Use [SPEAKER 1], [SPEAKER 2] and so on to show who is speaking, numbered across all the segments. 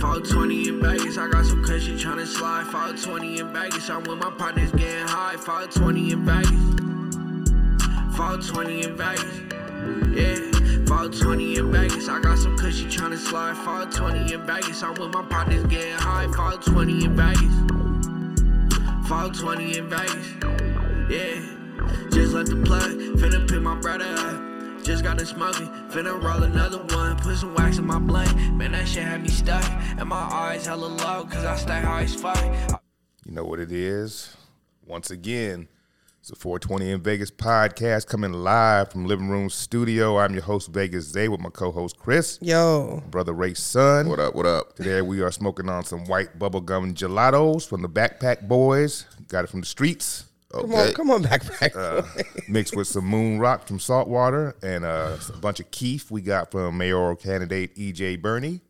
[SPEAKER 1] 520 in Vegas, I got some cushion tryna slide. 520 in Vegas, I'm with my partners getting high. 520 in Vegas. 520 in Vegas. Yeah. 520 in Vegas, I got some cushion tryna slide. 520 in Vegas, I'm with my partners getting high. 520 in Vegas. 420 in Vegas. Yeah, just let the plug. Finna pick my brother up. Just got a smoking. Finna roll another one. Put some wax in my blunt. Man, that shit had me stuck. And my eyes hella low, cause I stay high as fuck.
[SPEAKER 2] You know what it is? Once again, it's the 420 in Vegas podcast coming live from Living Room Studio. I'm your host, Vegas Zay, with my co host, Chris,
[SPEAKER 3] Yo,
[SPEAKER 2] brother Ray's son.
[SPEAKER 4] What up? What up?
[SPEAKER 2] Today, we are smoking on some white bubblegum gelatos from the Backpack Boys. Got it from the streets,
[SPEAKER 3] come on, come on, backpack.
[SPEAKER 2] mixed with some moon rock from Saltwater and uh, a bunch of Keef we got from mayoral candidate E.J. Bernie.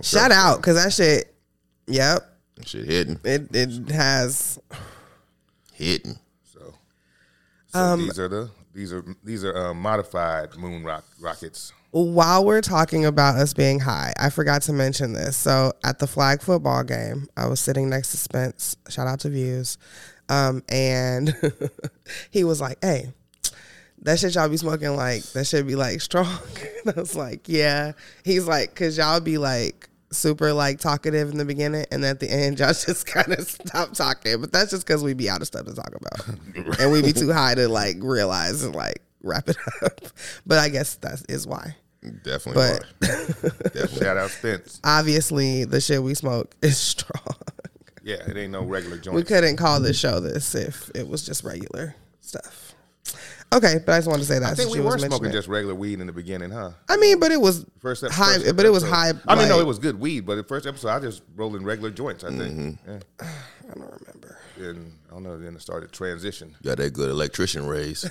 [SPEAKER 3] Shout out, because that shit, yep,
[SPEAKER 4] Shit hitting,
[SPEAKER 3] it, it has.
[SPEAKER 4] hitting.
[SPEAKER 2] So, so these are the these are these are uh, modified moon rock rockets.
[SPEAKER 3] While we're talking about us being high, I forgot to mention this. So at the flag football game, I was sitting next to Spence. Shout out to Views, um, and he was like, "Hey, that shit y'all be smoking like that should be like strong." and I was like, "Yeah." He's like, "Cause y'all be like." Super like talkative in the beginning, and at the end, y'all just kind of stop talking. But that's just because we be out of stuff to talk about, and we be too high to like realize and like wrap it up. But I guess that is why.
[SPEAKER 4] Definitely.
[SPEAKER 3] But-
[SPEAKER 4] was. Definitely.
[SPEAKER 2] Shout out Spence.
[SPEAKER 3] obviously the shit we smoke is strong.
[SPEAKER 2] Yeah, it ain't no regular
[SPEAKER 3] we
[SPEAKER 2] joint.
[SPEAKER 3] couldn't call this show this if it was just regular stuff. Okay, but I just wanted to say that
[SPEAKER 2] I think
[SPEAKER 3] since
[SPEAKER 2] we
[SPEAKER 3] you
[SPEAKER 2] were
[SPEAKER 3] was
[SPEAKER 2] smoking
[SPEAKER 3] mentioning it.
[SPEAKER 2] just regular weed in the beginning, huh?
[SPEAKER 3] I mean, but it was
[SPEAKER 2] First ep-
[SPEAKER 3] high,
[SPEAKER 2] first ep-
[SPEAKER 3] but it was
[SPEAKER 2] episode.
[SPEAKER 3] high.
[SPEAKER 2] I mean, no,
[SPEAKER 3] like-
[SPEAKER 2] it was good weed, but the first episode I just rolled in regular joints. I think, yeah.
[SPEAKER 3] Mm-hmm. I don't remember.
[SPEAKER 2] and I don't know. Then it started transition.
[SPEAKER 4] Got that good electrician raise.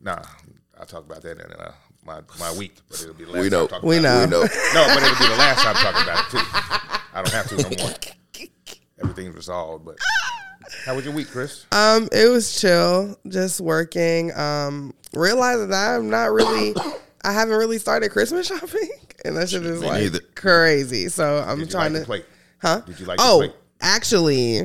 [SPEAKER 2] Nah, I'll talk about that in uh, my my week, but it'll be the last time
[SPEAKER 4] We know.
[SPEAKER 2] talking
[SPEAKER 3] We
[SPEAKER 2] about it.
[SPEAKER 3] know.
[SPEAKER 4] We know.
[SPEAKER 2] No, but it'll be the last time talking about it too. I don't have to no more. Everything's resolved. But how was your week, Chris?
[SPEAKER 3] Um, it was chill, just working. Um, realizing that I'm not really, I haven't really started Christmas shopping, and that shit is
[SPEAKER 4] Me
[SPEAKER 3] like
[SPEAKER 4] neither.
[SPEAKER 3] crazy. So
[SPEAKER 2] Did
[SPEAKER 3] I'm
[SPEAKER 2] you like
[SPEAKER 3] trying
[SPEAKER 2] the
[SPEAKER 3] to.
[SPEAKER 2] plate?
[SPEAKER 3] Huh?
[SPEAKER 2] Did you like the
[SPEAKER 3] Oh,
[SPEAKER 2] plate?
[SPEAKER 3] actually,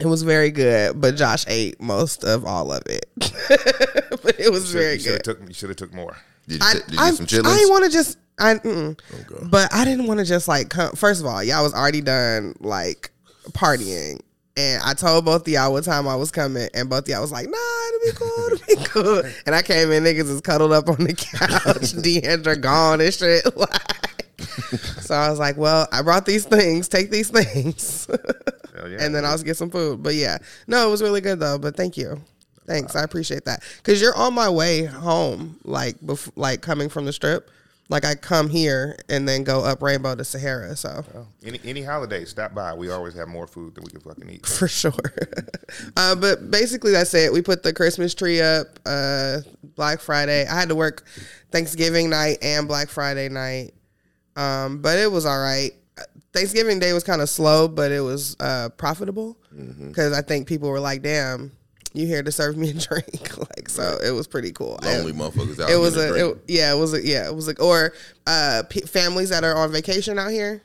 [SPEAKER 3] it was very good, but Josh ate most of all of it. but it was very
[SPEAKER 2] you should have
[SPEAKER 3] good.
[SPEAKER 2] took you should have took more.
[SPEAKER 4] Did you,
[SPEAKER 3] I,
[SPEAKER 4] t- did you
[SPEAKER 3] I,
[SPEAKER 4] get some chitlins?
[SPEAKER 3] I didn't want to just. I, mm,
[SPEAKER 2] Oh,
[SPEAKER 4] Okay.
[SPEAKER 3] But I didn't want to just like come. First of all, y'all was already done like partying. And I told both of y'all what time I was coming, and both of y'all was like, nah, it'll be cool, it'll be cool. And I came in, niggas is cuddled up on the couch, Deandra gone and shit. Like, so I was like, well, I brought these things, take these things.
[SPEAKER 2] Hell yeah.
[SPEAKER 3] and then I'll get some food. But yeah, no, it was really good though. But thank you, thanks, I appreciate that. Cause you're on my way home, like bef- like coming from the strip. Like I come here and then go up Rainbow to Sahara. So
[SPEAKER 2] any any holiday, stop by. We always have more food than we can fucking eat.
[SPEAKER 3] for sure. uh, but basically, that's it. We put the Christmas tree up. Uh, Black Friday. I had to work Thanksgiving night and Black Friday night, um, but it was all right. Thanksgiving Day was kind of slow, but it was uh, profitable because I think people were like, "Damn, you here to serve me a drink?" like, so it was pretty cool. And-
[SPEAKER 4] Lonely motherfuckers out
[SPEAKER 3] it was
[SPEAKER 4] here. to
[SPEAKER 3] a
[SPEAKER 4] drink.
[SPEAKER 3] it, yeah it was a yeah it was like or uh p- families that are on vacation out here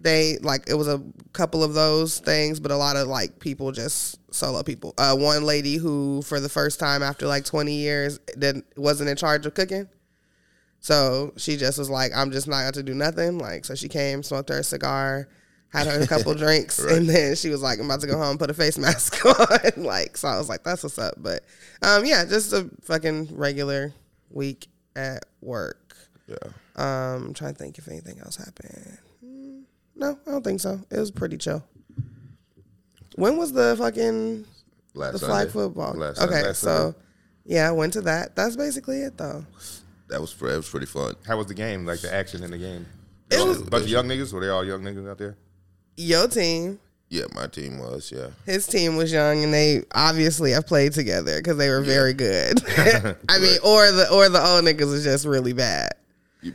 [SPEAKER 3] they like it was a couple of those things but a lot of like people just solo people uh one lady who for the first time after like 20 years didn't wasn't in charge of cooking so she just was like i'm just not going to do nothing like so she came smoked her cigar had her a couple drinks and then she was like i'm about to go home put a face mask on like so i was like that's what's up but um yeah just a fucking regular week at work
[SPEAKER 4] yeah.
[SPEAKER 3] um I'm trying to think if anything else happened Mm, no i don't think so it was pretty chill when was the fucking
[SPEAKER 4] Last
[SPEAKER 3] the
[SPEAKER 4] Sunday.
[SPEAKER 3] flag football
[SPEAKER 4] Last
[SPEAKER 3] okay
[SPEAKER 4] Sunday.
[SPEAKER 3] so yeah i went to that that's basically it though
[SPEAKER 4] That was that was pretty fun.
[SPEAKER 2] How was the game? Like the action in the game?
[SPEAKER 3] it was
[SPEAKER 2] bunch of young niggas. Were they all young niggas out there?
[SPEAKER 3] your team
[SPEAKER 4] Yeah, my team was. Yeah.
[SPEAKER 3] his team was young and they obviously have played together because they were very good. I mean, or the or the old niggas was just really bad.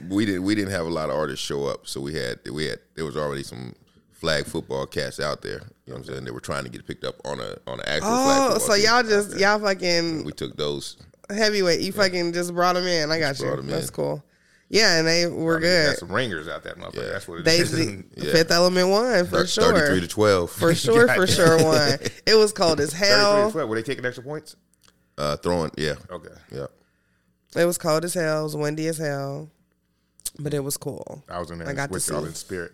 [SPEAKER 4] we didn't we didn't have a lot of artists show up, so we had we had there was already some flag football cats out there. You know what I'm saying? They were trying to get picked up on a on an actual flag
[SPEAKER 3] Oh,
[SPEAKER 4] football.
[SPEAKER 3] so
[SPEAKER 4] team.
[SPEAKER 3] y'all just y'all fucking
[SPEAKER 4] we took those.
[SPEAKER 3] heavyweight. You fucking just brought him in. I got you.
[SPEAKER 4] brought 'em
[SPEAKER 3] That's
[SPEAKER 4] in.
[SPEAKER 3] cool. Yeah, and they were
[SPEAKER 2] I mean, they
[SPEAKER 3] good.
[SPEAKER 2] Got some ringers out that motherfucker.
[SPEAKER 4] Yeah.
[SPEAKER 2] That's what it
[SPEAKER 3] They
[SPEAKER 2] is.
[SPEAKER 3] the
[SPEAKER 4] Yeah.
[SPEAKER 3] Fifth Element one for
[SPEAKER 4] Thir-
[SPEAKER 3] sure.
[SPEAKER 4] 33 to 12.
[SPEAKER 3] for sure, for
[SPEAKER 2] Goddamn.
[SPEAKER 3] sure one. It was cold as
[SPEAKER 2] 33 to
[SPEAKER 3] hell.
[SPEAKER 2] 12. Were they taking extra points?
[SPEAKER 4] uh, throwing, yeah.
[SPEAKER 2] Okay.
[SPEAKER 4] Yeah.
[SPEAKER 3] It was cold as hell. It was windy as hell. But it was cool.
[SPEAKER 2] I was in there
[SPEAKER 3] I got to
[SPEAKER 2] with y'all
[SPEAKER 3] see.
[SPEAKER 2] in spirit.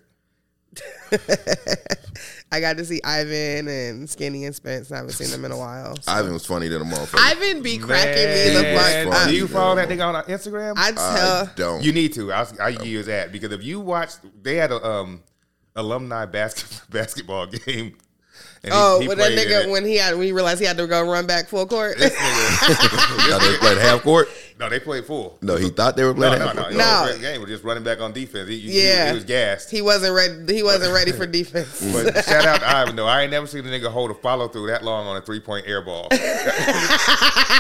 [SPEAKER 3] I got to see Ivan and Skinny and Spence. and I haven't seen them in a while.
[SPEAKER 4] Ivan was funny than a motherfucker.
[SPEAKER 3] Ivan be cracking me the
[SPEAKER 2] Man,
[SPEAKER 3] fuck up.
[SPEAKER 2] Do you
[SPEAKER 4] up.
[SPEAKER 2] follow that nigga on uh, Instagram?
[SPEAKER 3] I tell.
[SPEAKER 4] I don't.
[SPEAKER 2] You need to. I'll, I'll give you that because if you watch, they had a um, alumni basket, basketball game. And
[SPEAKER 3] oh, but that
[SPEAKER 2] played in
[SPEAKER 3] nigga
[SPEAKER 2] it.
[SPEAKER 3] when he had when he realized he had to go run back full court.
[SPEAKER 4] thought they were playing half court?
[SPEAKER 2] No, they played full.
[SPEAKER 4] No, he thought they were
[SPEAKER 2] No,
[SPEAKER 4] playing
[SPEAKER 2] no,
[SPEAKER 4] half
[SPEAKER 2] no.
[SPEAKER 4] court.
[SPEAKER 3] No.
[SPEAKER 2] The game was just running back on defense. He, he-
[SPEAKER 3] Yeah.
[SPEAKER 2] he was gassed.
[SPEAKER 3] he wasn't ready. He wasn't ready for defense.
[SPEAKER 2] But shout out to Ivan though. I ain't never seen a nigga hold a follow through that long on a three point air ball. he, froze, he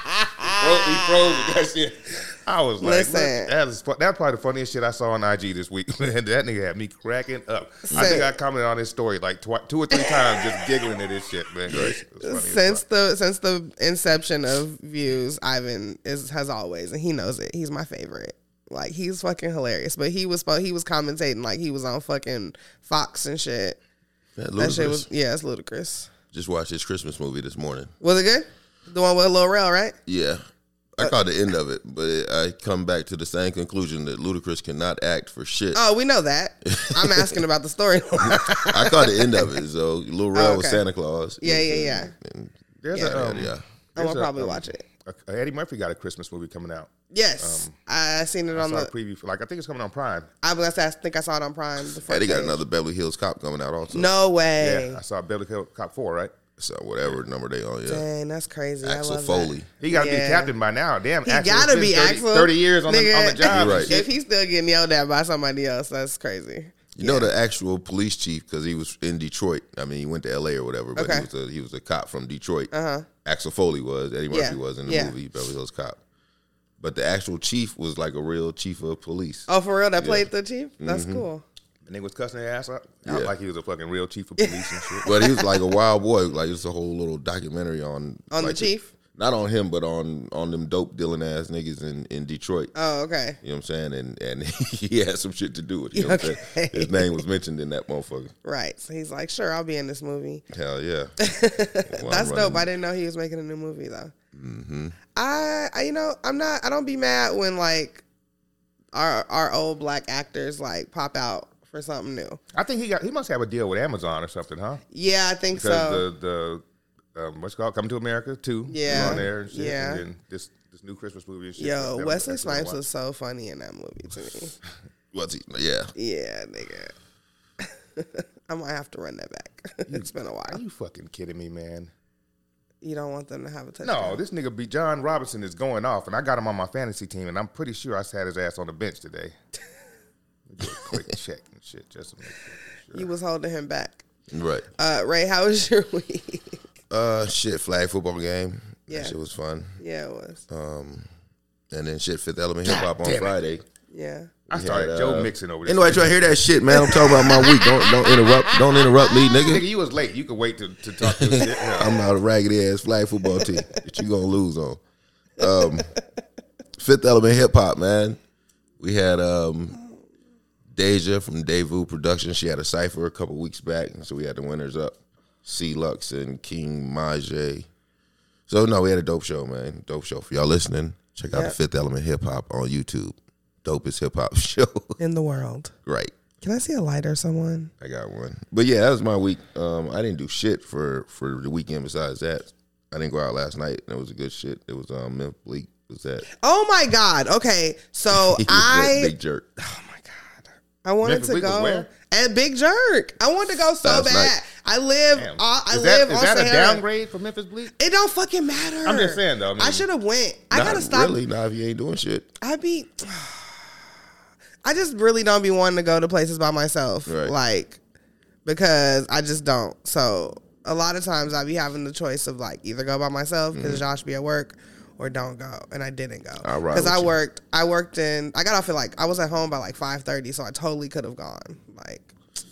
[SPEAKER 2] froze with that shit. I was like,
[SPEAKER 3] Listen.
[SPEAKER 2] look, that is fu- that's probably the funniest shit I saw on IG this week. Man, that nigga had me cracking up. I think I commented on his story like twi- two or three times, just giggling at this shit, man. It was funny as
[SPEAKER 3] Since
[SPEAKER 2] fuck.
[SPEAKER 3] the since the inception of views, Ivan is has always, and he knows it. He's my favorite. Like he's fucking hilarious. But he was he was commentating like he was on fucking Fox and shit.
[SPEAKER 4] That
[SPEAKER 3] That shit
[SPEAKER 4] Ludacris.
[SPEAKER 3] was yeah, it's ludicrous.
[SPEAKER 4] Just watched his Christmas movie this morning.
[SPEAKER 3] Was it good? The one with Lil Rel, right?
[SPEAKER 4] Yeah. I caught the end of it, but it, I come back to the same conclusion that Ludacris cannot act for shit.
[SPEAKER 3] Oh, we know that. I'm asking about the storyline.
[SPEAKER 4] I caught the end of it. So Lil Rel
[SPEAKER 3] Oh,
[SPEAKER 4] was
[SPEAKER 3] okay.
[SPEAKER 4] Santa Claus.
[SPEAKER 3] Yeah, yeah,
[SPEAKER 4] And-
[SPEAKER 3] yeah.
[SPEAKER 4] and-
[SPEAKER 2] there's
[SPEAKER 3] yeah.
[SPEAKER 2] a, um,
[SPEAKER 3] I'm
[SPEAKER 4] yeah.
[SPEAKER 2] there's
[SPEAKER 3] gonna
[SPEAKER 2] a,
[SPEAKER 3] Oh, probably
[SPEAKER 2] um,
[SPEAKER 3] watch it.
[SPEAKER 2] a- Eddie Murphy got a Christmas movie coming out.
[SPEAKER 3] Yes, I seen it
[SPEAKER 2] um, I
[SPEAKER 3] on
[SPEAKER 2] saw a
[SPEAKER 3] the.
[SPEAKER 2] preview for like I think it's coming on Prime.
[SPEAKER 3] I was gonna say, I think I saw it on Prime. The
[SPEAKER 4] Hey,
[SPEAKER 3] first
[SPEAKER 4] they got
[SPEAKER 3] page.
[SPEAKER 4] another Beverly Hills Cop coming out also.
[SPEAKER 3] No way.
[SPEAKER 2] Yeah, I saw Biblical Cop Four. Right,
[SPEAKER 4] So whatever number they on, yeah.
[SPEAKER 3] Dang, that's crazy. I
[SPEAKER 4] Axel
[SPEAKER 3] love
[SPEAKER 4] Foley.
[SPEAKER 3] That.
[SPEAKER 2] he got to be
[SPEAKER 3] Yeah.
[SPEAKER 2] captain by now. Damn,
[SPEAKER 3] He
[SPEAKER 2] Axel's
[SPEAKER 3] gotta
[SPEAKER 2] been
[SPEAKER 3] be
[SPEAKER 2] 30,
[SPEAKER 3] Axel.
[SPEAKER 2] Thirty years on the,
[SPEAKER 3] Nigga.
[SPEAKER 2] on the job.
[SPEAKER 4] You're
[SPEAKER 2] and
[SPEAKER 4] right.
[SPEAKER 2] shit.
[SPEAKER 3] If he's still getting yelled at by somebody else, that's crazy.
[SPEAKER 4] You know the actual police chief because he was in Detroit. I mean, he went to L.A. or whatever, but
[SPEAKER 3] Okay.
[SPEAKER 4] he was a he was a cop from Detroit. Uh-huh. Axel Foley was Eddie Murphy
[SPEAKER 3] Yeah,
[SPEAKER 4] was in the
[SPEAKER 3] yeah.
[SPEAKER 4] movie Beverly Hills Cop, but the actual chief was like a real chief of police.
[SPEAKER 3] Oh, for real? That played the chief? That's
[SPEAKER 2] Mm-hmm.
[SPEAKER 3] cool.
[SPEAKER 2] The nigga was cussing their ass out, out
[SPEAKER 4] Yeah.
[SPEAKER 2] like he was a fucking real chief of police and shit.
[SPEAKER 4] But he was like a wild boy. Like it's a whole little documentary on
[SPEAKER 3] On the
[SPEAKER 4] like,
[SPEAKER 3] chief?
[SPEAKER 4] not on him, but on on them dope dealing ass niggas in in Detroit.
[SPEAKER 3] Oh, okay.
[SPEAKER 4] you know what I'm saying? And and he had some shit to do with. it, You know what I'm saying?
[SPEAKER 3] Okay.
[SPEAKER 4] His name was mentioned in that motherfucker.
[SPEAKER 3] Right. So he's like, sure, I'll be in this movie.
[SPEAKER 4] Hell yeah. Well,
[SPEAKER 3] That's
[SPEAKER 4] I'm
[SPEAKER 3] dope. I
[SPEAKER 4] running-
[SPEAKER 3] didn't know he was making a new movie though.
[SPEAKER 2] Mm-hmm.
[SPEAKER 3] I, I, you know, I'm not. I don't be mad when like our our old black actors like pop out for something new.
[SPEAKER 2] I think he got he must have a deal with Amazon or something, huh?
[SPEAKER 3] Yeah, I think
[SPEAKER 2] Because
[SPEAKER 3] so.
[SPEAKER 2] the the um, what's it called Come to America too. was
[SPEAKER 3] Yeah.
[SPEAKER 2] on there and shit.
[SPEAKER 3] Yeah.
[SPEAKER 2] And then this this new Christmas movie and shit. that-
[SPEAKER 3] Yo,
[SPEAKER 2] that
[SPEAKER 3] Wesley
[SPEAKER 2] was actually
[SPEAKER 3] Snipes
[SPEAKER 2] wild.
[SPEAKER 3] was so funny in that movie to me.
[SPEAKER 4] What's he? Yeah.
[SPEAKER 3] Yeah, nigga. I might have to run that back. it's been a
[SPEAKER 2] Are
[SPEAKER 3] while.
[SPEAKER 2] you fucking kidding me, man?
[SPEAKER 3] You don't want them to have a touchdown.
[SPEAKER 2] No, this nigga be John Robinson is going off, and I got him on my fantasy team, and I'm pretty sure I sat his ass on the bench today. Do a quick check and shit, just to make sure.
[SPEAKER 3] you was holding him back.
[SPEAKER 4] Right.
[SPEAKER 3] Uh, Ray, how was your week?
[SPEAKER 4] Uh, shit, flag football game.
[SPEAKER 3] Yeah.
[SPEAKER 4] That shit was fun.
[SPEAKER 3] yeah, it was.
[SPEAKER 2] Uh,
[SPEAKER 4] And then shit, Fifth Element Hip Hop on
[SPEAKER 2] damn it.
[SPEAKER 4] Friday.
[SPEAKER 3] Yeah.
[SPEAKER 2] I started
[SPEAKER 4] Had,
[SPEAKER 2] Joe
[SPEAKER 4] uh,
[SPEAKER 2] Mixon over there.
[SPEAKER 4] Ain't nobody trying to hear that shit, man. I'm talking about my week. Don't don't interrupt. Don't interrupt me,
[SPEAKER 2] Nigga,
[SPEAKER 4] nigga.
[SPEAKER 2] you was late. You could wait to, to talk to shit. No.
[SPEAKER 4] I'm out of raggedy ass flag football team that you gonna lose on. Um, Fifth Element Hip Hop, man. We had um, Deja from Devu Productions. She had a cipher a couple weeks back, and so we had the winners up. C Lux and King Maje. So no, we had a dope show, man. Dope show for y'all listening. Check out
[SPEAKER 3] Yep.
[SPEAKER 4] the Fifth Element Hip Hop on YouTube. Dopest hip hop show.
[SPEAKER 3] In the world.
[SPEAKER 4] right.
[SPEAKER 3] Can I see a lighter, someone?
[SPEAKER 4] I got one. But yeah, that was my week. Um, I didn't do shit for for the weekend. Besides that, I didn't go out last night, and it was a good shit. It was um, Memph Bleak was that.
[SPEAKER 3] Oh my God. Okay. So
[SPEAKER 4] He was that
[SPEAKER 3] I
[SPEAKER 4] big jerk.
[SPEAKER 3] I wanted
[SPEAKER 2] Memphis
[SPEAKER 3] to
[SPEAKER 2] Bleak was
[SPEAKER 3] go
[SPEAKER 2] where?
[SPEAKER 3] at Big Jerk. I wanted to go so
[SPEAKER 4] Last
[SPEAKER 3] bad.
[SPEAKER 4] night.
[SPEAKER 3] I live.
[SPEAKER 2] Damn.
[SPEAKER 3] I, I
[SPEAKER 2] is that,
[SPEAKER 3] live
[SPEAKER 2] is
[SPEAKER 3] on
[SPEAKER 2] that a
[SPEAKER 3] Sahara.
[SPEAKER 2] downgrade for Memphis Bleak?
[SPEAKER 3] It don't fucking matter.
[SPEAKER 2] I'm just saying, though, I mean-
[SPEAKER 3] I should have went. I
[SPEAKER 4] Not
[SPEAKER 3] gotta stop.
[SPEAKER 4] really. Nah, if you ain't doing shit,
[SPEAKER 3] I be. I just really don't be wanting to go to places by myself,
[SPEAKER 4] Right.
[SPEAKER 3] like because I just don't. So a lot of times I be having the choice of like either go by myself because Josh be at work or don't go, and I didn't go
[SPEAKER 4] I Mm-hmm. ride
[SPEAKER 3] because I
[SPEAKER 4] with you.
[SPEAKER 3] worked. I worked in. I got off at like I was at home by like five thirty, so I totally could have gone. Like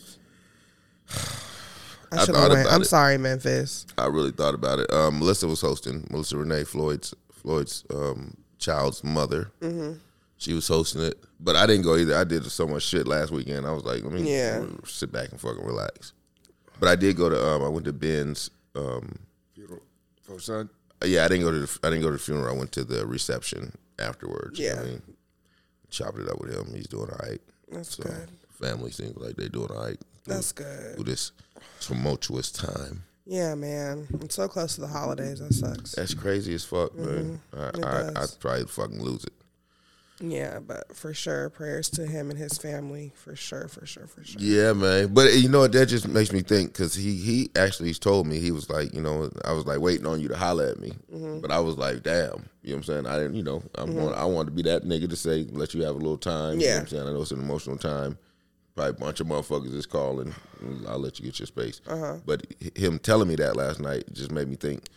[SPEAKER 3] I
[SPEAKER 4] I
[SPEAKER 3] should have
[SPEAKER 4] thought
[SPEAKER 3] went.
[SPEAKER 4] about
[SPEAKER 3] I'm
[SPEAKER 4] it.
[SPEAKER 3] sorry, Memphis.
[SPEAKER 4] I really thought about it. Um, Melissa was hosting. Melissa Renee Floyd's Floyd's um, child's mother.
[SPEAKER 3] Mm-hmm.
[SPEAKER 4] She was hosting it, but I didn't go either. I did so much shit last weekend. I was like, let me
[SPEAKER 3] Yeah.
[SPEAKER 4] sit back and fucking relax. But I did go to. Um, I went to Ben's. Um, uh,
[SPEAKER 2] Funeral for son.
[SPEAKER 4] yeah, I didn't go to. The, I didn't go to the funeral. I went to the reception afterwards. you know what
[SPEAKER 3] Yeah.
[SPEAKER 4] I mean? chopped it up with him. He's doing all right.
[SPEAKER 3] That's good.
[SPEAKER 4] Family seems like they doing all right.
[SPEAKER 3] That's
[SPEAKER 4] through
[SPEAKER 3] good.
[SPEAKER 4] this tumultuous time.
[SPEAKER 3] Yeah, man. I'm so close to the holidays. That sucks.
[SPEAKER 4] That's crazy as fuck, man.
[SPEAKER 3] Mm-hmm. It
[SPEAKER 4] I, I,
[SPEAKER 3] does.
[SPEAKER 4] I'd probably fucking lose it.
[SPEAKER 3] Yeah, but for sure, prayers to him and his family. For sure, for sure, for sure.
[SPEAKER 4] Yeah, man. But eh, you know what? That just makes me think because he he actually told me he was like, you know, I was like waiting on you to holler at me,
[SPEAKER 3] Mm-hmm.
[SPEAKER 4] but I was like, damn, you know what I'm saying? I didn't, you know, I'm going, I wanted to be that nigga to say let you have a little time. you know
[SPEAKER 3] Yeah.
[SPEAKER 4] what I'm saying I know it's an emotional time. Probably a bunch of motherfuckers is calling. I'll let you get your space.
[SPEAKER 3] Uh-huh.
[SPEAKER 4] But h- him telling me that last night just made me think.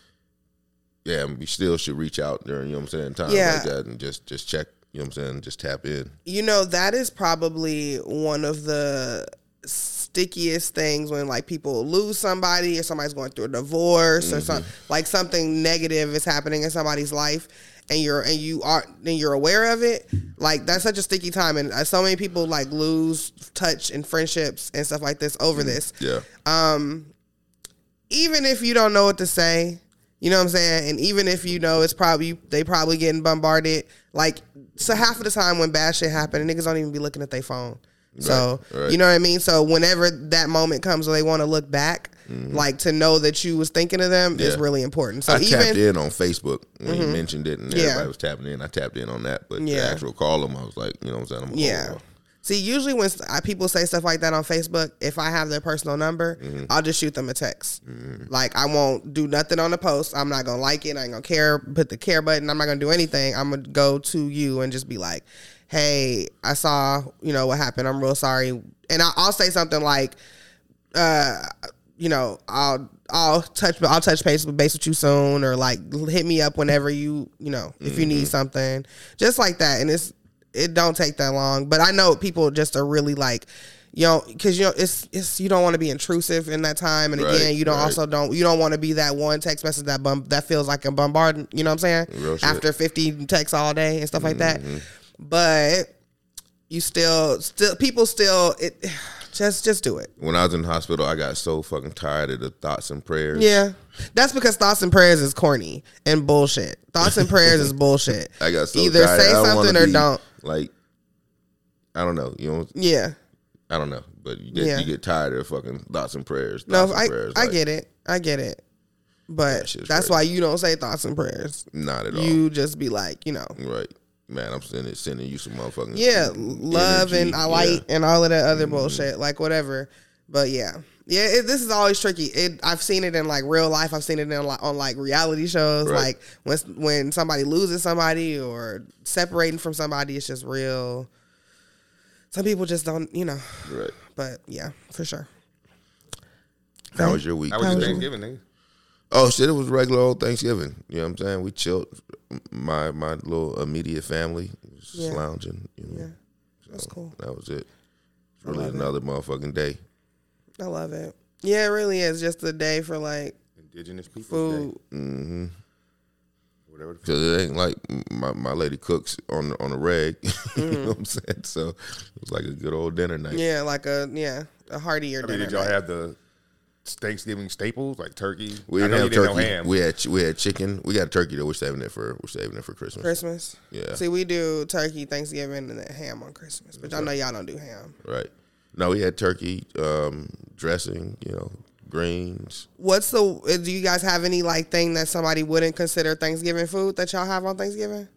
[SPEAKER 4] Yeah, we still should reach out during you know what I'm saying time
[SPEAKER 3] Yeah.
[SPEAKER 4] like that and just just check you know what I'm saying just tap in.
[SPEAKER 3] You know, that is probably one of the stickiest things when like people lose somebody or somebody's going through a divorce or something
[SPEAKER 4] Mm-hmm.
[SPEAKER 3] like something negative is happening in somebody's life and you're and you are and you're aware of it like that's such a sticky time and uh, so many people like lose touch and friendships and stuff like this over this
[SPEAKER 4] Mm-hmm. Yeah.
[SPEAKER 3] even if you don't know what to say, you know what I'm saying? And even if you know it's probably they probably getting bombarded, like so half of the time when bad shit happen, niggas don't even be looking at their phone. So
[SPEAKER 4] Right, right.
[SPEAKER 3] you know what I mean? So whenever that moment comes where they want to look back, like to know that you was thinking of them is
[SPEAKER 4] Mm-hmm. Yeah.
[SPEAKER 3] really important. So
[SPEAKER 4] I tapped
[SPEAKER 3] even Mm-hmm.
[SPEAKER 4] in on Facebook when you mentioned it, and
[SPEAKER 3] Yeah.
[SPEAKER 4] everybody was tapping in. I tapped in on that, but the
[SPEAKER 3] Yeah.
[SPEAKER 4] actual call them, I was like, you know what I'm saying? I'm
[SPEAKER 3] yeah. See, usually when s- I- people say stuff like that on Facebook, if I have their personal number, I'll just shoot them a text. Like I won't do nothing on the post. I'm not gonna like it. I ain't gonna care. Put the care button. I'm not gonna do anything. I'm gonna go to you and just be like, "Hey, I saw you know what happened. I'm real sorry." And I, I'll say something like, you know, I'll I'll touch I'll touch base base with you soon, or like hit me up whenever you you know if you
[SPEAKER 4] Mm-hmm.
[SPEAKER 3] need something, just like that. And it's it don't take that long, but I know people just are really like, you know, because you know it's it's you don't want to be intrusive in that time, and
[SPEAKER 4] Right,
[SPEAKER 3] again, you don't
[SPEAKER 4] right.
[SPEAKER 3] also don't you don't want to be that one text message that bum that feels like a bombarding. You know what I'm saying?
[SPEAKER 4] Real shit. Mm-hmm.
[SPEAKER 3] After 50 texts all day and stuff like that, but you still still people still it just just do it.
[SPEAKER 4] When I was in the hospital, I got so fucking tired of the thoughts and prayers.
[SPEAKER 3] Yeah. That's because thoughts and prayers is corny and bullshit. Thoughts and prayers is bullshit.
[SPEAKER 4] I got so
[SPEAKER 3] Either
[SPEAKER 4] tired.
[SPEAKER 3] say
[SPEAKER 4] I don't wanna
[SPEAKER 3] something or
[SPEAKER 4] be,
[SPEAKER 3] don't.
[SPEAKER 4] Like, I don't know. You know,
[SPEAKER 3] Yeah.
[SPEAKER 4] I don't know, but you get,
[SPEAKER 3] Yeah.
[SPEAKER 4] you get tired of fucking thoughts and prayers.
[SPEAKER 3] No,
[SPEAKER 4] thoughts and
[SPEAKER 3] I
[SPEAKER 4] prayers,
[SPEAKER 3] I
[SPEAKER 4] like,
[SPEAKER 3] get it. I get it. But
[SPEAKER 4] shit's
[SPEAKER 3] that's
[SPEAKER 4] crazy.
[SPEAKER 3] why you don't say thoughts and prayers.
[SPEAKER 4] Not at all.
[SPEAKER 3] You just be like, you know,
[SPEAKER 4] right, man. I'm sending sending you some motherfucking
[SPEAKER 3] yeah, love
[SPEAKER 4] energy.
[SPEAKER 3] and I
[SPEAKER 4] Yeah.
[SPEAKER 3] like and all of that other bullshit, like whatever. But yeah, yeah, it, this is always tricky. It I've seen it in like real life. I've seen it in like, on like reality shows,
[SPEAKER 4] Right.
[SPEAKER 3] like when when somebody loses somebody or separating from somebody. It's just real. Some people just don't, you know.
[SPEAKER 4] Right.
[SPEAKER 3] But yeah, for sure.
[SPEAKER 4] How was your week?
[SPEAKER 2] That was just
[SPEAKER 3] Probably.
[SPEAKER 2] Thanksgiving, nigga.
[SPEAKER 4] Oh shit! It was regular old Thanksgiving. You know what I'm saying? We chilled. My my little immediate family was just
[SPEAKER 3] Yeah.
[SPEAKER 4] lounging. You know,
[SPEAKER 3] That's cool.
[SPEAKER 4] that was it. It's really another motherfucking day.
[SPEAKER 3] I love it. Yeah, it really is just a day for like
[SPEAKER 2] Indigenous people.
[SPEAKER 3] food.
[SPEAKER 2] Whatever. the fuck.
[SPEAKER 4] Cause it ain't like my, my lady cooks on the- on a reg. you know what I'm saying? So it was like a good old dinner night.
[SPEAKER 3] Mm. Yeah, like a yeah a heartier
[SPEAKER 2] I mean,
[SPEAKER 3] dinner.
[SPEAKER 2] did y'all
[SPEAKER 3] night.
[SPEAKER 2] have the Thanksgiving staples like turkey?
[SPEAKER 4] We
[SPEAKER 2] I
[SPEAKER 4] didn't
[SPEAKER 2] know
[SPEAKER 4] have
[SPEAKER 2] you didn't
[SPEAKER 4] turkey.
[SPEAKER 2] know ham.
[SPEAKER 4] we had ch- we had chicken. We got turkey though. We're saving it for we're saving it for Christmas.
[SPEAKER 3] Christmas.
[SPEAKER 4] Yeah.
[SPEAKER 3] See, we do turkey, Thanksgiving, and then ham on Christmas. But y'all know y'all don't do ham.
[SPEAKER 4] Right. No, we had turkey um, dressing. You know, greens.
[SPEAKER 3] What's the? uh, Do you guys have any like thing that somebody wouldn't consider Thanksgiving food that y'all have on Thanksgiving?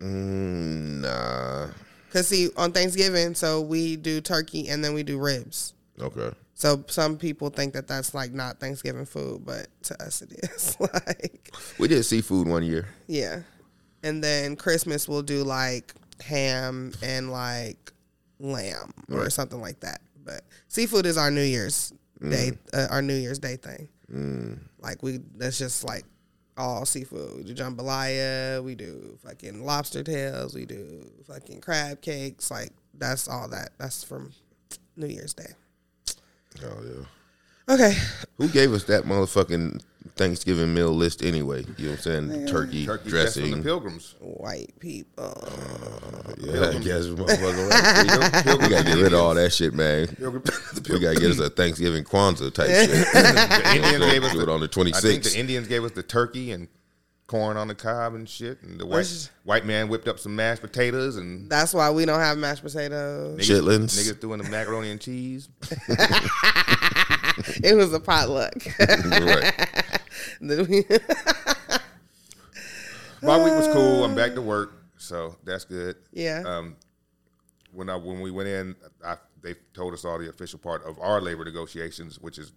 [SPEAKER 4] Mm, nah.
[SPEAKER 3] Cause see, on Thanksgiving, so we do turkey and then we do ribs.
[SPEAKER 4] Okay.
[SPEAKER 3] So some people think that that's like not Thanksgiving food, but to us it is. like,
[SPEAKER 4] We did seafood one year.
[SPEAKER 3] yeah. And then Christmas we'll do like ham and like lamb or something like that. But seafood is our New Year's day, uh, our New Year's Day thing. Like we, that's just like all seafood. We do jambalaya, we do fucking lobster tails, we do fucking crab cakes. Like that's all that. That's from New Year's Day.
[SPEAKER 4] Oh yeah.
[SPEAKER 3] Okay,
[SPEAKER 4] Who gave us that motherfucking Thanksgiving meal list anyway. You know what I'm saying? Turkey,
[SPEAKER 2] Turkey dressing.
[SPEAKER 4] dressing.
[SPEAKER 2] the pilgrims.
[SPEAKER 3] white people.
[SPEAKER 4] yeah, I guess motherfucker. right.
[SPEAKER 2] Pilgrim-
[SPEAKER 4] we gotta get rid of all that shit, man.
[SPEAKER 2] Pilgrim- the
[SPEAKER 4] We
[SPEAKER 2] pilgrims.
[SPEAKER 4] gotta get us a Thanksgiving Kwanzaa type shit.
[SPEAKER 2] The Indians
[SPEAKER 4] Yeah,
[SPEAKER 2] gave us
[SPEAKER 4] do it on the
[SPEAKER 2] I think the
[SPEAKER 4] 26th.
[SPEAKER 2] Indians gave us the turkey and corn on the cob and shit. And the white
[SPEAKER 3] That's-
[SPEAKER 2] white man whipped up some mashed potatoes and
[SPEAKER 3] That's why we don't have mashed potatoes.
[SPEAKER 2] niggas,
[SPEAKER 4] Chitlins.
[SPEAKER 2] niggas threw in the macaroni and cheese.
[SPEAKER 3] It was a potluck.
[SPEAKER 4] right.
[SPEAKER 2] My week was cool. I'm back to work, so that's good.
[SPEAKER 3] yeah.
[SPEAKER 2] Um, when I when we went in, I, they told us all the official part of our labor negotiations, which is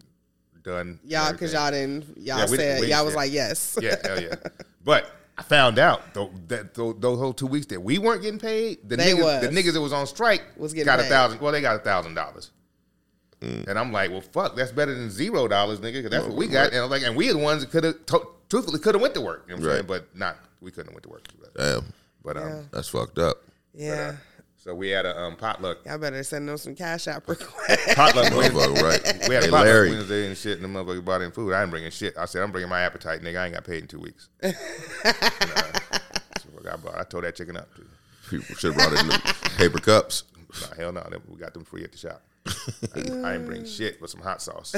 [SPEAKER 2] done.
[SPEAKER 3] y'all, because y'all didn't, y'all
[SPEAKER 2] Yeah, we-
[SPEAKER 3] said,
[SPEAKER 2] we-
[SPEAKER 3] y'all was
[SPEAKER 2] yeah.
[SPEAKER 3] like, yes.
[SPEAKER 2] Yeah, hell yeah. But I found out though that tho- those whole two weeks that we weren't getting paid, the
[SPEAKER 3] They
[SPEAKER 2] niggas,
[SPEAKER 3] was.
[SPEAKER 2] the niggas that was on strike
[SPEAKER 3] Was getting
[SPEAKER 2] got a
[SPEAKER 3] paid.
[SPEAKER 2] thousand. Well, they got a thousand dollars. And I'm like, well, fuck, that's better than zero dollars, nigga. 'cause that's what we got. And I'm like, and we are the ones that could have, to- truthfully, could have went to work. You know what I'm saying?
[SPEAKER 4] Right.
[SPEAKER 2] But not, we couldn't have went to work. But,
[SPEAKER 4] Damn,
[SPEAKER 2] but, um,
[SPEAKER 4] that's fucked up.
[SPEAKER 2] but, uh,
[SPEAKER 3] Yeah.
[SPEAKER 2] so we had a um, potluck.
[SPEAKER 3] Y'all better send them some cash app requests.
[SPEAKER 2] Potluck Wednesday.
[SPEAKER 4] Motherfucker, right?
[SPEAKER 2] We had a
[SPEAKER 4] hey,
[SPEAKER 2] potluck
[SPEAKER 4] Larry,
[SPEAKER 2] Wednesday and shit, and the motherfucker brought in food. I ain't bringing shit. I said, I'm bringing my appetite, nigga. I ain't got paid in two weeks. And, uh, so I, brought, I tore that chicken up, too.
[SPEAKER 4] people should have brought in them paper cups.
[SPEAKER 2] Nah, hell no, that- we got them free at the shop. I, I ain't
[SPEAKER 4] Uh.
[SPEAKER 2] bring shit but some hot sauce.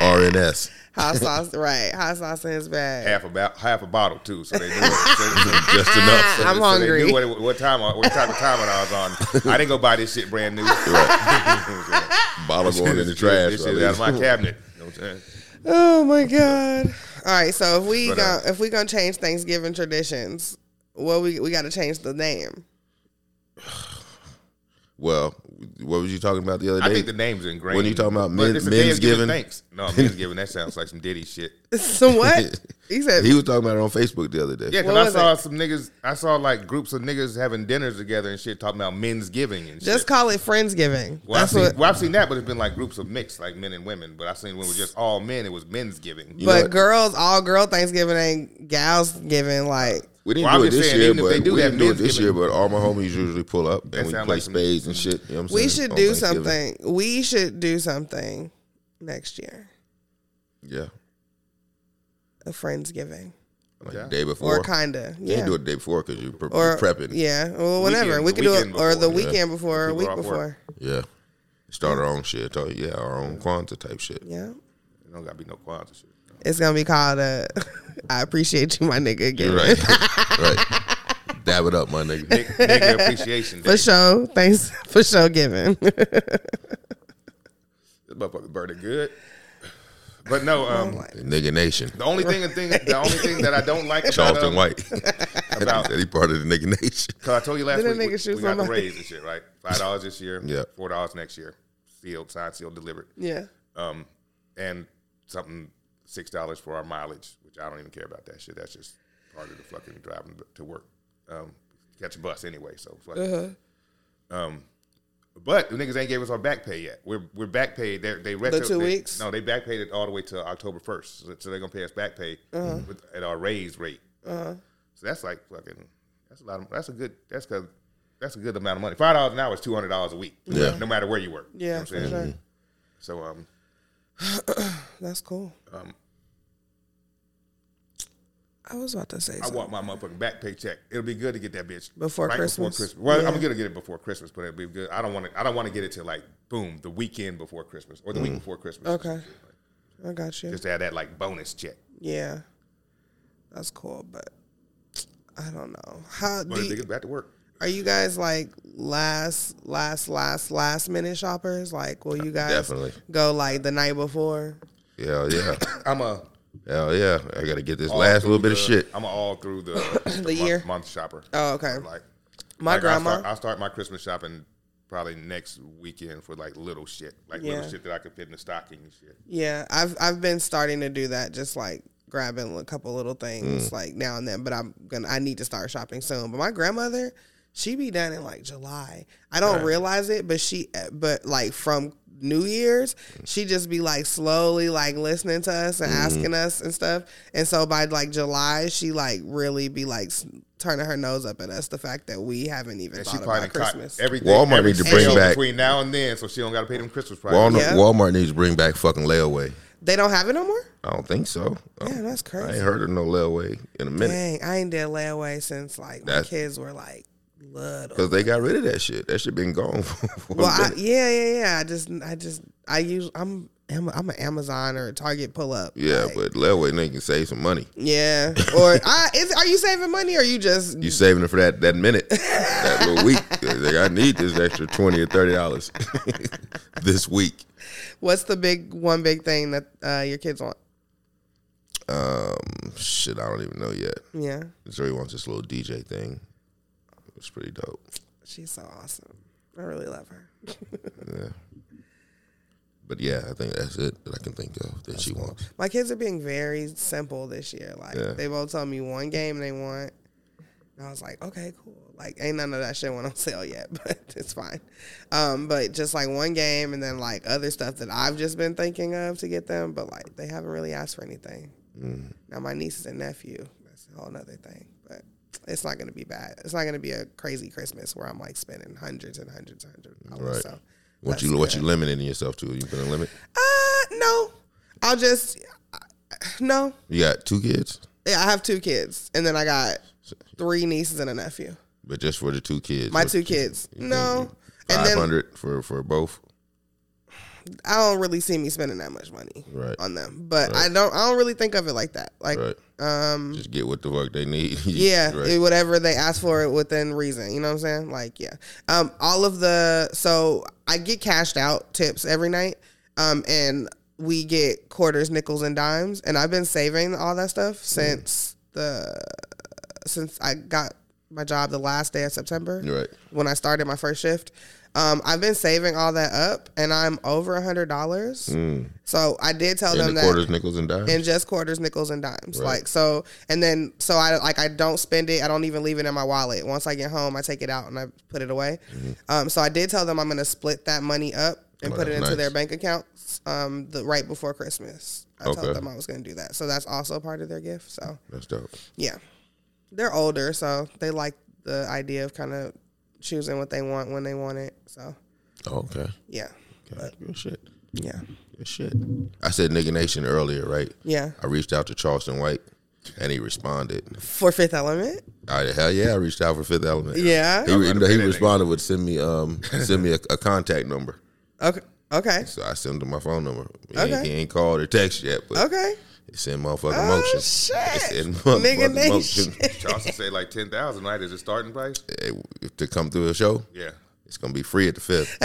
[SPEAKER 4] RNS.
[SPEAKER 3] hot sauce, right. Hot sauce in his bag.
[SPEAKER 2] Half a ba- half a bottle too, so they knew, what, so, so-
[SPEAKER 4] Just enough.
[SPEAKER 3] I'm
[SPEAKER 2] so they
[SPEAKER 3] hungry.
[SPEAKER 2] knew what, what time I- what type of time I was on. I didn't go buy this shit brand new.
[SPEAKER 4] Bottle going in the trash.
[SPEAKER 2] This shit is out of my cabinet. You know what I'm saying?
[SPEAKER 3] Oh my god! All right, so if we
[SPEAKER 2] But,
[SPEAKER 3] go,
[SPEAKER 2] uh,
[SPEAKER 3] if we gonna change Thanksgiving traditions, well, we we got to change the name.
[SPEAKER 4] Well, what was you talking about the other day?
[SPEAKER 2] I think the name's ingrained.
[SPEAKER 4] When you talking about
[SPEAKER 2] But
[SPEAKER 4] men-
[SPEAKER 2] it's a day of
[SPEAKER 4] men's
[SPEAKER 2] giving
[SPEAKER 4] giving?
[SPEAKER 2] thanks. No, men's giving. That sounds like some Diddy shit.
[SPEAKER 3] So what he said?
[SPEAKER 4] he was talking about it on Facebook the other day.
[SPEAKER 2] Yeah, because
[SPEAKER 3] What
[SPEAKER 2] I
[SPEAKER 3] was
[SPEAKER 2] saw some niggas. I saw like groups of niggas having dinners together and shit, talking about men's giving and
[SPEAKER 3] just
[SPEAKER 2] shit.
[SPEAKER 3] call it friendsgiving.
[SPEAKER 2] Well,
[SPEAKER 3] That's
[SPEAKER 2] I've seen,
[SPEAKER 3] what.
[SPEAKER 2] well, I've seen that, but it's been like groups of mixed, like men and women. But I've seen when it was just all men, it was men's giving.
[SPEAKER 4] know
[SPEAKER 3] but
[SPEAKER 4] what?
[SPEAKER 3] girls, all girl Thanksgiving ain't gals giving. Like
[SPEAKER 4] We didn't
[SPEAKER 2] Well,
[SPEAKER 4] do
[SPEAKER 2] I'm
[SPEAKER 4] it
[SPEAKER 2] just
[SPEAKER 4] this
[SPEAKER 2] saying,
[SPEAKER 4] year,
[SPEAKER 2] even if
[SPEAKER 4] but
[SPEAKER 2] they do
[SPEAKER 4] we
[SPEAKER 2] that
[SPEAKER 4] didn't do it this
[SPEAKER 2] Thanksgiving-
[SPEAKER 4] year. But all my homies usually pull up and we play
[SPEAKER 2] sound like some-
[SPEAKER 4] spades and shit. You know what I'm
[SPEAKER 3] we
[SPEAKER 4] saying?
[SPEAKER 3] should
[SPEAKER 4] On
[SPEAKER 3] do
[SPEAKER 4] Thanksgiving.
[SPEAKER 3] something. We should do something next year.
[SPEAKER 4] Yeah,
[SPEAKER 3] A friendsgiving
[SPEAKER 4] like
[SPEAKER 2] Yeah.
[SPEAKER 4] the day before.
[SPEAKER 3] or kinda.
[SPEAKER 4] You
[SPEAKER 3] Yeah.
[SPEAKER 4] can't do it the day before because you're, pre-
[SPEAKER 3] or
[SPEAKER 4] you're prepping.
[SPEAKER 3] Yeah. Well, whenever
[SPEAKER 2] Weekend-
[SPEAKER 3] we
[SPEAKER 2] the
[SPEAKER 3] could do it,
[SPEAKER 2] weekend
[SPEAKER 3] or the
[SPEAKER 2] before, yeah.
[SPEAKER 3] weekend before, a
[SPEAKER 2] People
[SPEAKER 3] week
[SPEAKER 2] off work.
[SPEAKER 3] before.
[SPEAKER 4] Yeah. Start our own shit. Talk, yeah, our own Kwanzaa type shit.
[SPEAKER 3] Yeah.
[SPEAKER 2] It don't got to be no Kwanzaa shit.
[SPEAKER 3] It's gonna be called uh, I appreciate you, my nigga. Again.
[SPEAKER 4] You're right. right. Dab it up, my nigga.
[SPEAKER 2] Nigga- Nigga appreciation day.
[SPEAKER 3] For sure. Thanks for sure giving.
[SPEAKER 2] This motherfucker burning good. But no,
[SPEAKER 3] Oh
[SPEAKER 2] um,
[SPEAKER 4] Nigga Nation.
[SPEAKER 2] the only thing, the thing, the only thing that I don't like about
[SPEAKER 4] Charleston
[SPEAKER 2] um,
[SPEAKER 4] White. he said he part of the Nigga Nation.
[SPEAKER 2] Cause I told you last week
[SPEAKER 3] Then that
[SPEAKER 2] we,
[SPEAKER 3] nigga shoot
[SPEAKER 2] we got the
[SPEAKER 3] somebody.
[SPEAKER 2] raise and shit, right? Five dollars this year,
[SPEAKER 4] Yeah.
[SPEAKER 2] Four dollars next year, sealed, signed, sealed, delivered.
[SPEAKER 3] yeah.
[SPEAKER 2] Um, and something six dollars for our mileage, which I don't even care about that shit. That's just part of the fucking driving to work. Um, catch a bus anyway, so fuck. it.
[SPEAKER 3] Uh-huh.
[SPEAKER 2] Um, but the niggas ain't gave us our back pay yet. We're we're back paid. They're, they retro,
[SPEAKER 3] two
[SPEAKER 2] they-
[SPEAKER 3] weeks?
[SPEAKER 2] No, they back paid it all the way to October first, so, so they're gonna pay us back pay
[SPEAKER 3] Uh-huh.
[SPEAKER 2] with, at our raise rate. So that's like fucking. That's a lot. Of, that's a good. That's good. That's a good amount of money. Five dollars an hour is two hundred dollars a week.
[SPEAKER 4] Yeah.
[SPEAKER 2] No matter where you work. You know
[SPEAKER 3] Yeah,
[SPEAKER 2] what
[SPEAKER 3] for
[SPEAKER 2] I'm saying?
[SPEAKER 3] sure.
[SPEAKER 2] So um,
[SPEAKER 3] That's cool.
[SPEAKER 2] um,
[SPEAKER 3] I was about to say
[SPEAKER 2] I
[SPEAKER 3] something.
[SPEAKER 2] want my motherfucking back paycheck. It'll be good to get that bitch
[SPEAKER 3] Before Christmas.
[SPEAKER 2] Well, I'm
[SPEAKER 3] Yeah.
[SPEAKER 2] gonna get it before Christmas, but it'll be good. I don't want to. I don't want to get it till like boom the weekend before Christmas or the week before Christmas.
[SPEAKER 3] Mm. Okay. I got you.
[SPEAKER 2] Just to have that like bonus check.
[SPEAKER 3] Yeah. That's cool, but I don't know. How
[SPEAKER 2] But
[SPEAKER 3] do
[SPEAKER 2] if they
[SPEAKER 3] you,
[SPEAKER 2] get back to work.
[SPEAKER 3] are you guys like last last last last minute shoppers? Like will you guys
[SPEAKER 4] Definitely.
[SPEAKER 3] go like the night before?
[SPEAKER 4] Hell yeah.
[SPEAKER 2] I'm a
[SPEAKER 4] Hell yeah. I got to get this
[SPEAKER 2] all
[SPEAKER 4] last
[SPEAKER 2] through
[SPEAKER 4] little bit of
[SPEAKER 2] the-
[SPEAKER 4] shit.
[SPEAKER 2] I'm a all through the,
[SPEAKER 3] The year?
[SPEAKER 2] month, month shopper.
[SPEAKER 3] Oh, okay.
[SPEAKER 2] Like
[SPEAKER 3] My
[SPEAKER 2] Like,
[SPEAKER 3] grandma
[SPEAKER 2] I'll start, I'll start my Christmas shopping probably next weekend for like little shit, like
[SPEAKER 3] Yeah.
[SPEAKER 2] little shit that I could fit in the stocking and shit.
[SPEAKER 3] Yeah, I've I've been starting to do that, just like grabbing a couple little things
[SPEAKER 2] Mm.
[SPEAKER 3] like now and then. But I'm gonna I need to start shopping soon. But my grandmother, she be done in like July. I don't realize it, but she eh, but like from New Year's,
[SPEAKER 2] Mm.
[SPEAKER 3] she just be like slowly like listening to us and
[SPEAKER 2] Mm-hmm.
[SPEAKER 3] asking us and stuff. And so by like July, she like really be like s- turning her nose up at us the fact that we haven't even
[SPEAKER 2] And she
[SPEAKER 3] thought
[SPEAKER 2] probably
[SPEAKER 3] about
[SPEAKER 2] caught
[SPEAKER 3] Christmas.
[SPEAKER 2] everything.
[SPEAKER 4] Walmart
[SPEAKER 2] every
[SPEAKER 4] need to
[SPEAKER 2] sale
[SPEAKER 4] bring back-
[SPEAKER 2] between now and then, so she don't got to pay them Christmas prices.
[SPEAKER 4] Walmart,
[SPEAKER 3] Yeah.
[SPEAKER 4] Walmart needs to bring back fucking layaway.
[SPEAKER 3] They don't have it no more?
[SPEAKER 4] I don't think so. I don't-
[SPEAKER 3] Damn, that's
[SPEAKER 4] I
[SPEAKER 3] crazy.
[SPEAKER 4] ain't heard of no Lil Wayne in a minute
[SPEAKER 3] Dang, I ain't did layaway since like my
[SPEAKER 4] That's-
[SPEAKER 3] kids were like little.
[SPEAKER 4] because they got rid of that shit. That shit been gone for, for
[SPEAKER 3] Well,
[SPEAKER 4] a
[SPEAKER 3] I,
[SPEAKER 4] minute.
[SPEAKER 3] yeah, yeah, yeah. I just, I just, I use. I'm, I'm, I'm an Amazon or a Target pull up.
[SPEAKER 4] yeah,
[SPEAKER 3] like-
[SPEAKER 4] but Lil Wayne, they can save some money.
[SPEAKER 3] yeah. Or I, is, are you saving money or you just?
[SPEAKER 4] You saving it for that that minute, that little week. They're Like, I need this extra twenty or thirty dollars this week.
[SPEAKER 3] What's the big one big thing that uh, your kids want?
[SPEAKER 4] Um, shit, I don't even know yet.
[SPEAKER 3] Yeah,
[SPEAKER 4] Zuri wants this little DJ thing. It's pretty dope.
[SPEAKER 3] she's so awesome. I really love her.
[SPEAKER 4] But yeah, I think that's it that I can think of that she wants.
[SPEAKER 3] My kids are being very simple this year. Like
[SPEAKER 4] Yeah.
[SPEAKER 3] they both told me one game they want. And I was like, okay, cool. Like ain't none of that shit went on sale yet, but it's fine. Um, but just like one game and then like other stuff that I've just been thinking of to get them, but like they haven't really asked for anything.
[SPEAKER 4] Mm.
[SPEAKER 3] Now my nieces and nephew, that's a whole nother thing. But it's not gonna be bad. It's not gonna be a crazy Christmas where I'm like spending hundreds and hundreds and hundreds of dollars.
[SPEAKER 4] Right.
[SPEAKER 3] So
[SPEAKER 4] What
[SPEAKER 3] that's
[SPEAKER 4] you what
[SPEAKER 3] good.
[SPEAKER 4] you limiting yourself to? You putting a limit?
[SPEAKER 3] Uh no. I'll just uh, no.
[SPEAKER 4] You got two kids,
[SPEAKER 3] Yeah, I have two kids, and then I got three nieces and a nephew.
[SPEAKER 4] but just for the two kids.
[SPEAKER 3] My two kids. No, and
[SPEAKER 4] Five
[SPEAKER 3] then
[SPEAKER 4] hundred for for both.
[SPEAKER 3] I don't really see me spending that much money
[SPEAKER 4] Right.
[SPEAKER 3] on them. But I don't. I don't really think of it like that. Like,
[SPEAKER 4] Right.
[SPEAKER 3] um,
[SPEAKER 4] Just get what the fuck they need.
[SPEAKER 3] yeah,
[SPEAKER 4] Right.
[SPEAKER 3] it- whatever they ask for it within reason. You know what I'm saying? Like, yeah. Um, all of the so I get cashed out tips every night. Um, and we get quarters, nickels, and dimes. And I've been saving all that stuff
[SPEAKER 4] Mm.
[SPEAKER 3] since the since I got my job the last day of September.
[SPEAKER 4] Right.
[SPEAKER 3] When I started my first shift. Um, I've been saving all that up and I'm over a hundred dollars. So I did tell them
[SPEAKER 4] Mm. And the
[SPEAKER 3] that
[SPEAKER 4] quarters, nickels, and dimes.
[SPEAKER 3] and just quarters, nickels, and dimes.
[SPEAKER 4] Right.
[SPEAKER 3] Like so, and then so I like I don't spend it. I don't even leave it in my wallet. Once I get home, I take it out and I put it away. Um, so I did tell them I'm going to split that money up and
[SPEAKER 4] Mm-hmm. Oh,
[SPEAKER 3] put it
[SPEAKER 4] that's
[SPEAKER 3] into
[SPEAKER 4] nice.
[SPEAKER 3] their bank accounts. Um, the right before Christmas, I
[SPEAKER 4] Okay.
[SPEAKER 3] told them I was going to do that. So that's also part of their gift. So
[SPEAKER 4] That's dope.
[SPEAKER 3] yeah, they're older, so they like the idea of kind of choosing what they want when they want it. So
[SPEAKER 4] Oh, okay.
[SPEAKER 3] yeah,
[SPEAKER 4] okay. Good shit.
[SPEAKER 3] yeah,
[SPEAKER 4] Good shit. I said nigga nation earlier, right?
[SPEAKER 3] yeah.
[SPEAKER 4] I reached out to Charleston White, and he responded.
[SPEAKER 3] For Fifth Element,
[SPEAKER 4] I, hell yeah, I reached out for Fifth Element.
[SPEAKER 3] yeah.
[SPEAKER 4] He, he- he responded with send me um send me a, a contact number.
[SPEAKER 3] Okay, okay,
[SPEAKER 4] So I sent him my phone number. He, ain't,
[SPEAKER 3] Okay.
[SPEAKER 4] he ain't called or text yet, but
[SPEAKER 3] okay.
[SPEAKER 4] it sent motherfucking
[SPEAKER 3] Oh,
[SPEAKER 4] motion.
[SPEAKER 3] shit.
[SPEAKER 4] It sent
[SPEAKER 3] Nigga
[SPEAKER 4] motherfucking
[SPEAKER 3] nation.
[SPEAKER 4] motion.
[SPEAKER 2] Charleston say like ten thousand, right? Is it starting price?
[SPEAKER 4] Hey, to come through a show,
[SPEAKER 2] Yeah.
[SPEAKER 4] it's gonna be free at the fifth.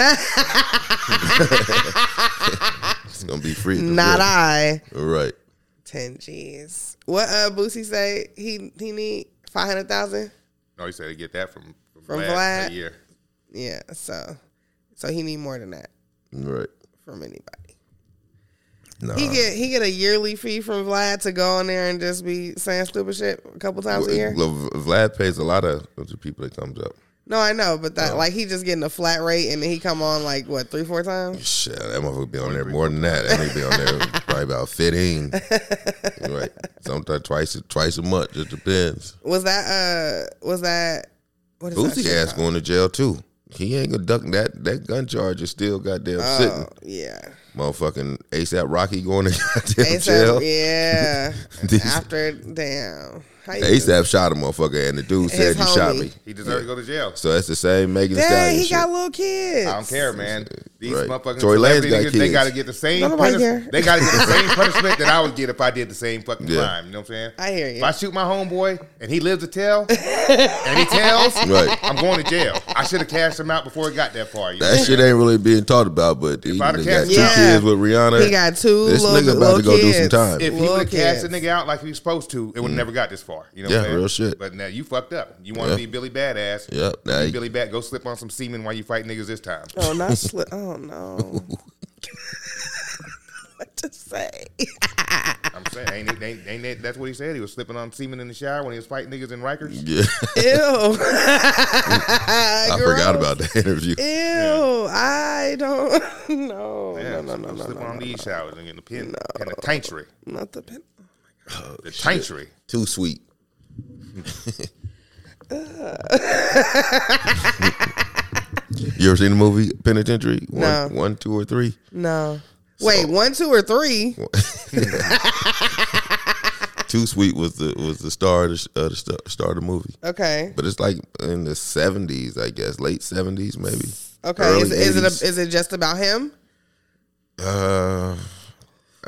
[SPEAKER 4] it's gonna be free. At the
[SPEAKER 3] Not
[SPEAKER 4] fifth.
[SPEAKER 3] I.
[SPEAKER 4] Right.
[SPEAKER 3] Ten G's. What uh Boosie say he he need five hundred thousand?
[SPEAKER 2] No, he said he get that from from,
[SPEAKER 3] From
[SPEAKER 2] Vlad.
[SPEAKER 3] Vlad?
[SPEAKER 2] Yeah.
[SPEAKER 3] Yeah, so so he need more than that
[SPEAKER 4] Right.
[SPEAKER 3] from anybody.
[SPEAKER 4] Nah.
[SPEAKER 3] He get he get a yearly fee from Vlad to go on there and just be saying stupid shit a couple times a year.
[SPEAKER 4] Well, Vlad pays a lot of of the people that comes up.
[SPEAKER 3] No, I know, but that like he just getting a flat rate and then he come on like what three four times.
[SPEAKER 4] Shit, that motherfucker be on there more than that. That nigga be on there probably about fifteen. right. Sometimes twice a- twice a month. Just depends.
[SPEAKER 3] Was that uh was that what is that?
[SPEAKER 4] Boosie
[SPEAKER 3] shit
[SPEAKER 4] ass
[SPEAKER 3] called?
[SPEAKER 4] going to jail too. He ain't gonna duck that. That gun charge is still goddamn sitting.
[SPEAKER 3] Oh, yeah.
[SPEAKER 4] Motherfucking ASAP Rocky going to goddamn jail.
[SPEAKER 3] ASAP, yeah.
[SPEAKER 4] These-
[SPEAKER 3] After damn. How you doing?
[SPEAKER 4] ASAP shot a motherfucker, and the dude said you shot
[SPEAKER 3] homie.
[SPEAKER 4] me.
[SPEAKER 2] He deserves to go to jail.
[SPEAKER 4] So that's the same Megan Thee
[SPEAKER 3] Dang,
[SPEAKER 4] Stallion
[SPEAKER 3] he
[SPEAKER 4] shit.
[SPEAKER 3] got little kids.
[SPEAKER 2] I don't care, man. These
[SPEAKER 4] Right.
[SPEAKER 2] motherfucking
[SPEAKER 4] Tory Lanez
[SPEAKER 2] celebrity
[SPEAKER 4] got
[SPEAKER 2] niggas, they
[SPEAKER 4] kids.
[SPEAKER 2] got to get the same
[SPEAKER 3] Don't nobody
[SPEAKER 2] punishment.
[SPEAKER 3] care.
[SPEAKER 2] They got to get the same punishment that I would get if I did the same fucking
[SPEAKER 4] Yeah.
[SPEAKER 2] crime. You know what I'm saying?
[SPEAKER 3] I hear you.
[SPEAKER 2] If I shoot my homeboy and he lives to tell, and he tells,
[SPEAKER 4] Right.
[SPEAKER 2] I'm going to jail. I should have cashed him out before it got that far. You know?
[SPEAKER 4] that shit ain't really being talked about, but he,
[SPEAKER 2] I'da
[SPEAKER 4] nigga got
[SPEAKER 2] cast
[SPEAKER 4] two
[SPEAKER 3] him out-
[SPEAKER 4] kids with Rihanna.
[SPEAKER 3] He got two
[SPEAKER 4] This
[SPEAKER 3] little-
[SPEAKER 4] nigga about to
[SPEAKER 3] little
[SPEAKER 4] go do some
[SPEAKER 3] kids.
[SPEAKER 4] time.
[SPEAKER 2] if he
[SPEAKER 3] Little
[SPEAKER 2] would have cashed the
[SPEAKER 3] kids.
[SPEAKER 2] nigga out like he was supposed to,
[SPEAKER 3] Mm.
[SPEAKER 2] it would have never got this far. You know
[SPEAKER 4] Yeah,
[SPEAKER 2] what I'm saying?
[SPEAKER 4] real shit.
[SPEAKER 2] But now you fucked up. You want to
[SPEAKER 4] Yeah.
[SPEAKER 2] be Billy Badass.
[SPEAKER 4] Yep, now
[SPEAKER 2] Be
[SPEAKER 4] you-
[SPEAKER 2] Billy Bad, go slip on some semen while you fight niggas this time.
[SPEAKER 3] Oh, not slip. Oh no. what to say?
[SPEAKER 2] I'm saying, ain't, it- ain't, ain't that, that's what he said. He was slipping on semen in the shower when he was fighting niggas in Rikers.
[SPEAKER 4] yeah,
[SPEAKER 3] Ew.
[SPEAKER 4] I forgot about that interview.
[SPEAKER 3] Ew. I don't. No.
[SPEAKER 2] Yeah,
[SPEAKER 3] no. No. No.
[SPEAKER 2] I'm
[SPEAKER 3] No.
[SPEAKER 2] slipping
[SPEAKER 3] No.
[SPEAKER 2] on these showers and getting the pin and the
[SPEAKER 3] No.
[SPEAKER 2] taintry.
[SPEAKER 3] Not the pen.
[SPEAKER 2] The taintry.
[SPEAKER 4] Too sweet. you ever seen the movie Penitentiary? One,
[SPEAKER 3] No.
[SPEAKER 4] one, two, or three?
[SPEAKER 3] No. Wait, one, two, or three?
[SPEAKER 4] Too Sweet was the was the star of the, sh- uh, the star, star of the movie.
[SPEAKER 3] Okay.
[SPEAKER 4] But it's like in the seventies, I guess, late seventies maybe.
[SPEAKER 3] Okay.
[SPEAKER 4] Early
[SPEAKER 3] Is, is it a,
[SPEAKER 4] 80s.
[SPEAKER 3] is it just about him,
[SPEAKER 4] Uh,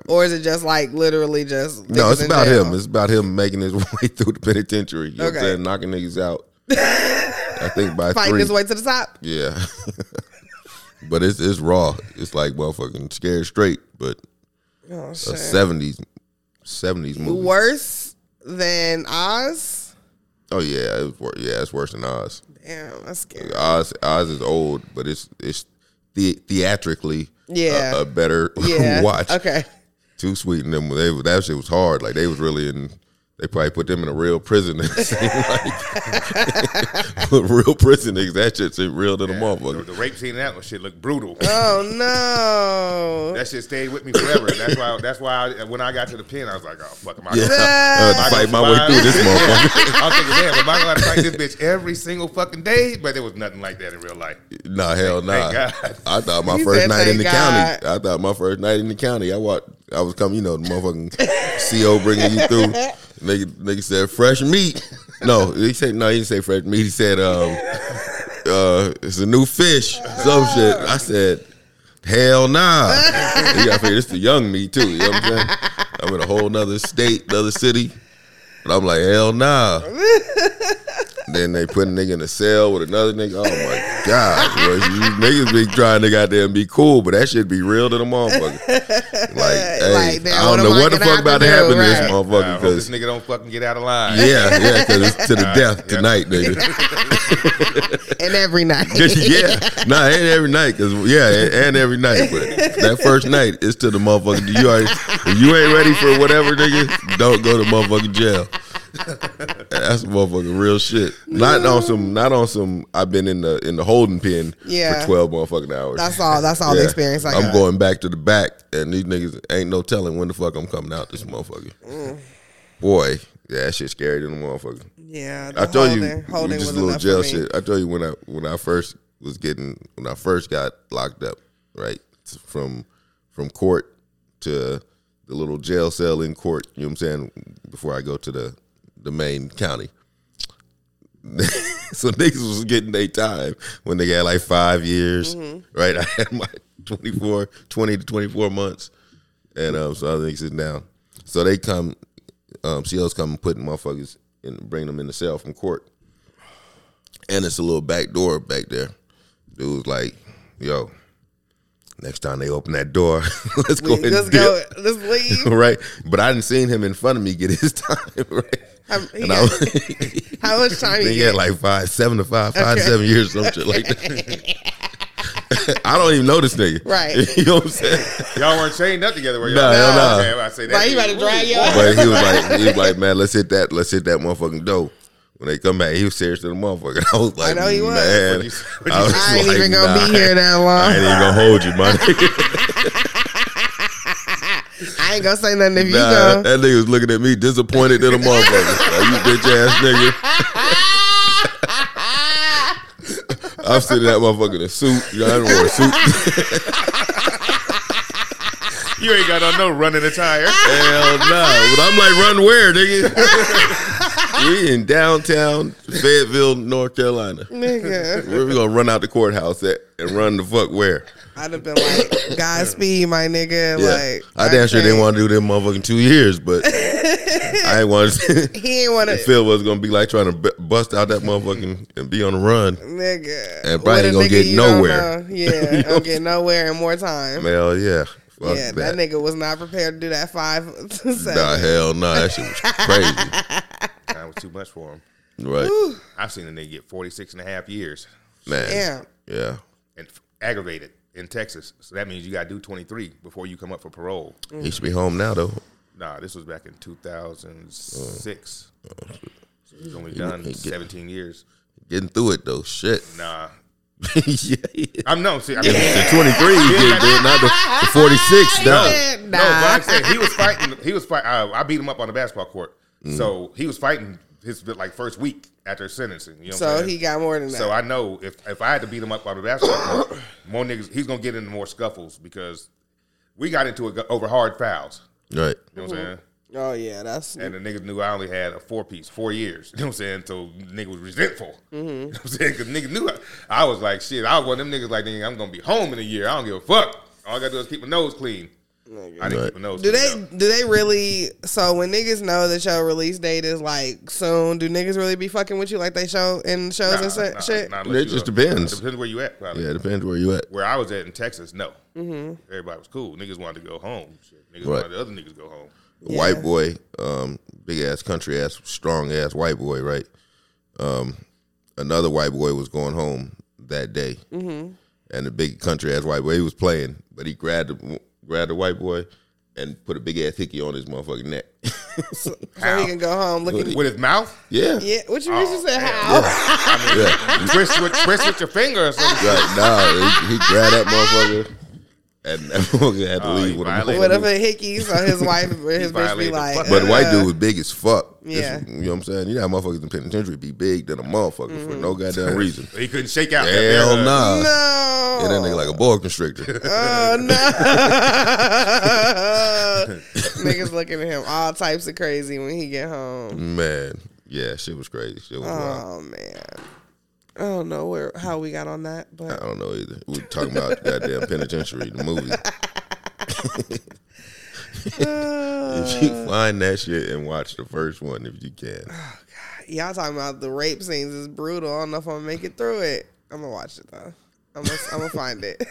[SPEAKER 3] or is it just like literally just
[SPEAKER 4] no,
[SPEAKER 3] niggas
[SPEAKER 4] it's
[SPEAKER 3] in
[SPEAKER 4] about
[SPEAKER 3] jail?
[SPEAKER 4] him. It's about him making his way through the penitentiary. You know what I'm
[SPEAKER 3] Okay.
[SPEAKER 4] saying? Knocking niggas out. I think by
[SPEAKER 3] fighting
[SPEAKER 4] three.
[SPEAKER 3] his way to the top.
[SPEAKER 4] Yeah. but it's it's raw. It's like motherfucking scared straight, but
[SPEAKER 3] Oh
[SPEAKER 4] a
[SPEAKER 3] shit.
[SPEAKER 4] seventies seventies movie.
[SPEAKER 3] Worse than Oz.
[SPEAKER 4] Oh yeah, it's wor- yeah, it's worse than Oz.
[SPEAKER 3] Damn, that's scary.
[SPEAKER 4] Oz Oz is old, but it's it's the, theatrically a-
[SPEAKER 3] Yeah.
[SPEAKER 4] a, better
[SPEAKER 3] Yeah.
[SPEAKER 4] watch.
[SPEAKER 3] Okay.
[SPEAKER 4] Too sweet and them they that shit was hard. Like they was really in they probably put them in a real prison. It seemed like Put real prison niggas. That shit seemed real to the
[SPEAKER 2] The,
[SPEAKER 4] motherfucker.
[SPEAKER 2] the rape scene in that one shit looked brutal.
[SPEAKER 3] Oh no.
[SPEAKER 2] That shit stayed with me forever. And that's why. That's why I, when I got to the pen, I was like, "Oh fuck, am I?"
[SPEAKER 4] Yeah.
[SPEAKER 2] gonna-
[SPEAKER 4] I had to fight my way through this motherfucker.
[SPEAKER 2] I'm thinking, damn, am I gonna fight this bitch every single fucking day? But there was nothing like that in real life.
[SPEAKER 4] Nah, hell nah.
[SPEAKER 2] God.
[SPEAKER 4] I thought my
[SPEAKER 3] He
[SPEAKER 4] first
[SPEAKER 3] said,
[SPEAKER 4] night
[SPEAKER 3] "Thank
[SPEAKER 4] in the
[SPEAKER 3] God."
[SPEAKER 4] county. I thought my first night in the county. I walked. I was coming. You know, the motherfucking CO bringing you through. Nigga, nigga said fresh meat. No, he said no. He didn't say fresh meat. He said um, uh, it's a new fish. Some shit. I said. Hell nah. you gotta figure this the young me too. You know what I'm saying? I'm in a whole nother state, another city. And I'm like, hell nah. Then they put a nigga in a cell with another nigga. Oh my God. bro. you niggas be trying to goddamn be cool, but that shit be real to the motherfucker. Like, hey,
[SPEAKER 3] damn,
[SPEAKER 4] I don't
[SPEAKER 3] what
[SPEAKER 4] know
[SPEAKER 3] am I
[SPEAKER 4] what
[SPEAKER 3] gonna
[SPEAKER 4] the fuck
[SPEAKER 3] have to
[SPEAKER 4] about to
[SPEAKER 3] do,
[SPEAKER 4] happen to this
[SPEAKER 3] right.
[SPEAKER 2] Uh, I
[SPEAKER 4] motherfucker.
[SPEAKER 2] hope this
[SPEAKER 4] Cause,
[SPEAKER 2] nigga don't fucking get out of line.
[SPEAKER 4] yeah, yeah, cause it's to the death tonight, nigga.
[SPEAKER 3] And every night.
[SPEAKER 4] yeah, nah, and every night, cause yeah, and, and every night, but that first night is to the motherfucker. You already, if you ain't ready for whatever, nigga. Don't go to motherfucking jail. That's motherfucking real shit. Not on some, not on some. I've been in the in the holding pen
[SPEAKER 3] Yeah.
[SPEAKER 4] for twelve motherfucking hours.
[SPEAKER 3] That's all. That's all the
[SPEAKER 4] Yeah.
[SPEAKER 3] experience I got.
[SPEAKER 4] I'm going back to the back, and these niggas ain't no telling when the fuck I'm coming out this motherfucker.
[SPEAKER 3] Mm.
[SPEAKER 4] Boy, yeah, that shit scary than the motherfucker.
[SPEAKER 3] Yeah, the
[SPEAKER 4] I told
[SPEAKER 3] holding,
[SPEAKER 4] you,
[SPEAKER 3] holding
[SPEAKER 4] just
[SPEAKER 3] was
[SPEAKER 4] a little
[SPEAKER 3] enough
[SPEAKER 4] jail
[SPEAKER 3] for me.
[SPEAKER 4] shit. I told you when I when I first was getting when I first got locked up, right from from court to the little jail cell in court. You know what I'm saying? Before I go to the the main county, so niggas was getting their time when they got like five years,
[SPEAKER 3] Mm-hmm.
[SPEAKER 4] right? I had my 24, 20 to 24 months. And um, so other niggas sitting down. So they come, um, CLs come and put motherfuckers and bring them in the cell from court. And it's a little back door back there. Dude was like, yo, next time they open that door, let's go ahead
[SPEAKER 3] Let's
[SPEAKER 4] and dip.
[SPEAKER 3] go. Let's leave.
[SPEAKER 4] Right, but I didn't seen him in front of me get his time. Right,
[SPEAKER 3] Um, he
[SPEAKER 4] and I
[SPEAKER 3] got-
[SPEAKER 4] was,
[SPEAKER 3] How much time you
[SPEAKER 4] they
[SPEAKER 3] get?
[SPEAKER 4] had like five, seven to five, five
[SPEAKER 3] Okay.
[SPEAKER 4] to seven years, some shit like that. I don't even know this nigga.
[SPEAKER 3] Right.
[SPEAKER 4] you know what I'm saying?
[SPEAKER 2] Y'all weren't chained up together, were y'all?
[SPEAKER 4] Nah, hell nah.
[SPEAKER 2] Okay, well, I say that.
[SPEAKER 3] Like he about to drag you out.
[SPEAKER 4] But he was like, he was like, man, let's hit that, let's hit that motherfucking dough. When they come back, he was serious to the motherfucker. I was like,
[SPEAKER 3] know he was.
[SPEAKER 4] man,
[SPEAKER 2] What'd you- what'd you
[SPEAKER 4] was
[SPEAKER 3] I ain't
[SPEAKER 4] like,
[SPEAKER 3] even gonna
[SPEAKER 4] nah,
[SPEAKER 3] be here that
[SPEAKER 4] I ain't
[SPEAKER 3] long.
[SPEAKER 4] even gonna hold you, my nigga.
[SPEAKER 3] I ain't gonna say nothing if you
[SPEAKER 4] Nah,
[SPEAKER 3] go.
[SPEAKER 4] that nigga was looking at me disappointed to the motherfucker. Like, you bitch ass nigga. I'm sitting that motherfucker in a suit. You know, I don't wear a suit.
[SPEAKER 2] You ain't got on no running attire.
[SPEAKER 4] Hell no. But I'm like, run where, nigga? we in downtown Fayetteville, North Carolina.
[SPEAKER 3] Nigga,
[SPEAKER 4] Where we gonna run out the courthouse at and run the fuck where?
[SPEAKER 3] I'd have been like, Godspeed, my nigga. Like,
[SPEAKER 4] I damn sure
[SPEAKER 3] okay.
[SPEAKER 4] didn't want to do them motherfucking two years, but I ain't want to
[SPEAKER 3] He ain't want to,
[SPEAKER 4] feel what it's gonna be like trying to bu- bust out that motherfucking and be on the run.
[SPEAKER 3] nigga.
[SPEAKER 4] And
[SPEAKER 3] With
[SPEAKER 4] probably
[SPEAKER 3] a
[SPEAKER 4] ain't gonna
[SPEAKER 3] nigga
[SPEAKER 4] get
[SPEAKER 3] you don't
[SPEAKER 4] nowhere.
[SPEAKER 3] know. Yeah, don't get nowhere in more time.
[SPEAKER 4] Hell yeah. Fuck
[SPEAKER 3] yeah, that.
[SPEAKER 4] that.
[SPEAKER 3] nigga was not prepared to do that five to seven.
[SPEAKER 4] nah, hell no. That shit was crazy.
[SPEAKER 2] That was too much for him.
[SPEAKER 4] right.
[SPEAKER 2] I've seen a nigga get 46 and a half years
[SPEAKER 4] Man.
[SPEAKER 3] Damn.
[SPEAKER 4] Yeah.
[SPEAKER 2] and f- aggravated in Texas. So that means you got to do 23 before you come up for parole.
[SPEAKER 3] Mm.
[SPEAKER 4] He should be home now though.
[SPEAKER 2] Nah, this was back in 2006. So he's only done
[SPEAKER 4] get-
[SPEAKER 2] 17 years.
[SPEAKER 4] Getting through it though. Shit.
[SPEAKER 2] Nah.
[SPEAKER 4] yeah. yeah.
[SPEAKER 2] I'm no, see, I mean,
[SPEAKER 4] The 23 he did, dude. Not the, the 46, no.
[SPEAKER 3] Yeah,
[SPEAKER 2] No, but like I said, he was fighting. He was fight. Uh, I beat him up on the basketball court.
[SPEAKER 4] Mm.
[SPEAKER 2] So he was fighting his like first week after sentencing. You know what I'm
[SPEAKER 3] so
[SPEAKER 2] saying?
[SPEAKER 3] he got more than that.
[SPEAKER 2] So I know if if I had to beat him up on the basketball court, more niggas. He's gonna get into more scuffles because we got into it over hard fouls.
[SPEAKER 4] Right.
[SPEAKER 2] You know what I'm saying?
[SPEAKER 3] Oh yeah, that's
[SPEAKER 2] And the niggas knew I only had a four piece, four years. You know what I'm saying? So nigga was resentful.
[SPEAKER 3] Mm-hmm.
[SPEAKER 2] You know what I'm saying? Because nigga knew I, I was like, shit, I was one of them niggas like, nigga, I'm going to be home in a year. I don't give a fuck. All I got to do is keep my nose clean. I didn't
[SPEAKER 4] Right.
[SPEAKER 2] keep my nose
[SPEAKER 3] Do
[SPEAKER 2] clean.
[SPEAKER 3] they
[SPEAKER 2] though.
[SPEAKER 3] do they really? So when niggas know that your release date is like soon, do niggas really be fucking with you like they show in shows
[SPEAKER 2] Nah,
[SPEAKER 3] and shit?
[SPEAKER 2] nah,
[SPEAKER 3] shit?
[SPEAKER 2] nah, unless
[SPEAKER 4] It
[SPEAKER 2] you
[SPEAKER 4] just
[SPEAKER 2] up.
[SPEAKER 4] depends.
[SPEAKER 2] Depends where you at, probably.
[SPEAKER 4] Yeah, it depends where you at.
[SPEAKER 2] Where I was at in Texas, no.
[SPEAKER 3] Mm-hmm.
[SPEAKER 2] Everybody was cool. Niggas wanted to go home. Shit. Niggas
[SPEAKER 4] Right.
[SPEAKER 2] wanted the other niggas to go home.
[SPEAKER 4] The
[SPEAKER 3] Yeah.
[SPEAKER 4] White boy, um, big ass country ass, strong ass white boy, right? Um, another white boy was going home that day, mm-hmm. and the big country ass white boy he was playing, but he grabbed the, grabbed the white boy and put a big ass hickey on his motherfucking neck.
[SPEAKER 3] So, so he can go home looking.
[SPEAKER 2] With his mouth?
[SPEAKER 4] yeah,
[SPEAKER 3] Yeah, what you
[SPEAKER 2] Oh,
[SPEAKER 3] mean you said how?
[SPEAKER 4] yeah.
[SPEAKER 2] Twist with, twist with your finger or something.
[SPEAKER 4] right now he, he grabbed that motherfucker, and that motherfucker had to
[SPEAKER 2] Oh,
[SPEAKER 4] leave
[SPEAKER 2] he
[SPEAKER 4] with a
[SPEAKER 2] violated.
[SPEAKER 3] What
[SPEAKER 4] motherfucker.
[SPEAKER 3] if a hickey? So his wife, or his bitch be
[SPEAKER 2] violated the
[SPEAKER 3] like,
[SPEAKER 2] fuck
[SPEAKER 4] But the white
[SPEAKER 3] uh,
[SPEAKER 4] dude was big as fuck. This-
[SPEAKER 3] Yeah.
[SPEAKER 4] you know what I'm saying? You know how motherfuckers in penitentiary be big than a motherfucker for
[SPEAKER 3] Mm-hmm.
[SPEAKER 4] no goddamn reason.
[SPEAKER 2] He couldn't shake out. that
[SPEAKER 4] Hell
[SPEAKER 2] bad, uh,
[SPEAKER 4] nah.
[SPEAKER 3] No.
[SPEAKER 4] Yeah, that nigga like a boa constrictor.
[SPEAKER 3] Oh no. Niggas looking at him all types of crazy when he get
[SPEAKER 2] Mm.
[SPEAKER 3] home.
[SPEAKER 4] Man, yeah, shit was crazy. Shit was wild.
[SPEAKER 3] Oh man. I don't know where how we got on that,
[SPEAKER 4] I
[SPEAKER 3] but
[SPEAKER 4] don't know either. We were talking about goddamn penitentiary, the movie. If you find that shit and watch the first one, if you can,
[SPEAKER 2] Oh.
[SPEAKER 3] y'all talking about the rape scenes is brutal. I don't know if I'm gonna make it through it. I'm gonna watch it though. I'm gonna, I'm gonna find it.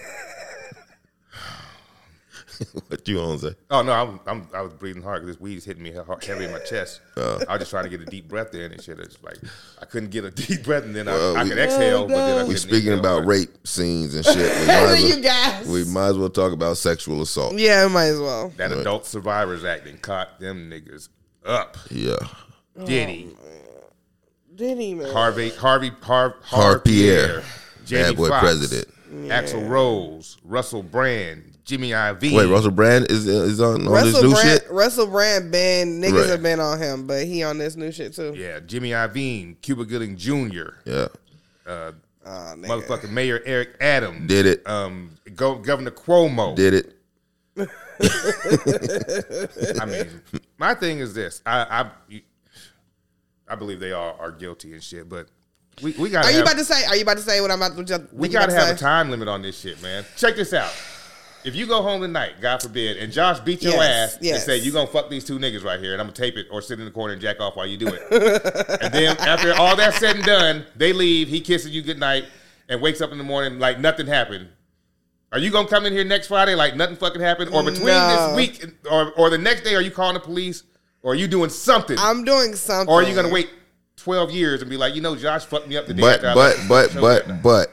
[SPEAKER 4] what you on say?
[SPEAKER 2] Oh no, I'm, I'm I was breathing hard because this weed is hitting me hard, heavy in my chest.
[SPEAKER 4] Uh.
[SPEAKER 2] I was just trying to get a deep breath in and shit. It's like I couldn't get a deep breath, and then
[SPEAKER 4] Well,
[SPEAKER 2] I, I
[SPEAKER 4] we-
[SPEAKER 2] could exhale. but then I
[SPEAKER 4] We
[SPEAKER 2] couldn't
[SPEAKER 4] speaking
[SPEAKER 2] inhale.
[SPEAKER 4] about rape scenes and shit. We might, as well,
[SPEAKER 3] you guys.
[SPEAKER 4] we might as well talk about sexual assault.
[SPEAKER 3] yeah, might as well.
[SPEAKER 2] that Adult Survivors Act and caught them niggas up.
[SPEAKER 4] Yeah,
[SPEAKER 2] Diddy,
[SPEAKER 3] Diddy man.
[SPEAKER 2] Harvey, Harvey, Har,
[SPEAKER 4] Har Pierre,
[SPEAKER 2] Jamie
[SPEAKER 4] bad boy
[SPEAKER 2] Foxx,
[SPEAKER 4] president.
[SPEAKER 2] Axel Rose, Russell Brand, Jimmy IV.
[SPEAKER 4] Wait, Russell Brand is is on on this
[SPEAKER 3] Russell
[SPEAKER 4] new
[SPEAKER 3] Brand,
[SPEAKER 4] shit.
[SPEAKER 3] Russell Brand been niggas
[SPEAKER 4] Right.
[SPEAKER 3] have been on him, but he on this new shit too.
[SPEAKER 2] yeah, Jimmy Iovine, Cuba Gooding Jr.,
[SPEAKER 4] Yeah,
[SPEAKER 3] Oh, nigga.
[SPEAKER 2] motherfucking Mayor Eric Adams,
[SPEAKER 4] did it,
[SPEAKER 2] um, Go, Governor Cuomo,
[SPEAKER 4] did it.
[SPEAKER 2] I mean, my thing is this: I I, I believe they all are guilty and shit, but we we got
[SPEAKER 3] Are you
[SPEAKER 2] have,
[SPEAKER 3] about to say? Are you about to say what I'm about to? Just,
[SPEAKER 2] we got to have a time limit on this shit, man. Check this out. If you go home tonight, God forbid, and Josh beat your
[SPEAKER 3] Yes,
[SPEAKER 2] ass
[SPEAKER 3] yes.
[SPEAKER 2] and say you gonna fuck these two niggas right here, and I'm gonna tape it or sit in the corner and jack off while you do it, and then after all that's said and done, they leave. He kisses you goodnight and wakes up in the morning like nothing happened. Are you gonna come in here next Friday like nothing fucking happened, or between
[SPEAKER 3] No.
[SPEAKER 2] this week and- or or the next day, are you calling the police or are you doing something,
[SPEAKER 3] I'm doing something.
[SPEAKER 2] or are you gonna wait twelve years and be like, you know, Josh fucked me up the day
[SPEAKER 4] But
[SPEAKER 2] after I
[SPEAKER 4] but
[SPEAKER 2] left the
[SPEAKER 4] but
[SPEAKER 2] show that night."
[SPEAKER 4] but but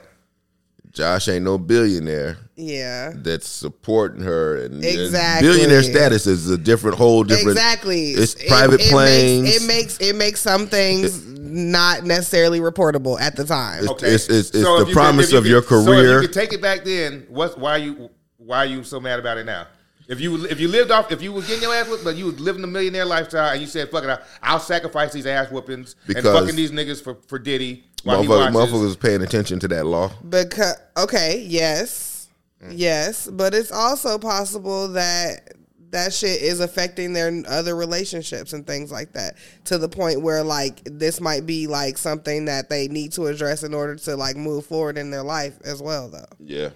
[SPEAKER 4] Josh ain't no billionaire
[SPEAKER 3] Yeah.
[SPEAKER 4] that's supporting her and and
[SPEAKER 3] Exactly.
[SPEAKER 4] billionaire status is a different whole different
[SPEAKER 3] Exactly.
[SPEAKER 4] It's
[SPEAKER 3] It-
[SPEAKER 4] private
[SPEAKER 3] it
[SPEAKER 4] planes.
[SPEAKER 3] Makes, it makes it makes some things not necessarily reportable at the time.
[SPEAKER 4] Okay. It's- it's- it's the
[SPEAKER 2] if you
[SPEAKER 4] promise
[SPEAKER 2] if you
[SPEAKER 4] of your
[SPEAKER 2] so if
[SPEAKER 4] career.
[SPEAKER 2] you could take it back then, what's why you why are you so mad about it now? If you if you lived off if you were getting your ass whooped, but you was living the millionaire lifestyle and you said, "Fuck it, I, I'll sacrifice these ass whoopings and
[SPEAKER 4] Because-
[SPEAKER 2] fucking these niggas for for Diddy." While he
[SPEAKER 4] motherfuckers,
[SPEAKER 2] watches.
[SPEAKER 4] motherfuckers paying attention to that law.
[SPEAKER 3] Because okay, yes, yes, but it's also possible that that shit is affecting their other relationships and things like that to the point where like this might be like something that they need to address in order to like move forward in their life as well though.
[SPEAKER 4] Yeah,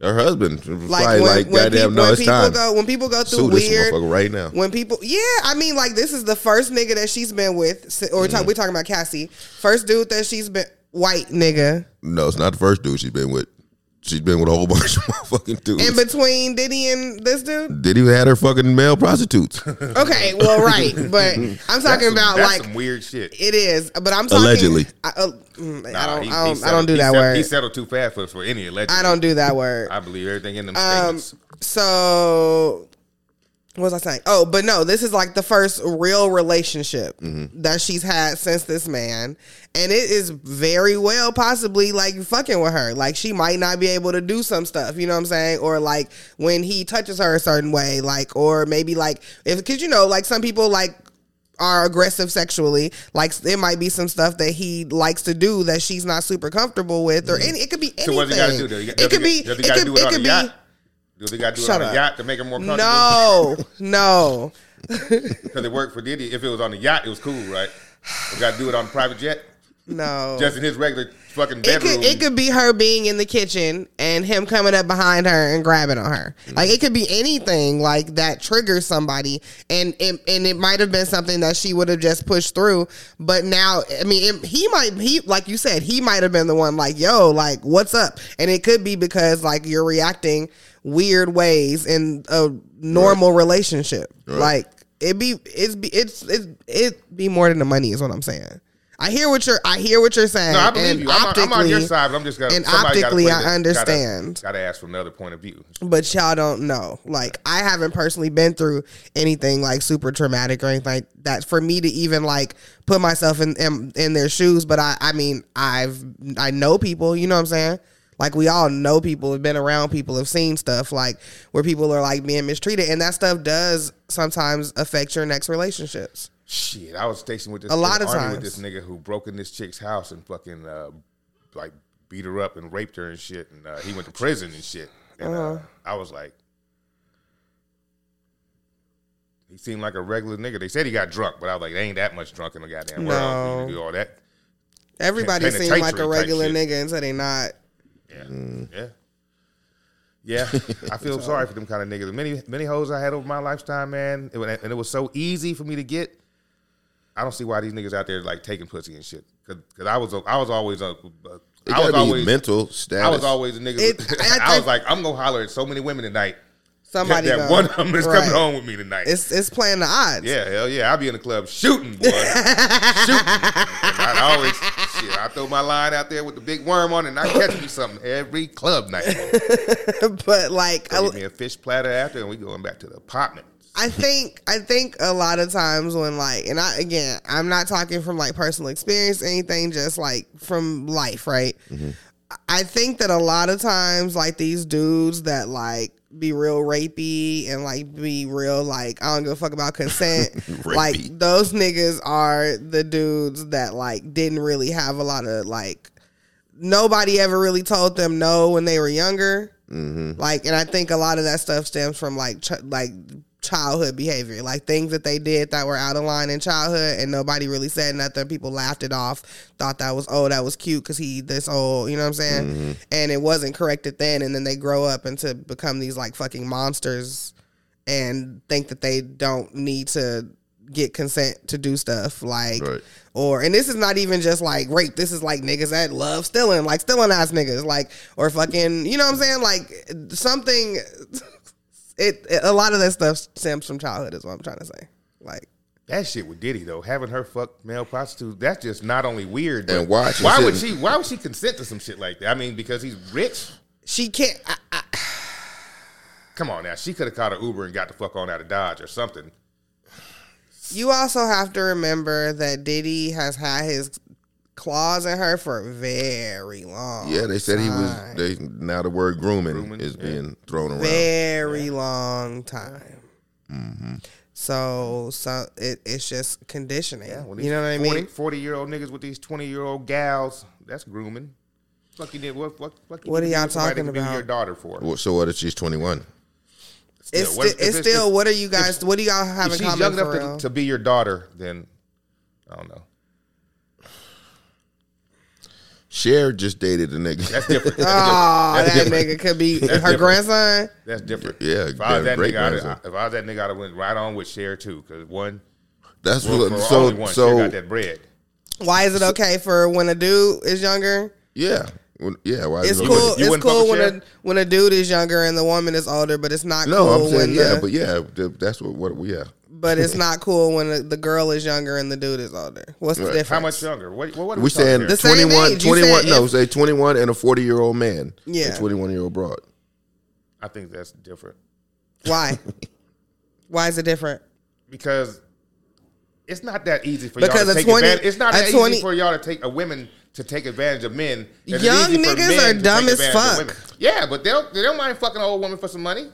[SPEAKER 4] her husband was probably like, goddamn,
[SPEAKER 3] peop-
[SPEAKER 4] no, it's
[SPEAKER 3] people
[SPEAKER 4] time.
[SPEAKER 3] go when people go through
[SPEAKER 4] Sue this
[SPEAKER 3] weird
[SPEAKER 4] motherfucker right now.
[SPEAKER 3] When people, yeah, I mean, like this is the first nigga that she's been with, si- or we're, talk, we're talking about Cassie, first dude that she's been white nigga
[SPEAKER 4] no, it's not the first dude she's been with. She's been with a whole bunch of motherfucking dudes.
[SPEAKER 3] in between Diddy and this dude.
[SPEAKER 4] did he had her fucking male prostitutes?
[SPEAKER 3] Okay, well, right, but I'm
[SPEAKER 2] That's
[SPEAKER 3] talking
[SPEAKER 2] some-
[SPEAKER 3] about
[SPEAKER 2] that's
[SPEAKER 3] like
[SPEAKER 2] some weird shit.
[SPEAKER 3] it is, but I'm talking,
[SPEAKER 4] Allegedly.
[SPEAKER 3] I, uh, mm, I
[SPEAKER 2] Nah,
[SPEAKER 3] don't,
[SPEAKER 2] he- he
[SPEAKER 3] I don't, I
[SPEAKER 2] settled-
[SPEAKER 3] don't do
[SPEAKER 2] he
[SPEAKER 3] that
[SPEAKER 2] settled- He
[SPEAKER 3] word.
[SPEAKER 2] settled too fast for, for any alleged.
[SPEAKER 3] I don't do that word.
[SPEAKER 2] I believe everything in them
[SPEAKER 3] Um,
[SPEAKER 2] statements.
[SPEAKER 3] so what was I saying? Oh, but no, this is like the first real relationship
[SPEAKER 2] Mm-hmm.
[SPEAKER 3] that she's had since this man, and it is very well possibly like fucking with her. Like she might not be able to do some stuff, you know what I'm saying? Or like when he touches her a certain way, like or maybe like if because you know like some people like are aggressive sexually. Like it might be some stuff that he likes to do that she's not super comfortable with, or any, it could be
[SPEAKER 2] Mm-hmm.
[SPEAKER 3] anything.
[SPEAKER 2] So what does he gotta do, though? He got-
[SPEAKER 3] it could be
[SPEAKER 2] does he
[SPEAKER 3] it
[SPEAKER 2] gotta
[SPEAKER 3] could
[SPEAKER 2] do it
[SPEAKER 3] it
[SPEAKER 2] on
[SPEAKER 3] could
[SPEAKER 2] the
[SPEAKER 3] be.
[SPEAKER 2] yacht? Do they got to do
[SPEAKER 3] Shut
[SPEAKER 2] it on
[SPEAKER 3] up.
[SPEAKER 2] a yacht to make them more comfortable?
[SPEAKER 3] No, no.
[SPEAKER 2] Because it worked for Diddy. If it was on a yacht, it was cool, right? We got to do it on a private jet,
[SPEAKER 3] No.
[SPEAKER 2] just in his regular fucking
[SPEAKER 3] it
[SPEAKER 2] bedroom.
[SPEAKER 3] could it could be her being in the kitchen and him coming up behind her and grabbing on her.
[SPEAKER 2] Mm.
[SPEAKER 3] Like it could be anything like that triggers somebody and it, and it might have been something that she would have just pushed through, but now I mean it, he might he like you said he might have been the one like yo like what's up and it could be because like you're reacting weird ways in a normal relationship. Like it be it's be it's it's it be more than the money is what I'm saying. I hear what you're I hear what you're saying.
[SPEAKER 2] no, I believe
[SPEAKER 3] and
[SPEAKER 2] you. I'm, on- I'm on your
[SPEAKER 3] optically-
[SPEAKER 2] side, but I'm just gonna.
[SPEAKER 3] and
[SPEAKER 2] somebody gotta
[SPEAKER 3] optically,
[SPEAKER 2] play
[SPEAKER 3] I
[SPEAKER 2] the- gotta-
[SPEAKER 3] understand.
[SPEAKER 2] Gotta ask from another point of view.
[SPEAKER 3] but y'all don't know. Like I haven't personally been through anything like super traumatic or anything like that for me to even like put myself in in, in their shoes. But I I mean I've I know people. You know what I'm saying? Like we all know people, have been around people, have seen stuff like where people are like being mistreated, and that stuff does sometimes affect your next relationships.
[SPEAKER 2] Shit, I was stationed with this
[SPEAKER 3] A lot
[SPEAKER 2] in
[SPEAKER 3] of
[SPEAKER 2] the army with
[SPEAKER 3] times.
[SPEAKER 2] this nigga who broke in this chick's house and fucking uh, like beat her up and raped her and shit, and uh, he went to prison and shit. And
[SPEAKER 3] Uh-huh.
[SPEAKER 2] uh, I was like, he seemed like a regular nigga. They said he got drunk, but I was like, they ain't that much drunk in the goddamn world. for you to do all that.
[SPEAKER 3] Everybody
[SPEAKER 2] Penitentiary
[SPEAKER 3] seems like a
[SPEAKER 2] type
[SPEAKER 3] regular
[SPEAKER 2] shit.
[SPEAKER 3] nigga until they not.
[SPEAKER 2] Yeah,
[SPEAKER 4] Mm.
[SPEAKER 2] yeah. Yeah, I feel sorry for them kind of niggas. Many many hoes I had over my lifetime, man, it, wa- and it was so easy for me to get. I don't see why these niggas out there like taking pussy and shit. Cause, 'cause I was a, I was always a, a
[SPEAKER 4] It
[SPEAKER 2] I
[SPEAKER 4] gotta
[SPEAKER 2] was
[SPEAKER 4] be
[SPEAKER 2] always
[SPEAKER 4] mental
[SPEAKER 2] I
[SPEAKER 4] status.
[SPEAKER 2] was always a nigga.
[SPEAKER 3] It- I-
[SPEAKER 2] I,
[SPEAKER 3] I-
[SPEAKER 2] was like, I'm gonna holler at so many women tonight.
[SPEAKER 3] Somebody
[SPEAKER 2] that
[SPEAKER 3] gonna-
[SPEAKER 2] one of them is
[SPEAKER 3] Right.
[SPEAKER 2] coming home with me tonight.
[SPEAKER 3] It's it's playing the odds.
[SPEAKER 2] yeah, hell yeah, I'll be in the club shooting, boy, shooting. I always shit. I throw my line out there with the big worm on it, and I catch me something every club night.
[SPEAKER 3] but like
[SPEAKER 2] They
[SPEAKER 3] I-
[SPEAKER 2] Give me a fish platter after, and we going back to the apartment.
[SPEAKER 3] I think I think a lot of times when like and I again I'm not talking from like personal experience or anything just like from life right I think that a lot of times like these dudes that like be real rapey and like be real like I don't give a fuck about consent
[SPEAKER 4] Rapey.
[SPEAKER 3] like those niggas are the dudes that like didn't really have a lot of like nobody ever really told them no when they were younger. Like, and I think a lot of that stuff stems from like ch- like childhood behavior, like things that they did that were out of line in childhood, and nobody really said nothing. People laughed it off, thought that was oh that was cute because he this old, you know what I'm saying? And it wasn't corrected then, and then they grow up and to become these like fucking monsters and think that they don't need to get consent to do stuff like
[SPEAKER 4] Right.
[SPEAKER 3] or and this is not even just like rape this is like niggas that love stealing like stealing ass niggas like or fucking you know what i'm saying like something it, it- a lot of that stuff stems from childhood is what i'm trying to say like
[SPEAKER 2] That shit with Diddy though, having her fuck male prostitutes, that's just not only weird.
[SPEAKER 4] And
[SPEAKER 2] but
[SPEAKER 4] why she
[SPEAKER 2] Why would she?
[SPEAKER 4] shouldn't-
[SPEAKER 2] Why would she consent to some shit like that? I mean, because he's rich.
[SPEAKER 3] she can't I, I,
[SPEAKER 2] Come on now, she could have caught an Uber and got the fuck on out of Dodge or something.
[SPEAKER 3] you also have to remember that diddy has had his claws in her for very long
[SPEAKER 4] yeah, they said he was. They now the word grooming, is being thrown around.
[SPEAKER 3] very long time. So, so it, it's just conditioning.
[SPEAKER 2] Well, these
[SPEAKER 3] you know what I mean?
[SPEAKER 2] Forty year old niggas with these twenty year old gals, that's grooming. Fuck you did. What? What? Fuck you
[SPEAKER 3] What are
[SPEAKER 2] did to
[SPEAKER 3] y'all
[SPEAKER 2] somebody that
[SPEAKER 3] talking
[SPEAKER 2] could be
[SPEAKER 3] about?
[SPEAKER 2] Your daughter for?
[SPEAKER 4] Well, So what if she's twenty one?
[SPEAKER 2] Still,
[SPEAKER 3] It's,
[SPEAKER 2] what
[SPEAKER 3] sti-
[SPEAKER 2] if-
[SPEAKER 3] it's
[SPEAKER 2] if
[SPEAKER 3] still.
[SPEAKER 2] if-
[SPEAKER 3] What are you guys? What do y'all
[SPEAKER 2] If
[SPEAKER 3] have in
[SPEAKER 2] she's
[SPEAKER 3] common?
[SPEAKER 2] young
[SPEAKER 3] for real?
[SPEAKER 2] enough to, to be your daughter, then I don't know.
[SPEAKER 4] Cher just dated a nigga.
[SPEAKER 2] That's different.
[SPEAKER 3] oh,
[SPEAKER 2] That's
[SPEAKER 3] that
[SPEAKER 2] different.
[SPEAKER 3] nigga could be her
[SPEAKER 2] different.
[SPEAKER 3] grandson.
[SPEAKER 2] That's different.
[SPEAKER 4] Yeah,
[SPEAKER 2] if I was that
[SPEAKER 4] great
[SPEAKER 2] nigga, I'd-
[SPEAKER 4] grandson.
[SPEAKER 2] if I was that nigga, I'd have went right on with share too. Because one,
[SPEAKER 4] That's
[SPEAKER 2] well,
[SPEAKER 4] what.
[SPEAKER 2] for only
[SPEAKER 4] So
[SPEAKER 2] one, Cher got
[SPEAKER 4] so
[SPEAKER 2] that bread.
[SPEAKER 3] Why is it okay for when a dude is younger?
[SPEAKER 4] yeah Well, yeah. Why
[SPEAKER 3] It's
[SPEAKER 4] you-
[SPEAKER 3] cool.
[SPEAKER 2] you
[SPEAKER 3] it's
[SPEAKER 2] wouldn't fuck
[SPEAKER 3] cool
[SPEAKER 2] with
[SPEAKER 3] when a
[SPEAKER 2] Cher?
[SPEAKER 3] when a dude is younger and the woman is older, but it's not
[SPEAKER 4] No,
[SPEAKER 3] cool
[SPEAKER 4] I'm saying
[SPEAKER 3] when
[SPEAKER 4] yeah,
[SPEAKER 3] the,
[SPEAKER 4] but yeah, th- that's what what yeah.
[SPEAKER 3] but it's not cool when the, the girl is younger and the dude is older. What's the
[SPEAKER 4] Right.
[SPEAKER 3] difference?
[SPEAKER 2] How much younger? What? What? what are
[SPEAKER 4] We saying
[SPEAKER 2] talking
[SPEAKER 3] The
[SPEAKER 2] here?
[SPEAKER 3] same
[SPEAKER 4] 21,
[SPEAKER 3] age, you
[SPEAKER 4] 21
[SPEAKER 3] said
[SPEAKER 4] no,
[SPEAKER 3] if-
[SPEAKER 4] say 21 and a 40 year old man.
[SPEAKER 3] Yeah.
[SPEAKER 4] A 21 year old broad.
[SPEAKER 2] I think that's different
[SPEAKER 3] Why? Why is it different?
[SPEAKER 2] because it's not that easy for
[SPEAKER 3] Because
[SPEAKER 2] y'all to
[SPEAKER 3] a
[SPEAKER 2] take
[SPEAKER 3] 20
[SPEAKER 2] advantage. It's not
[SPEAKER 3] a
[SPEAKER 2] that
[SPEAKER 3] 20
[SPEAKER 2] easy for y'all to take a women to take advantage of men. as it
[SPEAKER 3] Young
[SPEAKER 2] is for
[SPEAKER 3] niggas
[SPEAKER 2] men
[SPEAKER 3] are
[SPEAKER 2] to
[SPEAKER 3] dumb
[SPEAKER 2] take advantage
[SPEAKER 3] as
[SPEAKER 2] of
[SPEAKER 3] fuck.
[SPEAKER 2] women. Yeah, but they'll they don't mind fucking an old woman for some money. You know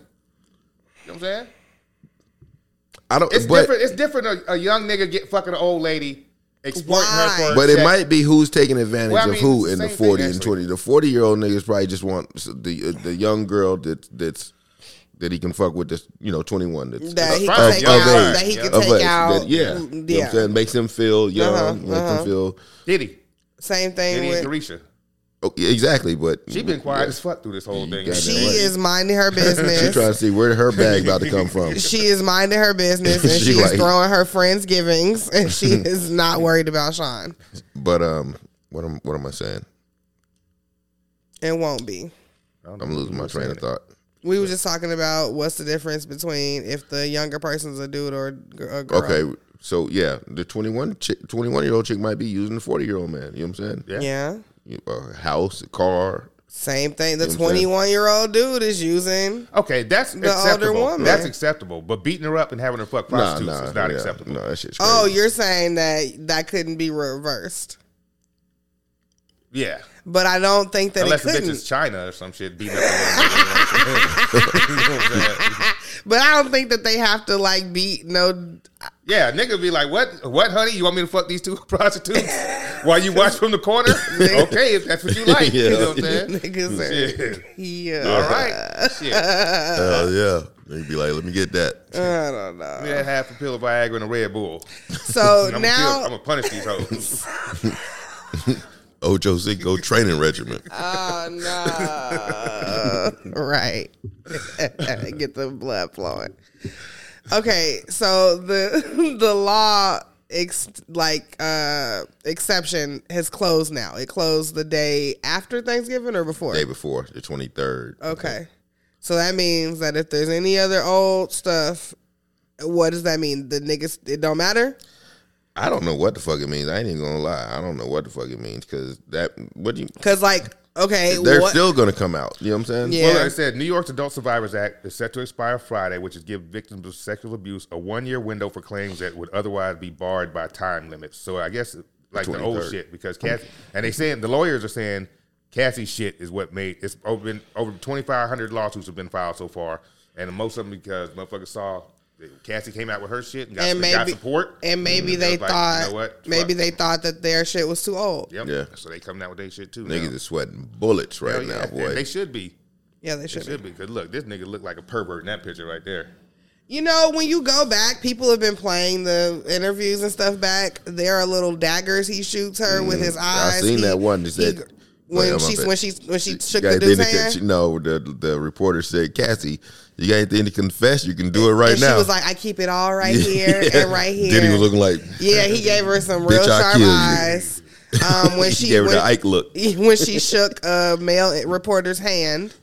[SPEAKER 2] what I'm saying?
[SPEAKER 4] I don't
[SPEAKER 2] It's
[SPEAKER 4] but
[SPEAKER 2] different. It's different. A, a young nigga get fucking an old lady, exploiting
[SPEAKER 3] Why?
[SPEAKER 2] her for. a
[SPEAKER 4] but it
[SPEAKER 2] check.
[SPEAKER 4] might be who's taking advantage
[SPEAKER 2] Well, I
[SPEAKER 4] of
[SPEAKER 2] mean,
[SPEAKER 4] who in the
[SPEAKER 2] same thing,
[SPEAKER 4] 40 and
[SPEAKER 2] actually.
[SPEAKER 4] 20. The 40 year old niggas probably just want s- the uh, the young girl that that's that he can fuck with this, you know, 21 that's
[SPEAKER 3] that he can
[SPEAKER 2] Of-
[SPEAKER 3] take
[SPEAKER 2] of
[SPEAKER 3] out,
[SPEAKER 2] age.
[SPEAKER 3] that he can
[SPEAKER 4] of
[SPEAKER 3] take
[SPEAKER 4] us.
[SPEAKER 3] out. Mm,
[SPEAKER 4] That, yeah. You know what I'm saying? Makes him feel young,
[SPEAKER 3] Uh-huh,
[SPEAKER 4] makes him feel
[SPEAKER 2] Diddy,
[SPEAKER 3] Same thing
[SPEAKER 2] Diddy and
[SPEAKER 3] with.
[SPEAKER 2] Carisha.
[SPEAKER 4] oh, yeah, exactly, but
[SPEAKER 2] She been quiet
[SPEAKER 4] Yeah.
[SPEAKER 2] as fuck through this whole thing.
[SPEAKER 4] got
[SPEAKER 3] She
[SPEAKER 4] that right.
[SPEAKER 3] is minding her
[SPEAKER 4] She trying to
[SPEAKER 3] business.
[SPEAKER 4] see where her bag about to come from.
[SPEAKER 3] She is minding her business and
[SPEAKER 4] She
[SPEAKER 3] she,
[SPEAKER 4] like-
[SPEAKER 3] is throwing her friends givings and she is not worried about Sean
[SPEAKER 4] But um, what am what am I saying?
[SPEAKER 3] and won't be.
[SPEAKER 4] I'm losing my train of thought.
[SPEAKER 3] We were just talking about what's the difference between if the younger person's a dude or a gr- a girl.
[SPEAKER 4] Okay, so yeah, the 21 chick, 21 year old chick might be using the 40 year old man. You know what I'm saying?
[SPEAKER 2] Yeah.
[SPEAKER 3] Yeah.
[SPEAKER 4] You- A house, a car.
[SPEAKER 3] Same thing. The
[SPEAKER 4] You know what I'm saying?
[SPEAKER 3] 21 year old dude is using.
[SPEAKER 2] Okay, that's
[SPEAKER 3] The older
[SPEAKER 2] acceptable.
[SPEAKER 3] woman.
[SPEAKER 2] That's acceptable. But beating her up and having her fuck
[SPEAKER 4] Nah,
[SPEAKER 2] prostitutes
[SPEAKER 4] nah,
[SPEAKER 2] is not
[SPEAKER 4] yeah,
[SPEAKER 2] acceptable.
[SPEAKER 4] No, that shit's crazy.
[SPEAKER 3] Oh, you're saying that that couldn't be reversed.
[SPEAKER 2] Yeah.
[SPEAKER 3] But I don't think that
[SPEAKER 2] Unless
[SPEAKER 3] it
[SPEAKER 2] the bitch
[SPEAKER 3] couldn't.
[SPEAKER 2] is China or some shit beating up a woman. You know what I'm saying?
[SPEAKER 3] But I don't think that they have to like beat no.
[SPEAKER 2] Yeah, nigga be like, what, what, honey? You want me to fuck these two prostitutes while you watch from the corner? okay, if that's what you like. You know what I'm saying?
[SPEAKER 3] Niggas are-
[SPEAKER 2] Shit.
[SPEAKER 3] Yeah.
[SPEAKER 2] All right. Shit. Give
[SPEAKER 4] Hell yeah. They'd be like, let me get that.
[SPEAKER 3] I don't know.
[SPEAKER 2] me that half a pill of Viagra and a Red Bull.
[SPEAKER 3] So
[SPEAKER 2] I'm
[SPEAKER 3] now,
[SPEAKER 2] gonna punish these hoes.
[SPEAKER 4] Ocho Cinco training regimen.
[SPEAKER 3] oh no, right? Get the blood flowing. Okay, so the the law ex, like uh exception has closed now. It closed the day after Thanksgiving or before?
[SPEAKER 4] Day before, the 23rd.
[SPEAKER 3] Okay. So that means that if there's any other old stuff, what does that mean? The niggas, it don't matter?
[SPEAKER 4] I don't know what the fuck it means. I ain't even gonna lie. I don't know what the fuck it means because that, what do you,
[SPEAKER 3] Because, like, okay,
[SPEAKER 4] they're
[SPEAKER 3] what?
[SPEAKER 4] still gonna come out. You know what I'm saying?
[SPEAKER 3] Yeah.
[SPEAKER 2] Well, like I said, New York's Adult Survivors Act is set to expire Friday, which is give victims of sexual abuse a one year window for claims that would otherwise be barred by time limits. So I guess like the old
[SPEAKER 4] 23rd.
[SPEAKER 2] shit because Kathy and they saying the lawyers are saying Kathy's shit is what made it's over been over twenty five hundred lawsuits have been filed so far, and most of them because motherfuckers saw. that Cassie came out with her shit and got,
[SPEAKER 3] And
[SPEAKER 2] they got
[SPEAKER 3] maybe-
[SPEAKER 2] support.
[SPEAKER 4] Mm-hmm.
[SPEAKER 3] and maybe
[SPEAKER 2] And
[SPEAKER 3] they
[SPEAKER 2] was like,
[SPEAKER 3] thought,
[SPEAKER 2] you know what?
[SPEAKER 3] maybe
[SPEAKER 2] Fuck.
[SPEAKER 3] they thought that their shit was too old.
[SPEAKER 2] Yep.
[SPEAKER 4] Yeah.
[SPEAKER 2] So they come out with their shit too.
[SPEAKER 4] Niggas
[SPEAKER 2] now.
[SPEAKER 4] is sweating bullets right
[SPEAKER 2] Hell yeah.
[SPEAKER 4] now,
[SPEAKER 2] And
[SPEAKER 4] boy.
[SPEAKER 2] They should be.
[SPEAKER 3] Yeah, they
[SPEAKER 2] They
[SPEAKER 3] should. be.
[SPEAKER 2] should be. Because look, this nigga looked like a pervert in that picture right there.
[SPEAKER 3] You know, when you go back, people have been playing the interviews and stuff back. There are little daggers he shoots her with his eyes.
[SPEAKER 4] Mm-hmm. seen
[SPEAKER 3] He-
[SPEAKER 4] that one that
[SPEAKER 3] he-
[SPEAKER 4] said- Wait,
[SPEAKER 3] when
[SPEAKER 4] I'm
[SPEAKER 3] she
[SPEAKER 4] up it.
[SPEAKER 3] when she when she shook
[SPEAKER 4] got
[SPEAKER 3] the
[SPEAKER 4] anything
[SPEAKER 3] dude's
[SPEAKER 4] to
[SPEAKER 3] hand.
[SPEAKER 4] con- no, the the reporter said, Cassie, you got anything to confess? You can do it right
[SPEAKER 3] and
[SPEAKER 4] now.
[SPEAKER 3] she was like, "I keep it all right here
[SPEAKER 4] Yeah.
[SPEAKER 3] and right here."
[SPEAKER 4] Diddy was looking like
[SPEAKER 3] Yeah, he gave her some real
[SPEAKER 4] Bitch, I
[SPEAKER 3] sharp
[SPEAKER 4] kill you.
[SPEAKER 3] eyes. Um, when
[SPEAKER 4] he
[SPEAKER 3] she
[SPEAKER 4] gave her
[SPEAKER 3] when,
[SPEAKER 4] the Ike look.
[SPEAKER 3] when she shook a male reporter's hand,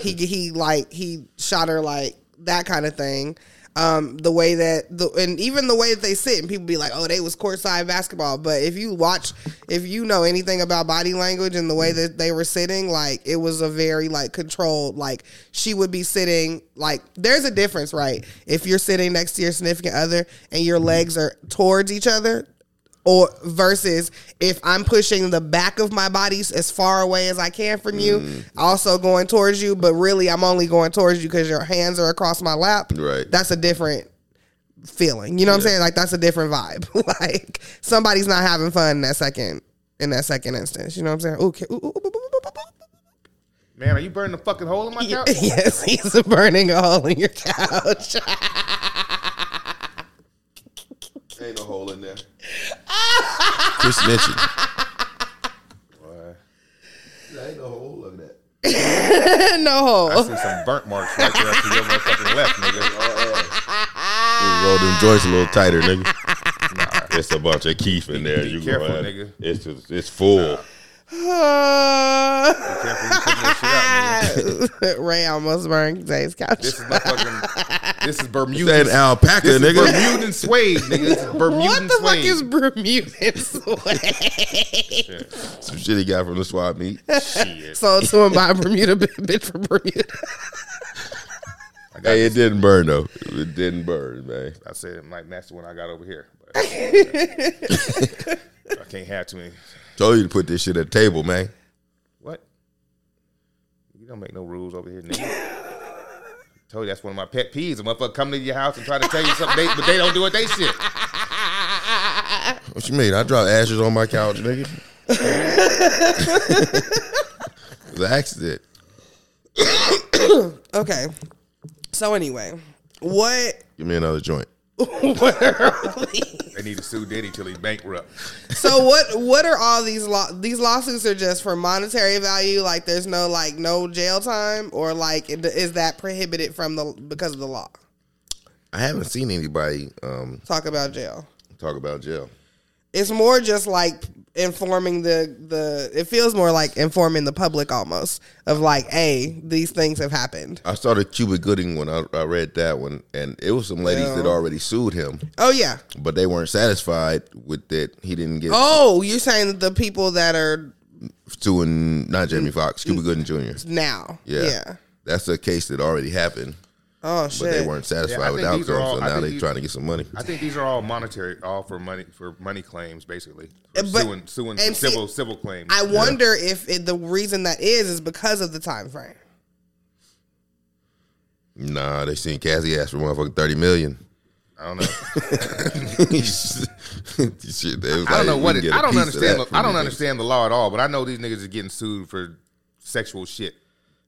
[SPEAKER 3] he he like he shot her like that kind of thing. Um, the way that the and even the way that they sit and people be like, oh, they was courtside basketball. But if you watch, if you know anything about body language and the way that they were sitting, like it was a very like controlled. Like she would be sitting like there's a difference, right? If you're sitting next to your significant other and
[SPEAKER 4] Mm-hmm.
[SPEAKER 3] your legs are towards each other, or versus if I'm pushing the back of my body as far away as I can from you,
[SPEAKER 2] Mm.
[SPEAKER 3] also going towards you, but really I'm only going towards you because your hands are across my lap.
[SPEAKER 4] Right.
[SPEAKER 3] That's a different feeling. You know what I'm saying? Like that's a different vibe. like somebody's not having fun in that second in that second instance. You know what I'm saying? Ooh, ki- ooh, ooh, ooh, ooh, ooh, ooh, ooh, ooh.
[SPEAKER 2] Man, are you burning the fucking hole in my couch?
[SPEAKER 3] Yes, he's burning a hole in your couch.
[SPEAKER 4] Ain't no hole in there. Chris mentioned. Ain't no hole in that.
[SPEAKER 3] no
[SPEAKER 2] I
[SPEAKER 3] hole.
[SPEAKER 2] see some burnt marks right there to your motherfucking left, nigga. Ah.
[SPEAKER 4] roll them joints a little tighter, nigga. It's a bunch of keef in there. You
[SPEAKER 2] careful,
[SPEAKER 4] gonna have-
[SPEAKER 2] nigga.
[SPEAKER 4] It's just- it's full.
[SPEAKER 3] Uh,
[SPEAKER 2] Careful you putting this shit out, nigga.
[SPEAKER 3] Ray almost burned Zay's couch.
[SPEAKER 2] This is motherfucking. This is
[SPEAKER 4] That
[SPEAKER 2] Bermudan.
[SPEAKER 4] ain't alpaca,
[SPEAKER 2] This is
[SPEAKER 4] nigga.
[SPEAKER 2] Bermudan suede, nigga. This is Bermudan
[SPEAKER 3] What the fuck
[SPEAKER 2] suede.
[SPEAKER 3] is Bermudan suede?
[SPEAKER 4] Some shit he got from the swap meet.
[SPEAKER 2] Shit.
[SPEAKER 3] Sold to him by a Bermuda bi- bitch from Bermuda.
[SPEAKER 4] Hey, it didn't burn though. It didn't burn, man.
[SPEAKER 2] I said it might match the one I got over here. But I can't have too many.
[SPEAKER 4] Told you to put this shit at the table, man.
[SPEAKER 2] What? You don't make no rules over here, nigga. Told you that's one of my pet peeves. A motherfucker come to your house and try to tell you something, they, but they don't do it. They shit.
[SPEAKER 4] What you mean? I drop ashes on my couch, nigga. it was an accident.
[SPEAKER 3] Okay. So anyway, what?
[SPEAKER 4] Give me another joint.
[SPEAKER 2] They need to sue Diddy till he's bankrupt.
[SPEAKER 3] so what? What are all these law? These lawsuits are just for monetary value. Like, there's no like no jail time, or like it- is that prohibited from the because of the law?
[SPEAKER 4] I haven't seen anybody um,
[SPEAKER 3] Talk about jail.
[SPEAKER 4] talk about jail.
[SPEAKER 3] It's more just like informing the the. It feels more like informing the public almost of like, hey, these things have happened.
[SPEAKER 4] I started Cuba Gooding when I, I read that one, and it was some ladies that already sued him,
[SPEAKER 3] Oh yeah.
[SPEAKER 4] but they weren't satisfied with that he didn't get
[SPEAKER 3] Oh, you're saying that the people that are
[SPEAKER 4] suing not Jamie Foxx, Cuba Gooding Jr.
[SPEAKER 3] now.
[SPEAKER 4] Yeah.
[SPEAKER 3] yeah.
[SPEAKER 4] that's a case that already happened,
[SPEAKER 3] Oh
[SPEAKER 4] but
[SPEAKER 3] shit.
[SPEAKER 4] they weren't satisfied
[SPEAKER 2] Yeah, I
[SPEAKER 4] with
[SPEAKER 2] think these
[SPEAKER 4] outcomes,
[SPEAKER 2] are all-
[SPEAKER 4] so
[SPEAKER 2] I
[SPEAKER 4] now
[SPEAKER 2] think
[SPEAKER 4] they're
[SPEAKER 2] these-
[SPEAKER 4] trying to get some money.
[SPEAKER 2] I think these are all monetary, all for money for money claims, basically. For
[SPEAKER 3] But-
[SPEAKER 2] suing suing
[SPEAKER 3] and see-
[SPEAKER 2] civil civil claims.
[SPEAKER 3] I wonder if it, the reason that is is because of the time frame.
[SPEAKER 4] Nah, they seen Cassie ask for motherfucking thirty million.
[SPEAKER 2] I don't know.
[SPEAKER 4] Shit, they was
[SPEAKER 2] I don't
[SPEAKER 4] like,
[SPEAKER 2] know
[SPEAKER 4] we
[SPEAKER 2] what
[SPEAKER 4] can
[SPEAKER 2] it,
[SPEAKER 4] get a
[SPEAKER 2] I don't
[SPEAKER 4] piece of that
[SPEAKER 2] understand. the-
[SPEAKER 4] from
[SPEAKER 2] I don't
[SPEAKER 4] you.
[SPEAKER 2] understand the law at all. But I know these niggas are getting sued for sexual shit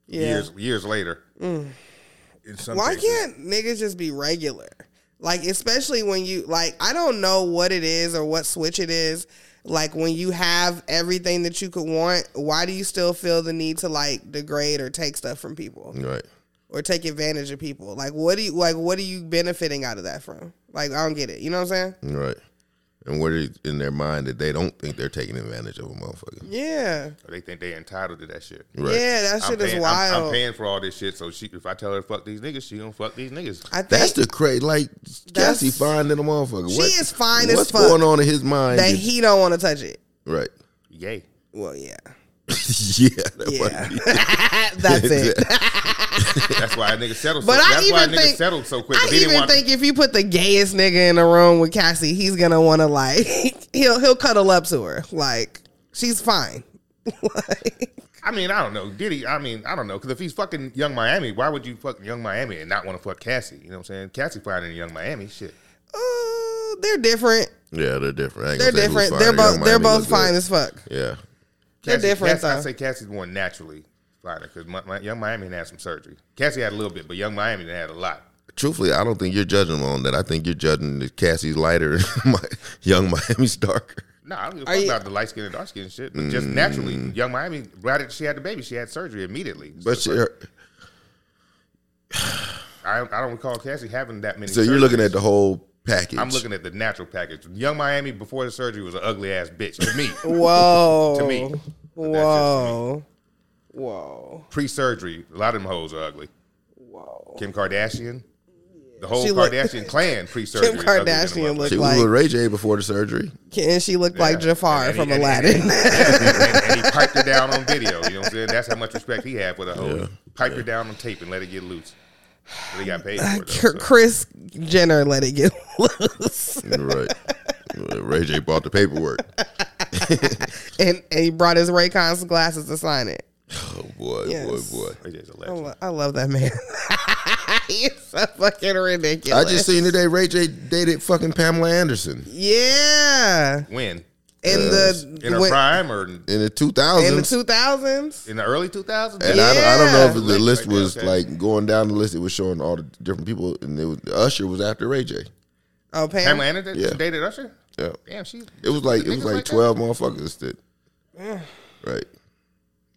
[SPEAKER 2] Mm.
[SPEAKER 3] Yeah.
[SPEAKER 2] years years later. In some
[SPEAKER 3] Why
[SPEAKER 2] cases.
[SPEAKER 3] can't niggas just be regular? Like, especially when you like, I don't know what it is or what switch it is. Like when you have everything that you could want, why do you still feel the need to like degrade or take stuff from people
[SPEAKER 4] Right.
[SPEAKER 3] or take advantage of people? Like what do you like what are you benefiting out of that from? Like I don't get it. You know what I'm saying?
[SPEAKER 4] Right. And what is in their mind that they don't think they're taking advantage of a motherfucker.
[SPEAKER 3] Yeah.
[SPEAKER 2] They think they entitled to that shit.
[SPEAKER 4] Right.
[SPEAKER 3] Yeah, that shit
[SPEAKER 2] paying,
[SPEAKER 3] is
[SPEAKER 2] I'm-
[SPEAKER 3] wild.
[SPEAKER 2] I'm, paying for all this shit, so she, if I tell her to fuck these niggas, she gonna fuck these niggas.
[SPEAKER 3] I think
[SPEAKER 4] That's the crazy. Like
[SPEAKER 3] That's-
[SPEAKER 4] Cassie fine than a motherfucker.
[SPEAKER 3] She
[SPEAKER 4] What-
[SPEAKER 3] is fine as
[SPEAKER 4] What's
[SPEAKER 3] fuck.
[SPEAKER 4] going on in his mind?
[SPEAKER 3] that
[SPEAKER 4] that-
[SPEAKER 3] he don't want to touch it.
[SPEAKER 4] right.
[SPEAKER 2] Yay.
[SPEAKER 3] Well, yeah,
[SPEAKER 4] yeah. That
[SPEAKER 3] yeah,
[SPEAKER 4] might be-
[SPEAKER 3] that's it.
[SPEAKER 2] That's why a nigga settled. so,
[SPEAKER 3] But I
[SPEAKER 2] that's why a
[SPEAKER 3] even
[SPEAKER 2] nigga
[SPEAKER 3] think-
[SPEAKER 2] settled so quick.
[SPEAKER 3] I
[SPEAKER 2] 'cause he didn't
[SPEAKER 3] even
[SPEAKER 2] want,
[SPEAKER 3] think if you put the gayest nigga in a room with Cassie, he's gonna want to like he'll he'll cuddle up to her. Like she's fine. like,
[SPEAKER 2] I mean, I don't know. Did he? I mean, I don't know. Because if he's fucking Young Miami, why would you fuck Young Miami and not want to fuck Cassie? You know what I'm saying? Cassie fine in Young Miami. Shit.
[SPEAKER 3] uh, they're different.
[SPEAKER 4] yeah, they're different. I ain't
[SPEAKER 3] They're
[SPEAKER 4] gonna say who's
[SPEAKER 3] different.
[SPEAKER 4] fine.
[SPEAKER 3] They're
[SPEAKER 4] Young
[SPEAKER 3] both they're
[SPEAKER 4] Miami
[SPEAKER 3] both
[SPEAKER 4] look
[SPEAKER 3] fine
[SPEAKER 4] good.
[SPEAKER 3] as fuck.
[SPEAKER 4] Yeah.
[SPEAKER 3] They're
[SPEAKER 2] Cassie-
[SPEAKER 3] different
[SPEAKER 2] Cassie, I
[SPEAKER 3] though.
[SPEAKER 2] say Cassie's more naturally finer because my, my, Young Miami had some surgery. Cassie had a little bit, but Young Miami done had a lot.
[SPEAKER 4] Truthfully, I don't think you're judging them on that. I think you're judging that Cassie's lighter, my young Miami's darker.
[SPEAKER 2] No, I don't give a
[SPEAKER 3] Are
[SPEAKER 2] fuck
[SPEAKER 3] you-
[SPEAKER 2] about the light skin and dark skin shit, but just naturally, Young Miami, right after she had the baby, she had surgery immediately. So
[SPEAKER 4] Mm. But
[SPEAKER 2] it's
[SPEAKER 4] she, uh,
[SPEAKER 2] like,
[SPEAKER 4] her,
[SPEAKER 2] I, I don't recall Cassie having that many.
[SPEAKER 4] so you're looking
[SPEAKER 2] surgeries.
[SPEAKER 4] at the whole package.
[SPEAKER 2] I'm looking at the natural package. Young Miami before the surgery was an ugly ass bitch to me.
[SPEAKER 3] Whoa.
[SPEAKER 2] To me. But that's just to me.
[SPEAKER 3] Whoa. Whoa.
[SPEAKER 2] Pre-surgery, a lot of them hoes are ugly.
[SPEAKER 3] Whoa.
[SPEAKER 2] Kim Kardashian, the whole
[SPEAKER 3] She look-
[SPEAKER 2] Kardashian clan pre-surgery. is
[SPEAKER 3] Kim
[SPEAKER 2] ugly than a
[SPEAKER 3] Kardashian
[SPEAKER 2] motherfucker.
[SPEAKER 3] looked
[SPEAKER 4] She was
[SPEAKER 3] like
[SPEAKER 4] with Ray J before the surgery.
[SPEAKER 3] and she looked like
[SPEAKER 2] Yeah.
[SPEAKER 3] Jafar
[SPEAKER 2] And he-
[SPEAKER 3] from
[SPEAKER 2] and he-
[SPEAKER 3] Aladdin.
[SPEAKER 2] and, and he piped her down on video. You know what I'm saying? That's how much respect he had for the whole. Pipe her down on tape and let it get loose. But he got paid for it. Though,
[SPEAKER 3] Cr- Chris Jenner let it get loose,
[SPEAKER 4] right. Ray J bought the paperwork. Oh,
[SPEAKER 3] and, and he brought his Raycon's glasses to sign it.
[SPEAKER 4] Oh boy,
[SPEAKER 3] Yes.
[SPEAKER 4] boy, boy.
[SPEAKER 2] so. He's a
[SPEAKER 3] I,
[SPEAKER 2] legend.
[SPEAKER 3] lo- I love that man. He's so fucking
[SPEAKER 4] I
[SPEAKER 3] ridiculous.
[SPEAKER 4] just seen today Ray J dated fucking Pamela Anderson
[SPEAKER 3] yeah,
[SPEAKER 2] When
[SPEAKER 3] in the
[SPEAKER 2] in her
[SPEAKER 3] when-
[SPEAKER 2] prime or in
[SPEAKER 4] in the
[SPEAKER 3] in the
[SPEAKER 4] 2000s.
[SPEAKER 3] two thousands.
[SPEAKER 2] the early 2000s?
[SPEAKER 4] and I, don't, I don't know if
[SPEAKER 2] Yeah.
[SPEAKER 4] the list
[SPEAKER 2] Right there,
[SPEAKER 4] was
[SPEAKER 2] okay.
[SPEAKER 4] like going down the list. It was showing all the different people, and it was, Usher was after Ray J.
[SPEAKER 3] Oh, Pam.
[SPEAKER 2] Pamela Anderson
[SPEAKER 4] Yeah.
[SPEAKER 2] dated Usher.
[SPEAKER 4] Yeah,
[SPEAKER 2] Damn, she.
[SPEAKER 4] it was like it
[SPEAKER 2] Niggas
[SPEAKER 4] was like
[SPEAKER 2] like that?
[SPEAKER 4] twelve motherfuckers that, right.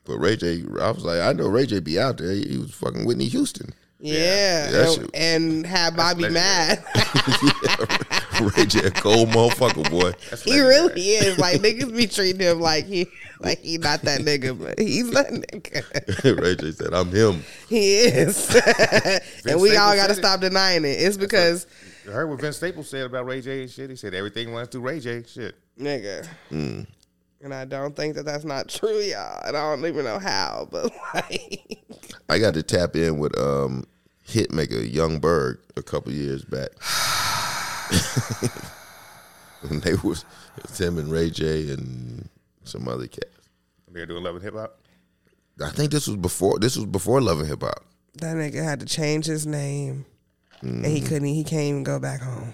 [SPEAKER 4] But Ray J, I was like, I know Ray J be out there. He was fucking Whitney Houston.
[SPEAKER 3] yeah,
[SPEAKER 4] that
[SPEAKER 3] and,
[SPEAKER 4] shit-
[SPEAKER 3] and had Bobby mad.
[SPEAKER 2] legendary.
[SPEAKER 4] Ray J, a cold motherfucker, boy.
[SPEAKER 3] he really is like niggas be treating him like he like he not that nigga, but he's that nigga.
[SPEAKER 4] Ray J said, "I'm him."
[SPEAKER 3] He is. and we all
[SPEAKER 2] Staples
[SPEAKER 3] got to
[SPEAKER 2] said it.
[SPEAKER 3] stop denying it. It's because,
[SPEAKER 2] I heard what Vince Staples said about Ray J and shit. He said everything runs through Ray J. Shit.
[SPEAKER 3] nigga.
[SPEAKER 4] Mm.
[SPEAKER 3] And I don't think that that's not true, y'all. And I don't even know how, but like,
[SPEAKER 4] I got to tap in with um hitmaker Young Berg a couple years back. and they was it's him and Ray J and some other cats.
[SPEAKER 2] They're doing love and hip hop.
[SPEAKER 4] I think this was before this was before Love and Hip Hop.
[SPEAKER 3] that nigga had to change his name, and
[SPEAKER 4] Mm.
[SPEAKER 3] he couldn't. He can't even go back home.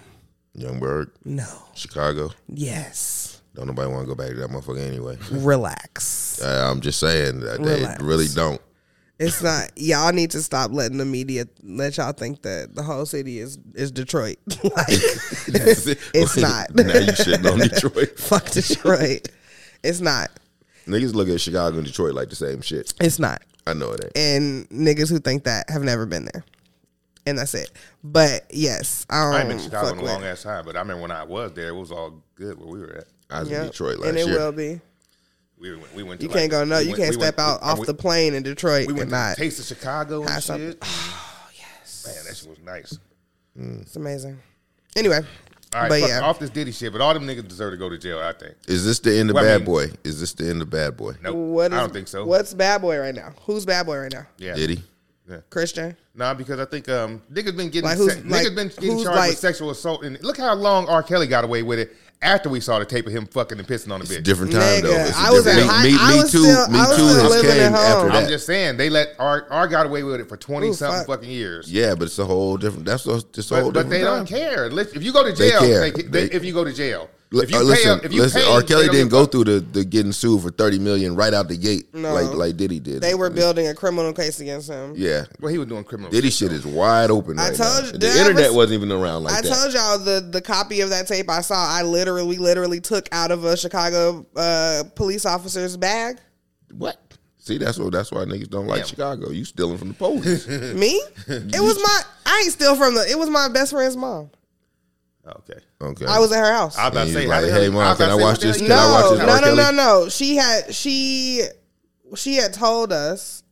[SPEAKER 4] Young Berg,
[SPEAKER 3] No.
[SPEAKER 4] Chicago.
[SPEAKER 3] Yes.
[SPEAKER 4] Don't nobody want to go back to that motherfucker anyway.
[SPEAKER 3] Relax.
[SPEAKER 4] Uh, I'm just saying that they
[SPEAKER 3] Relax.
[SPEAKER 4] really don't.
[SPEAKER 3] It's not. Y'all need to stop letting the media let y'all think that the whole city is is Detroit. like it's not.
[SPEAKER 4] now you shitting on Detroit.
[SPEAKER 3] Fuck Detroit. It's not.
[SPEAKER 4] Niggas look at Chicago and Detroit like the same shit.
[SPEAKER 3] It's not.
[SPEAKER 4] I know it ain't.
[SPEAKER 3] And niggas who think that have never been there. And that's it. But yes, I don't
[SPEAKER 2] I ain't been to Chicago
[SPEAKER 3] fuck
[SPEAKER 2] in a
[SPEAKER 3] with-
[SPEAKER 2] long ass time, but I remember when I was there, it was all good where we were at.
[SPEAKER 4] I was
[SPEAKER 3] Yep.
[SPEAKER 4] in Detroit last
[SPEAKER 3] and it
[SPEAKER 4] year.
[SPEAKER 3] will be.
[SPEAKER 2] We went, we went to
[SPEAKER 3] You
[SPEAKER 2] like-
[SPEAKER 3] can't go no.
[SPEAKER 2] we
[SPEAKER 3] You
[SPEAKER 2] went-
[SPEAKER 3] can't
[SPEAKER 2] we
[SPEAKER 3] step
[SPEAKER 2] went-
[SPEAKER 3] out
[SPEAKER 2] we-
[SPEAKER 3] off
[SPEAKER 2] we-
[SPEAKER 3] the plane in Detroit
[SPEAKER 2] We went
[SPEAKER 3] and
[SPEAKER 2] to
[SPEAKER 3] not.
[SPEAKER 2] Taste of Chicago and
[SPEAKER 3] have some-
[SPEAKER 2] shit. Oh yes, man, that shit was nice.
[SPEAKER 3] It's amazing. Anyway,
[SPEAKER 2] All right,
[SPEAKER 3] but
[SPEAKER 2] fuck
[SPEAKER 3] yeah,
[SPEAKER 2] off this Diddy shit. But all them niggas deserve to go to jail. I think.
[SPEAKER 4] Is this the end of
[SPEAKER 2] Well, I
[SPEAKER 4] Bad
[SPEAKER 2] mean-
[SPEAKER 4] Boy? Is this the end of Bad Boy?
[SPEAKER 2] Nope.
[SPEAKER 3] what is,
[SPEAKER 2] I don't think so.
[SPEAKER 3] What's bad boy right now? Who's bad boy right now?
[SPEAKER 2] Yeah.
[SPEAKER 4] Diddy?
[SPEAKER 3] Christian.
[SPEAKER 2] Nah, because I think um, niggas been getting
[SPEAKER 3] Like, who's-
[SPEAKER 2] se-
[SPEAKER 3] like,
[SPEAKER 2] niggas been getting
[SPEAKER 3] who's
[SPEAKER 2] charged
[SPEAKER 3] like-
[SPEAKER 2] with sexual assault, and look how long R. Kelly got away with it after we saw the tape of him fucking and pissing on a bitch.
[SPEAKER 4] Different time
[SPEAKER 3] Nigga,
[SPEAKER 4] though. It's a
[SPEAKER 3] I was
[SPEAKER 4] different-
[SPEAKER 3] at high- I was
[SPEAKER 4] too.
[SPEAKER 3] still-
[SPEAKER 4] me
[SPEAKER 3] I was
[SPEAKER 4] too.
[SPEAKER 3] still
[SPEAKER 4] just
[SPEAKER 3] living
[SPEAKER 4] came
[SPEAKER 3] at
[SPEAKER 4] after
[SPEAKER 3] home.
[SPEAKER 4] that.
[SPEAKER 2] I'm just saying they let R. R. got away with it for twenty
[SPEAKER 3] Ooh,
[SPEAKER 2] something
[SPEAKER 3] fuck.
[SPEAKER 2] fucking years.
[SPEAKER 4] yeah, but it's a whole different. That's a, just a whole
[SPEAKER 2] But, but
[SPEAKER 4] different.
[SPEAKER 2] they
[SPEAKER 4] time.
[SPEAKER 2] don't care. Let's- If you go to
[SPEAKER 4] They
[SPEAKER 2] jail, they-
[SPEAKER 4] care.
[SPEAKER 2] they-
[SPEAKER 4] They-
[SPEAKER 2] if you go to jail,
[SPEAKER 4] Li-
[SPEAKER 2] if you
[SPEAKER 4] uh,
[SPEAKER 2] pay,
[SPEAKER 4] listen,
[SPEAKER 2] them- if you
[SPEAKER 4] listen,
[SPEAKER 2] pay,
[SPEAKER 4] R.
[SPEAKER 2] they
[SPEAKER 4] Kelly
[SPEAKER 2] don't
[SPEAKER 4] didn't
[SPEAKER 2] give a
[SPEAKER 4] go
[SPEAKER 2] fuck.
[SPEAKER 4] through the, the getting sued for thirty million right out the gate,
[SPEAKER 3] No.
[SPEAKER 4] like like Diddy did.
[SPEAKER 3] They were building a criminal case against him.
[SPEAKER 4] yeah.
[SPEAKER 2] Well, he was doing criminal.
[SPEAKER 4] Diddy
[SPEAKER 2] shit.
[SPEAKER 4] shit is wide open.
[SPEAKER 3] I
[SPEAKER 4] Right
[SPEAKER 3] told
[SPEAKER 4] now.
[SPEAKER 3] you,
[SPEAKER 4] And
[SPEAKER 3] dude,
[SPEAKER 4] the
[SPEAKER 3] I
[SPEAKER 4] internet
[SPEAKER 3] was-
[SPEAKER 4] was, not even around like
[SPEAKER 3] I
[SPEAKER 4] that.
[SPEAKER 3] told y'all the the copy of that tape I saw. I literally, literally took out of a Chicago uh, police officer's bag.
[SPEAKER 4] what? See, that's what. That's why niggas don't like
[SPEAKER 2] Damn.
[SPEAKER 4] Chicago. You stealing from the police.
[SPEAKER 3] Me? It was my. I ain't still from the. It was my best friend's mom.
[SPEAKER 2] Okay.
[SPEAKER 4] Okay.
[SPEAKER 3] I was at her house.
[SPEAKER 2] I was about
[SPEAKER 4] And
[SPEAKER 2] to say,
[SPEAKER 4] you like,
[SPEAKER 2] how the
[SPEAKER 4] "Hey,
[SPEAKER 2] hell-
[SPEAKER 4] Mom,
[SPEAKER 2] I was about
[SPEAKER 4] can I
[SPEAKER 2] to say,
[SPEAKER 4] watch
[SPEAKER 2] what the
[SPEAKER 4] this?
[SPEAKER 2] hell
[SPEAKER 4] Can
[SPEAKER 2] you-
[SPEAKER 4] I watch
[SPEAKER 3] no,
[SPEAKER 4] this
[SPEAKER 3] no,
[SPEAKER 4] R.
[SPEAKER 3] no, no,
[SPEAKER 4] Kelly?
[SPEAKER 3] no. She had she she had told us,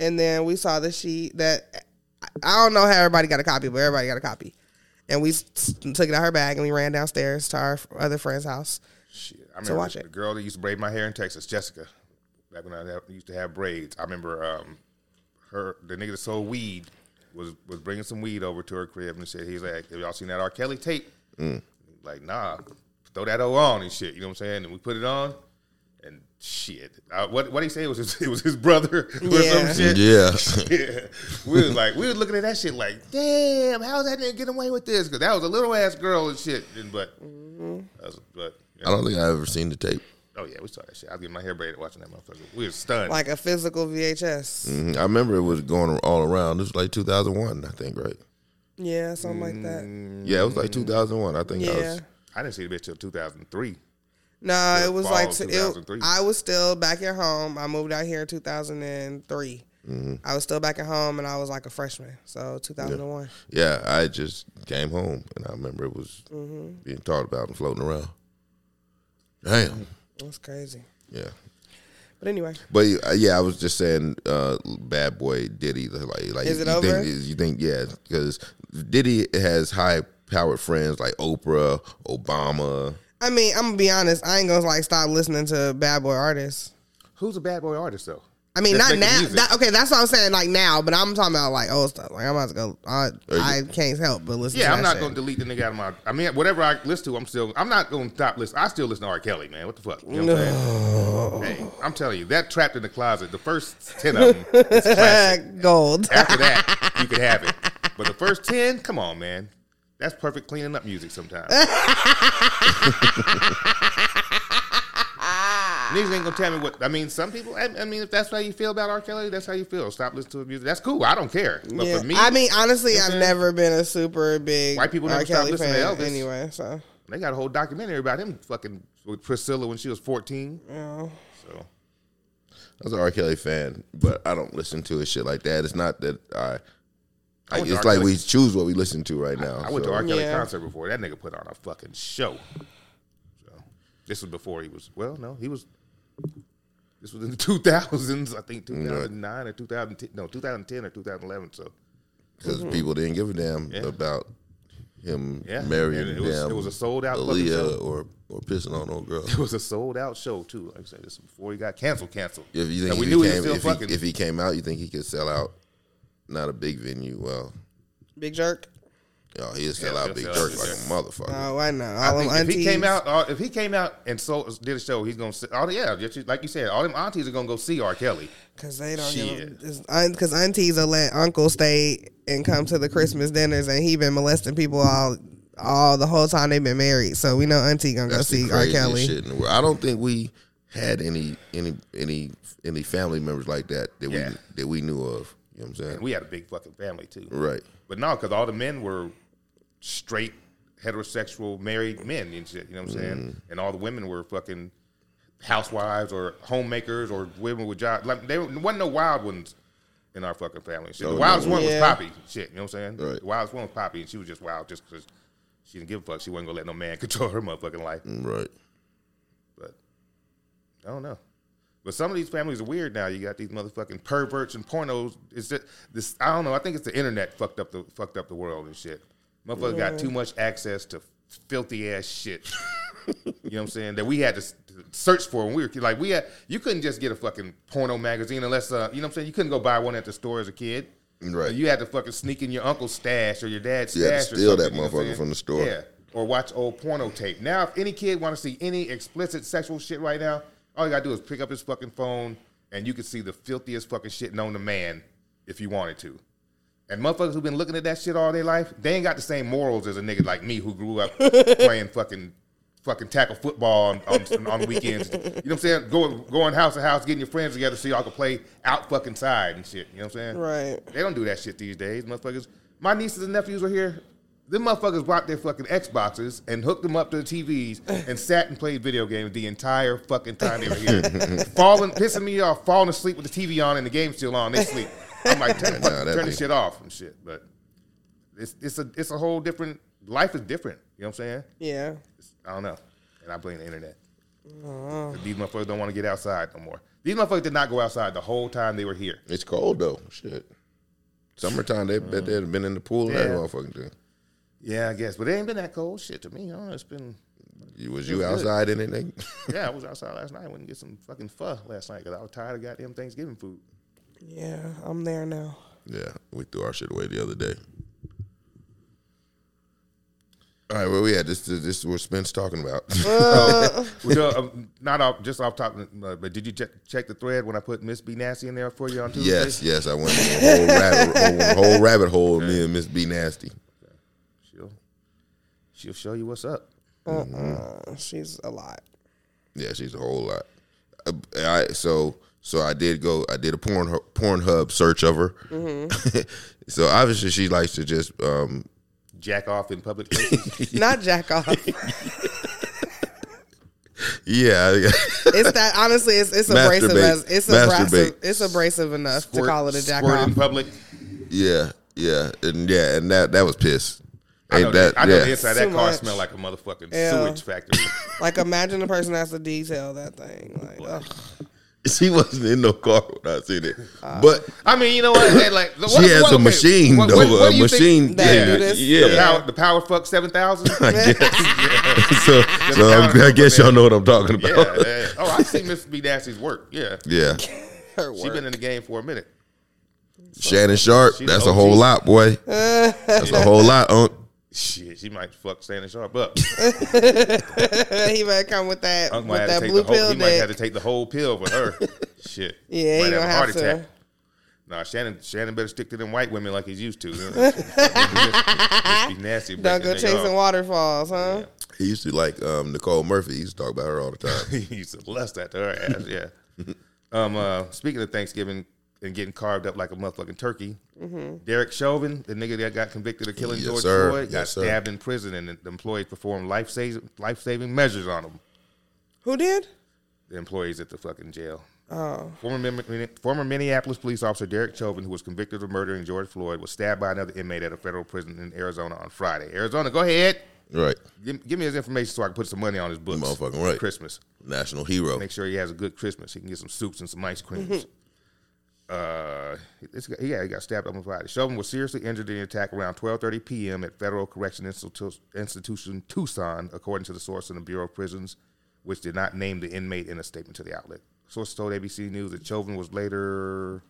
[SPEAKER 3] and then we saw that she that I don't know how everybody got a copy, but everybody got a copy, and we s- took it out her bag and we ran downstairs to our other friend's house.
[SPEAKER 2] Shit, I remember
[SPEAKER 3] watch
[SPEAKER 2] the
[SPEAKER 3] it.
[SPEAKER 2] girl that used to braid my hair in Texas, Jessica. Back when I had- used to have braids, I remember um, her the nigga that sold weed was was bringing some weed over to her crib and shit. He's like, "Have y'all seen that R. Kelly tape?"
[SPEAKER 3] Mm.
[SPEAKER 2] Like, nah, throw that O on and shit. You know what I'm saying? And we put it on. And shit, uh, what what he say It was his, it was his brother or
[SPEAKER 3] Yeah.
[SPEAKER 2] some shit.
[SPEAKER 4] Yeah.
[SPEAKER 2] Yeah. we was like, we was looking at that shit like, damn, how's that nigga getting away with this? Because that was a little ass girl and shit. And, but,
[SPEAKER 3] Mm-hmm.
[SPEAKER 2] that was- but yeah.
[SPEAKER 4] I don't think I ever seen the tape.
[SPEAKER 2] oh yeah, we saw that shit. I was getting my hair braided watching that motherfucker. We were stunned.
[SPEAKER 3] Like a physical VHS,
[SPEAKER 4] Mhm. I remember it was going all around. It was like 2001, I think, right?
[SPEAKER 3] yeah, something like
[SPEAKER 4] Mm.
[SPEAKER 3] that.
[SPEAKER 4] Yeah, it was like 2001. I think.
[SPEAKER 3] Mm.
[SPEAKER 4] I
[SPEAKER 3] Yeah,
[SPEAKER 4] was,
[SPEAKER 2] I didn't see the bitch till 2003.
[SPEAKER 3] no, it was
[SPEAKER 2] fall
[SPEAKER 3] like
[SPEAKER 2] of
[SPEAKER 3] t- it,
[SPEAKER 2] 2003.
[SPEAKER 3] I was still back at home. I moved out here in two thousand and three.
[SPEAKER 2] Mm-hmm.
[SPEAKER 3] I was still back at home, and I was like a freshman, so two thousand and one.
[SPEAKER 4] yeah, I just came home and I remember it was
[SPEAKER 3] Mm-hmm.
[SPEAKER 4] being talked about and floating around. Damn.
[SPEAKER 3] That's crazy.
[SPEAKER 4] Yeah.
[SPEAKER 3] But anyway,
[SPEAKER 4] But uh, yeah, I was just saying, uh, Bad Boy Diddy. Like, like
[SPEAKER 3] Is it
[SPEAKER 4] you
[SPEAKER 3] over?
[SPEAKER 4] Think, is- you think, yeah, because Diddy has high powered friends like Oprah, Obama.
[SPEAKER 3] I mean, I'm gonna be honest. I ain't gonna like stop listening to bad boy artists.
[SPEAKER 2] Who's a bad boy artist though?
[SPEAKER 3] I mean,
[SPEAKER 2] That's
[SPEAKER 3] not
[SPEAKER 2] making
[SPEAKER 3] now.
[SPEAKER 2] music.
[SPEAKER 3] That, okay, that's what I'm saying. Like now, but I'm talking about like old stuff. Like I'm about to go. I,
[SPEAKER 4] you-
[SPEAKER 3] I can't help but listen.
[SPEAKER 2] Yeah,
[SPEAKER 3] to
[SPEAKER 2] I'm
[SPEAKER 3] that
[SPEAKER 2] not
[SPEAKER 3] shit.
[SPEAKER 2] gonna delete the nigga out of my. I mean, whatever I listen to, I'm still. I'm not gonna stop listening. I still listen to R. Kelly, man. What the fuck? You know what I'm saying? Hey, I'm telling you, that trapped in the closet. The first ten of them is classic.
[SPEAKER 3] gold.
[SPEAKER 2] After that, you can have it. But the first 10, come on, man. That's perfect cleaning up music sometimes. Niggas ain't gonna tell me what I mean. Some people, I, I mean, if that's how you feel about R. Kelly, that's how you feel. Stop listening to his music. That's cool. I don't care. But
[SPEAKER 3] Yeah.
[SPEAKER 2] for me,
[SPEAKER 3] I mean, honestly,
[SPEAKER 2] know what
[SPEAKER 3] I've
[SPEAKER 2] I'm saying?
[SPEAKER 3] never been a super big
[SPEAKER 2] White people
[SPEAKER 3] R.
[SPEAKER 2] never stopped
[SPEAKER 3] Kelly
[SPEAKER 2] listening
[SPEAKER 3] fan
[SPEAKER 2] to Elvis.
[SPEAKER 3] anyway. So
[SPEAKER 2] they got a whole documentary about him fucking with Priscilla when she was fourteen. So
[SPEAKER 4] I was an R. Kelly fan, but I don't listen to his shit like that. It's not that I. I
[SPEAKER 2] went to
[SPEAKER 4] it's
[SPEAKER 2] R.
[SPEAKER 4] like
[SPEAKER 2] Kelly-
[SPEAKER 4] we choose what we listen to right now.
[SPEAKER 2] I went to
[SPEAKER 4] so-
[SPEAKER 2] R. Kelly
[SPEAKER 3] Yeah.
[SPEAKER 2] concert before. That nigga put on a fucking show. So this was before he was. Well, no, he was. This was in the two thousands, I think two thousand nine or two thousand ten. No, two thousand ten or two thousand eleven. So
[SPEAKER 4] because people didn't give a damn
[SPEAKER 2] Mm-hmm. Yeah.
[SPEAKER 4] about him
[SPEAKER 2] Yeah.
[SPEAKER 4] marrying
[SPEAKER 2] And it was-
[SPEAKER 4] damn
[SPEAKER 2] it was a sold-out fucking show.
[SPEAKER 4] Aaliyah or or pissing on old girl.
[SPEAKER 2] it was a sold out show too. Like I said, this was before he got canceled. Canceled.
[SPEAKER 4] If you
[SPEAKER 2] And
[SPEAKER 4] think
[SPEAKER 2] we
[SPEAKER 4] if,
[SPEAKER 2] knew
[SPEAKER 4] he
[SPEAKER 2] he was
[SPEAKER 4] came,
[SPEAKER 2] still
[SPEAKER 4] if,
[SPEAKER 2] fucking.
[SPEAKER 4] he, if he came out, you think he could sell out? Not a big venue. Well,
[SPEAKER 3] big jerk.
[SPEAKER 4] yo, he'll sell
[SPEAKER 2] Yeah,
[SPEAKER 4] out
[SPEAKER 2] he'll
[SPEAKER 4] big
[SPEAKER 2] sell
[SPEAKER 4] jerk
[SPEAKER 2] out
[SPEAKER 4] like
[SPEAKER 2] big
[SPEAKER 4] a motherfucker.
[SPEAKER 3] Oh, I know. All
[SPEAKER 2] I
[SPEAKER 3] them
[SPEAKER 2] think if
[SPEAKER 3] aunties.
[SPEAKER 2] he came out, uh, if he came out and sold, did a show, he's gonna. Sit, all the, yeah, just like you said, all them aunties are gonna go see R. Kelly.
[SPEAKER 3] Cause they don't
[SPEAKER 2] Shit.
[SPEAKER 3] give because aunties will let uncle stay and come to the Christmas dinners, and he been molesting people all all the whole time they've been married. So we know auntie gonna
[SPEAKER 4] That's
[SPEAKER 3] go
[SPEAKER 4] the
[SPEAKER 3] see R.
[SPEAKER 4] craziest
[SPEAKER 3] Kelly.
[SPEAKER 4] shit in the world. I don't think we had any any any any family members like that that
[SPEAKER 2] Yeah.
[SPEAKER 4] we that we knew of. You know what I'm saying?
[SPEAKER 2] And we had a big fucking family too.
[SPEAKER 4] right.
[SPEAKER 2] But no, because all the men were straight, heterosexual, married men and shit. You know what I'm saying?
[SPEAKER 4] Mm.
[SPEAKER 2] And all the women were fucking housewives or homemakers or women with jobs. Like there wasn't no wild ones in our fucking family. and Shit.
[SPEAKER 4] Oh,
[SPEAKER 2] The
[SPEAKER 4] no.
[SPEAKER 2] wildest one was
[SPEAKER 3] Yeah.
[SPEAKER 2] Poppy. Shit, you know what I'm saying?
[SPEAKER 4] Right.
[SPEAKER 2] The wildest one was Poppy, and she was just wild just because she didn't give a fuck. She wasn't gonna let no man control her motherfucking life.
[SPEAKER 4] Right.
[SPEAKER 2] But I don't know. But some of these families are weird now. You got these motherfucking perverts and pornos. It's just this. I don't know. I think it's the internet fucked up the fucked up the world and shit. Motherfuckers got too much access to filthy ass shit. you know what I'm saying? That we had to s- to search for when we were kids. like we had. You couldn't just get a fucking porno magazine unless uh, you know what I'm saying. You couldn't go buy one at the store as a kid.
[SPEAKER 4] Right.
[SPEAKER 2] You had to fucking sneak in your uncle's stash or your dad's
[SPEAKER 4] You had to
[SPEAKER 2] stash. or
[SPEAKER 4] steal that
[SPEAKER 2] something, you know what I'm
[SPEAKER 4] motherfucker
[SPEAKER 2] saying?
[SPEAKER 4] from the store.
[SPEAKER 2] Yeah or watch old porno tape. Now, if any kid want to see any explicit sexual shit right now, all you gotta do is pick up his fucking phone, and you can see the filthiest fucking shit known to man if you wanted to. And motherfuckers who've been looking at that shit all their life, they ain't got the same morals as a nigga like me who grew up playing fucking fucking tackle football on, on, on weekends. You know what I'm saying? Going going house to house, getting your friends together so y'all can play out fucking side and shit. You know what I'm saying?
[SPEAKER 3] Right.
[SPEAKER 2] They don't do that shit these days, motherfuckers. My nieces and nephews were here. Them motherfuckers bought their fucking Xboxes and hooked them up to the TVs and sat and played video games the entire fucking time they were here. falling, pissing me off, falling asleep with the TV on and the game still on. They sleep. I'm like, turn, the
[SPEAKER 4] Nah,
[SPEAKER 2] fucking-
[SPEAKER 4] that
[SPEAKER 2] turn
[SPEAKER 4] be-
[SPEAKER 2] this shit off and shit. But it's it's a it's a whole different life is different. You know what I'm saying?
[SPEAKER 3] Yeah.
[SPEAKER 2] It's- I don't know. And I blame the internet. These motherfuckers don't want to get outside no more. These motherfuckers did not go outside the whole time they were here.
[SPEAKER 4] It's cold though. Shit. Summertime, they bet they'd have been in the pool and that
[SPEAKER 2] Yeah.
[SPEAKER 4] motherfucking thing.
[SPEAKER 2] Yeah, I guess. But it ain't been that cold shit to me. I don't know. It's been.
[SPEAKER 4] You, was you
[SPEAKER 2] It was good.
[SPEAKER 4] outside in it? nigga?
[SPEAKER 2] Yeah, I was outside last night. I went and get some fucking pho last night because I was tired of goddamn Thanksgiving food.
[SPEAKER 3] Yeah. I'm there now.
[SPEAKER 4] yeah, we threw our shit away the other day. All right, where we at? This this is what Spence talking about.
[SPEAKER 2] Uh. Well, um, not off, just off top, uh, but did you check, check the thread when I put Miss B Nasty in there for you on Tuesday?
[SPEAKER 4] yes, yes, I went on a whole rabbit whole, whole rabbit hole. with Me and Miss B Nasty.
[SPEAKER 2] She'll, she'll show you what's up.
[SPEAKER 3] Uh, she's a lot.
[SPEAKER 4] Yeah, she's a whole lot. Uh, I so so I did go. I did a porn Pornhub search of her.
[SPEAKER 2] Mm-hmm.
[SPEAKER 4] so obviously she likes to just um,
[SPEAKER 2] Jack off in public places.
[SPEAKER 3] Not jack off.
[SPEAKER 4] yeah
[SPEAKER 3] It's that honestly, it's, it's
[SPEAKER 4] Masturbate.
[SPEAKER 3] abrasive as it's abrasive.
[SPEAKER 4] Masturbate.
[SPEAKER 3] It's abrasive enough
[SPEAKER 2] Squirt-
[SPEAKER 3] to call it a jack
[SPEAKER 2] squirt
[SPEAKER 3] off.
[SPEAKER 2] in public.
[SPEAKER 4] yeah yeah and yeah and that that was piss.
[SPEAKER 2] I know,
[SPEAKER 4] Ain't that
[SPEAKER 2] I know
[SPEAKER 4] yeah.
[SPEAKER 2] the inside of that
[SPEAKER 3] Too
[SPEAKER 2] car
[SPEAKER 3] much.
[SPEAKER 2] smelled like a motherfucking
[SPEAKER 3] Yeah.
[SPEAKER 2] sewage factory.
[SPEAKER 3] Like imagine the person has to detail that thing. Like ugh.
[SPEAKER 4] She wasn't in no car when I seen it, but
[SPEAKER 2] I mean, you know what? They like, Uh, what
[SPEAKER 4] she has
[SPEAKER 2] what-
[SPEAKER 4] a
[SPEAKER 2] okay,
[SPEAKER 4] machine
[SPEAKER 2] what-
[SPEAKER 4] though.
[SPEAKER 2] what- what do
[SPEAKER 4] a
[SPEAKER 2] you think-
[SPEAKER 4] machine.
[SPEAKER 3] They
[SPEAKER 4] yeah,
[SPEAKER 3] do this?
[SPEAKER 4] yeah.
[SPEAKER 2] The power, the power fuck seven thousand.
[SPEAKER 4] so so I'm, I guess y'all know what I'm talking
[SPEAKER 2] Yeah,
[SPEAKER 4] about.
[SPEAKER 2] yeah, yeah. Oh, I see Miss B Nasty's work. Yeah.
[SPEAKER 4] Yeah,
[SPEAKER 3] her
[SPEAKER 2] She
[SPEAKER 3] work.
[SPEAKER 2] been in the game for a minute.
[SPEAKER 4] Shannon Sharp.
[SPEAKER 2] She's
[SPEAKER 4] That's
[SPEAKER 2] the
[SPEAKER 4] a whole
[SPEAKER 2] OG.
[SPEAKER 4] lot, boy. That's a whole lot. Unc.
[SPEAKER 2] Shit, she might fuck Shannon Sharp up.
[SPEAKER 3] he might come with that
[SPEAKER 2] Unc might
[SPEAKER 3] with
[SPEAKER 2] have to
[SPEAKER 3] that
[SPEAKER 2] take
[SPEAKER 3] blue
[SPEAKER 2] the whole,
[SPEAKER 3] pill
[SPEAKER 2] he might have
[SPEAKER 3] dick.
[SPEAKER 2] to take the whole pill with her. Shit.
[SPEAKER 3] Yeah, he
[SPEAKER 2] might
[SPEAKER 3] gonna have to.
[SPEAKER 2] Nah, Shannon Shannon better stick to them white women like he's used to. Just be nasty.
[SPEAKER 3] Don't go
[SPEAKER 2] breaking they
[SPEAKER 3] chasing
[SPEAKER 2] off.
[SPEAKER 3] waterfalls, huh?
[SPEAKER 4] He used to like um, Nicole Murphy. He used to talk about her all the time.
[SPEAKER 2] he used to lust after her ass, yeah. um uh, speaking of Thanksgiving and getting carved up like a motherfucking turkey. Derek Chauvin, the nigga that got convicted of killing
[SPEAKER 4] Yes,
[SPEAKER 2] George
[SPEAKER 4] sir.
[SPEAKER 2] Floyd, got
[SPEAKER 4] Yes, sir.
[SPEAKER 2] stabbed in prison, and the employees performed life saving life saving measures on him.
[SPEAKER 3] Who did?
[SPEAKER 2] the employees at the fucking jail. Oh. Former, Min- former Minneapolis police officer Derek Chauvin, who was convicted of murdering George Floyd, was stabbed by another inmate at a federal prison in Arizona on Friday. Arizona, go ahead.
[SPEAKER 4] Right,
[SPEAKER 2] Give, give me his information so I can put some money on his books.
[SPEAKER 4] Motherfucking right.
[SPEAKER 2] Christmas.
[SPEAKER 4] national hero.
[SPEAKER 2] Make sure he has a good Christmas. He can get some soups and some ice creams. uh, this guy- yeah, he got stabbed on Friday. Chauvin was seriously injured in the attack around 12:30 p.m. at Federal Correction Institu- Institution Tucson, according to the source in the Bureau of Prisons, which did not name the inmate in a statement to the outlet. Sources told ABC News that Chauvin was later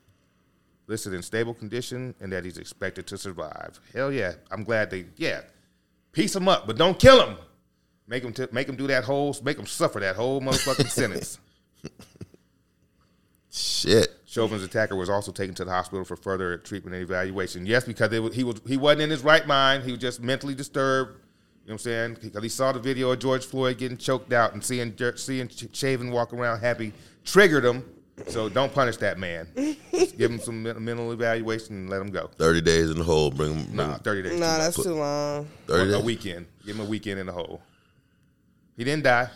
[SPEAKER 2] listed in stable condition and that he's expected to survive. Hell yeah, I'm glad they yeah, piece him up, but don't kill him. Make him t- make him do that whole make him suffer that whole motherfucking sentence.
[SPEAKER 4] Shit.
[SPEAKER 2] Chauvin's attacker was also taken to the hospital for further treatment and evaluation. Yes, because they, wa- he was he wasn't in his right mind. He was just mentally disturbed. You know what I'm saying? Because he saw the video of George Floyd getting choked out and seeing Jer- seeing Ch- Chavin walk around happy triggered him. So don't punish that man. Just give him some men- mental evaluation and let him go.
[SPEAKER 4] Thirty days in the hole. Bring him.
[SPEAKER 2] Nah, 30 days.
[SPEAKER 3] Nah, that's too long.
[SPEAKER 4] Thirty
[SPEAKER 2] a
[SPEAKER 4] days.
[SPEAKER 2] weekend. Give him a weekend in the hole. He didn't die.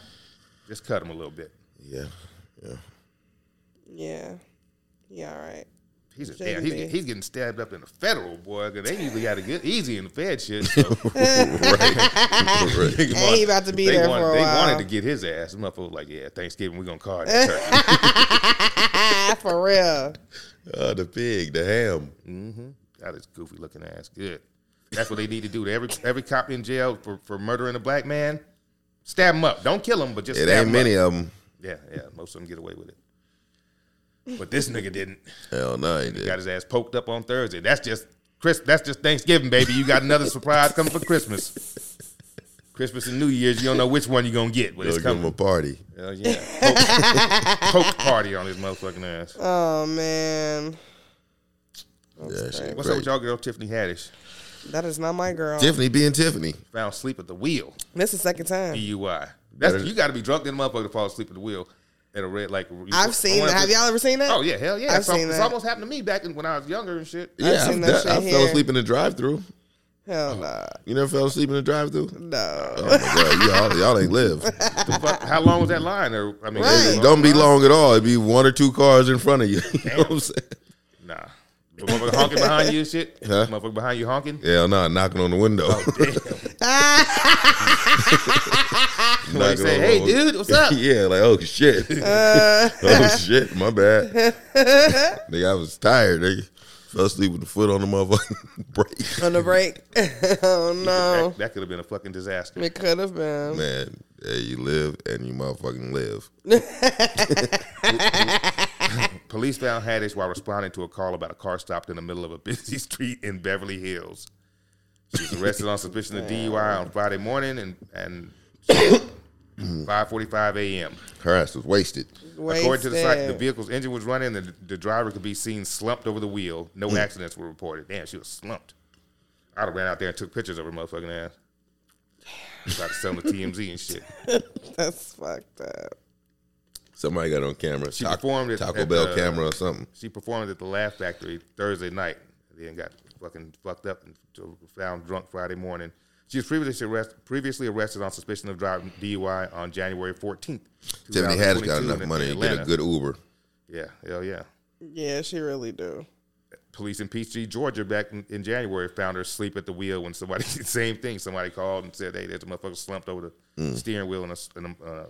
[SPEAKER 2] Just cut him a little bit.
[SPEAKER 4] Yeah. Yeah.
[SPEAKER 3] Yeah. Yeah, all right.
[SPEAKER 2] He's a
[SPEAKER 3] Shouldn't
[SPEAKER 2] damn. He's,
[SPEAKER 3] be.
[SPEAKER 2] he's getting stabbed up in the federal boy. Cause they usually got to get easy in the Fed shit. So
[SPEAKER 4] Right.
[SPEAKER 2] Ain't
[SPEAKER 3] he about to be
[SPEAKER 2] they
[SPEAKER 3] there
[SPEAKER 2] wanted,
[SPEAKER 3] for a
[SPEAKER 2] They
[SPEAKER 3] while.
[SPEAKER 2] wanted to get his ass. The motherfucker was like, "Yeah, Thanksgiving we gonna call it a turkey."
[SPEAKER 3] Ah, for real.
[SPEAKER 4] Oh, the pig, the ham.
[SPEAKER 2] That is goofy looking ass. Good. That's what they need to do. To every every cop in jail for, for murdering a black man, stab him up. Don't kill him, but just
[SPEAKER 4] It
[SPEAKER 2] stab
[SPEAKER 4] ain't
[SPEAKER 2] him
[SPEAKER 4] many
[SPEAKER 2] Up.
[SPEAKER 4] of them.
[SPEAKER 2] Yeah, yeah. Most of them get away with it. But this nigga didn't.
[SPEAKER 4] Hell no, he
[SPEAKER 2] Got
[SPEAKER 4] did.
[SPEAKER 2] his ass poked up on Thursday. That's just Chris. That's just Thanksgiving, baby. You got another surprise coming for Christmas. Christmas and New Year's, you don't know which one you're gonna get, but
[SPEAKER 4] Go
[SPEAKER 2] it's
[SPEAKER 4] give him
[SPEAKER 2] coming.
[SPEAKER 4] a party.
[SPEAKER 2] Oh yeah, poke, poke party on his motherfucking ass.
[SPEAKER 3] Oh man.
[SPEAKER 4] Yeah,
[SPEAKER 2] What's up
[SPEAKER 4] shit. great.
[SPEAKER 2] with y'all girl Tiffany Haddish?
[SPEAKER 3] That is not my girl.
[SPEAKER 4] Tiffany being Tiffany.
[SPEAKER 2] Found sleep at the wheel.
[SPEAKER 3] This is the second time.
[SPEAKER 2] DUI. That's you got to be drunk than a motherfucker to fall asleep at the wheel at a red light.
[SPEAKER 3] I've seen that. Have y'all ever seen that?
[SPEAKER 2] Oh yeah, hell yeah.
[SPEAKER 3] I've
[SPEAKER 2] it's, al-
[SPEAKER 3] seen
[SPEAKER 2] it's
[SPEAKER 3] that.
[SPEAKER 2] almost happened to me back in, when I was younger and shit.
[SPEAKER 4] Yeah,
[SPEAKER 3] seen
[SPEAKER 4] I've
[SPEAKER 3] that
[SPEAKER 4] done-
[SPEAKER 3] shit
[SPEAKER 4] I fell
[SPEAKER 3] here.
[SPEAKER 4] asleep in the drive-through.
[SPEAKER 2] Oh.
[SPEAKER 3] Hell no.
[SPEAKER 4] You never fell asleep in the drive-through?
[SPEAKER 3] No.
[SPEAKER 4] Oh my god, y'all, y'all ain't live.
[SPEAKER 2] The fuck- how long was that line? Or I mean,
[SPEAKER 3] Right.
[SPEAKER 2] was it
[SPEAKER 4] Don't be long at all. It'd be one or two cars in front of you. You know what I'm saying?
[SPEAKER 2] Nah, The motherfucker honking behind you and shit.
[SPEAKER 4] Huh?
[SPEAKER 2] Motherfucker behind you honking.
[SPEAKER 4] Hell no, knocking on the window.
[SPEAKER 2] Oh, Well, you say, hey dude, what's up? Uh.
[SPEAKER 4] yeah, like oh shit, oh shit, my bad. nigga, I was tired. Nigga, fell asleep with the foot on the motherfucking brake.
[SPEAKER 3] On the break. oh no.
[SPEAKER 2] That, that could have been a fucking disaster.
[SPEAKER 3] It could have been.
[SPEAKER 4] Man, yeah, you live and you motherfucking live.
[SPEAKER 2] Police found Haddish while responding to a call about a car stopped in the middle of a busy street in Beverly Hills. She was arrested on suspicion of DUI on Friday morning and and 5:45 a.m.
[SPEAKER 4] Her ass was wasted.
[SPEAKER 2] According to the site, the
[SPEAKER 3] Wasted.
[SPEAKER 2] vehicle's engine was running and the, the driver could be seen slumped over the wheel. No accidents were reported. Damn, she was slumped. I'd have ran out there and took pictures of her motherfucking ass. Tried to sell them to TMZ and shit.
[SPEAKER 3] That's fucked up.
[SPEAKER 4] Somebody got on camera. She
[SPEAKER 2] performed at-
[SPEAKER 4] Taco
[SPEAKER 2] at,
[SPEAKER 4] Bell
[SPEAKER 2] uh,
[SPEAKER 4] camera or something.
[SPEAKER 2] She performed at the Laugh Factory Thursday night, then got fucking fucked up and found drunk Friday morning. She was previously, arrest, previously arrested on suspicion of driving DUI on January 14th.
[SPEAKER 4] Tiffany Haddish got
[SPEAKER 2] 2022
[SPEAKER 4] enough
[SPEAKER 2] in- in
[SPEAKER 4] money to get a
[SPEAKER 2] Atlanta.
[SPEAKER 4] good Uber.
[SPEAKER 2] Yeah, hell yeah.
[SPEAKER 3] Yeah, she really do.
[SPEAKER 2] Police in Peachtree, Georgia, back in, in January, found her asleep at the wheel when somebody, same thing, somebody called and said, hey, there's a motherfucker slumped over the
[SPEAKER 4] Mm.
[SPEAKER 2] steering wheel in a, s- in a uh,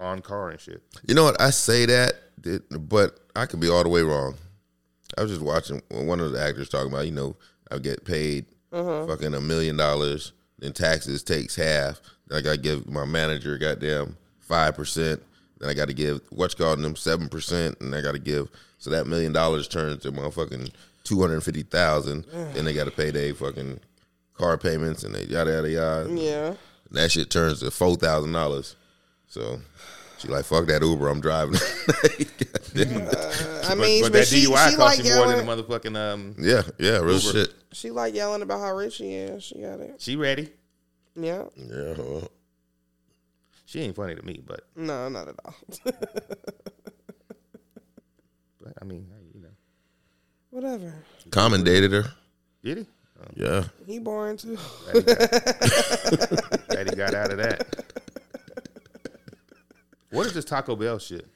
[SPEAKER 2] on car and shit.
[SPEAKER 4] You know what? I say that, that- but I could be all the way wrong. I was just watching one of the actors talking about, you know, I get paid fucking a million dollars, then taxes takes half. Then I got to give my manager goddamn five percent. Then I got to give what's called them seven percent, and I got to give so that million dollars turns to motherfucking two hundred fifty thousand. Then they got to pay their fucking car payments and they yada yada yada.
[SPEAKER 3] Yeah.
[SPEAKER 4] And that shit turns to four thousand dollars. So she like, fuck that Uber, I'm driving.
[SPEAKER 3] I mean,
[SPEAKER 2] but
[SPEAKER 3] but,
[SPEAKER 2] that
[SPEAKER 3] she, she
[SPEAKER 2] DUI
[SPEAKER 3] like
[SPEAKER 2] cost you more
[SPEAKER 3] yelling.
[SPEAKER 2] than a motherfucking, um,
[SPEAKER 4] yeah, yeah, real shit.
[SPEAKER 3] she like yelling about how rich she is. She got it.
[SPEAKER 2] she ready.
[SPEAKER 3] Yeah.
[SPEAKER 4] Yeah, well,
[SPEAKER 2] She ain't funny to me, but,
[SPEAKER 3] No, not at all.
[SPEAKER 2] but I mean, you know.
[SPEAKER 3] Whatever.
[SPEAKER 4] Common dated her.
[SPEAKER 2] Did he?
[SPEAKER 4] Yeah,
[SPEAKER 3] He boring too.
[SPEAKER 2] Glad he got out of that. What is this Taco Bell shit?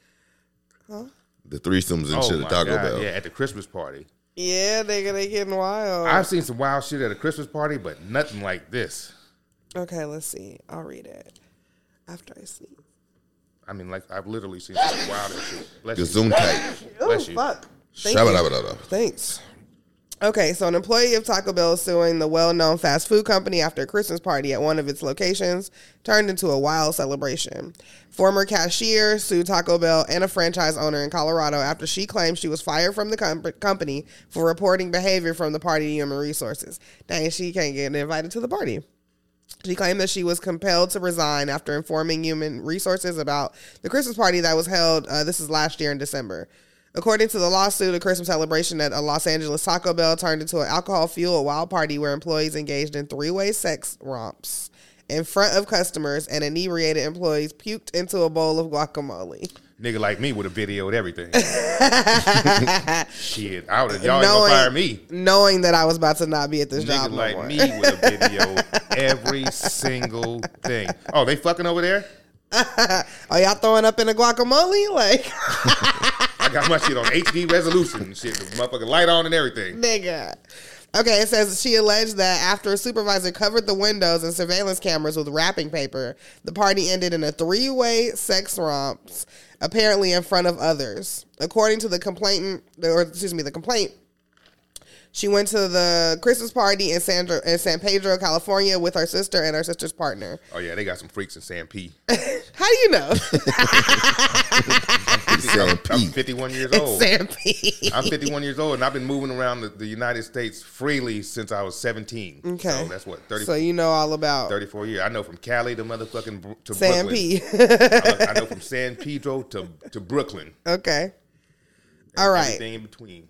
[SPEAKER 2] Oh
[SPEAKER 4] the threesomes and shit at Taco Bell.
[SPEAKER 2] Yeah, at the Christmas party.
[SPEAKER 3] Yeah, nigga, they getting wild.
[SPEAKER 2] I've seen some wild shit at a Christmas party, but nothing like this.
[SPEAKER 3] okay, let's see. I'll read it after I see.
[SPEAKER 2] I mean, like I've literally seen some wild shit. Bless you.
[SPEAKER 4] Zoom tight.
[SPEAKER 3] Oh
[SPEAKER 2] Bless you.
[SPEAKER 3] fuck. Thank you.
[SPEAKER 4] Shabba-dabba-dabba.
[SPEAKER 3] Thanks. Okay, so an employee of Taco Bell is suing the well known fast food company after a Christmas party at one of its locations turned into a wild celebration. Former cashier sued Taco Bell and a franchise owner in Colorado after she claimed she was fired from the com- company for reporting behavior from the party to human resources. Dang, she can't get invited to the party. She claimed that she was compelled to resign after informing Human Resources about the Christmas party that was held, uh, this is last year in December. According to the lawsuit, a Christmas celebration at a Los Angeles Taco Bell turned into an alcohol fueled wild party where employees engaged in three way sex romps in front of customers and inebriated employees puked into a bowl of guacamole.
[SPEAKER 2] Nigga like me would have videoed everything. Shit, I would have. Y'all ain't gonna
[SPEAKER 3] Knowing-
[SPEAKER 2] fire me.
[SPEAKER 3] Knowing that I was about to not be at this
[SPEAKER 2] Nigga
[SPEAKER 3] job no
[SPEAKER 2] like
[SPEAKER 3] more.
[SPEAKER 2] me would have videoed every single thing. Oh, they fucking over there.
[SPEAKER 3] Are y'all throwing up in a guacamole? Like,
[SPEAKER 2] I got my shit on HD resolution and shit. The motherfucking light on and everything.
[SPEAKER 3] nigga. Okay, it says she alleged that after a supervisor covered the windows and surveillance cameras with wrapping paper, the party ended in a three way sex romps, apparently in front of others. According to the complainant, or excuse me, the complaint, she went to the Christmas party in, Sandra, in San Pedro, California with her sister and her sister's partner.
[SPEAKER 2] Oh yeah, they got some freaks in San P.
[SPEAKER 3] How do you know?
[SPEAKER 4] San
[SPEAKER 2] I'm
[SPEAKER 4] Pete.
[SPEAKER 2] 51 years
[SPEAKER 3] it's
[SPEAKER 2] old.
[SPEAKER 3] San Pete.
[SPEAKER 2] I'm 51 years old, and I've been moving around the, the United States freely since I was 17.
[SPEAKER 3] Okay.
[SPEAKER 2] so that's what 30,
[SPEAKER 3] So you know all about
[SPEAKER 2] 34 years. I know from Cali to motherfucking Bro- to
[SPEAKER 3] San
[SPEAKER 2] Brooklyn.
[SPEAKER 3] P.
[SPEAKER 2] I, I know from San Pedro to to Brooklyn.
[SPEAKER 3] okay.
[SPEAKER 2] and
[SPEAKER 3] All right.
[SPEAKER 2] everything in between.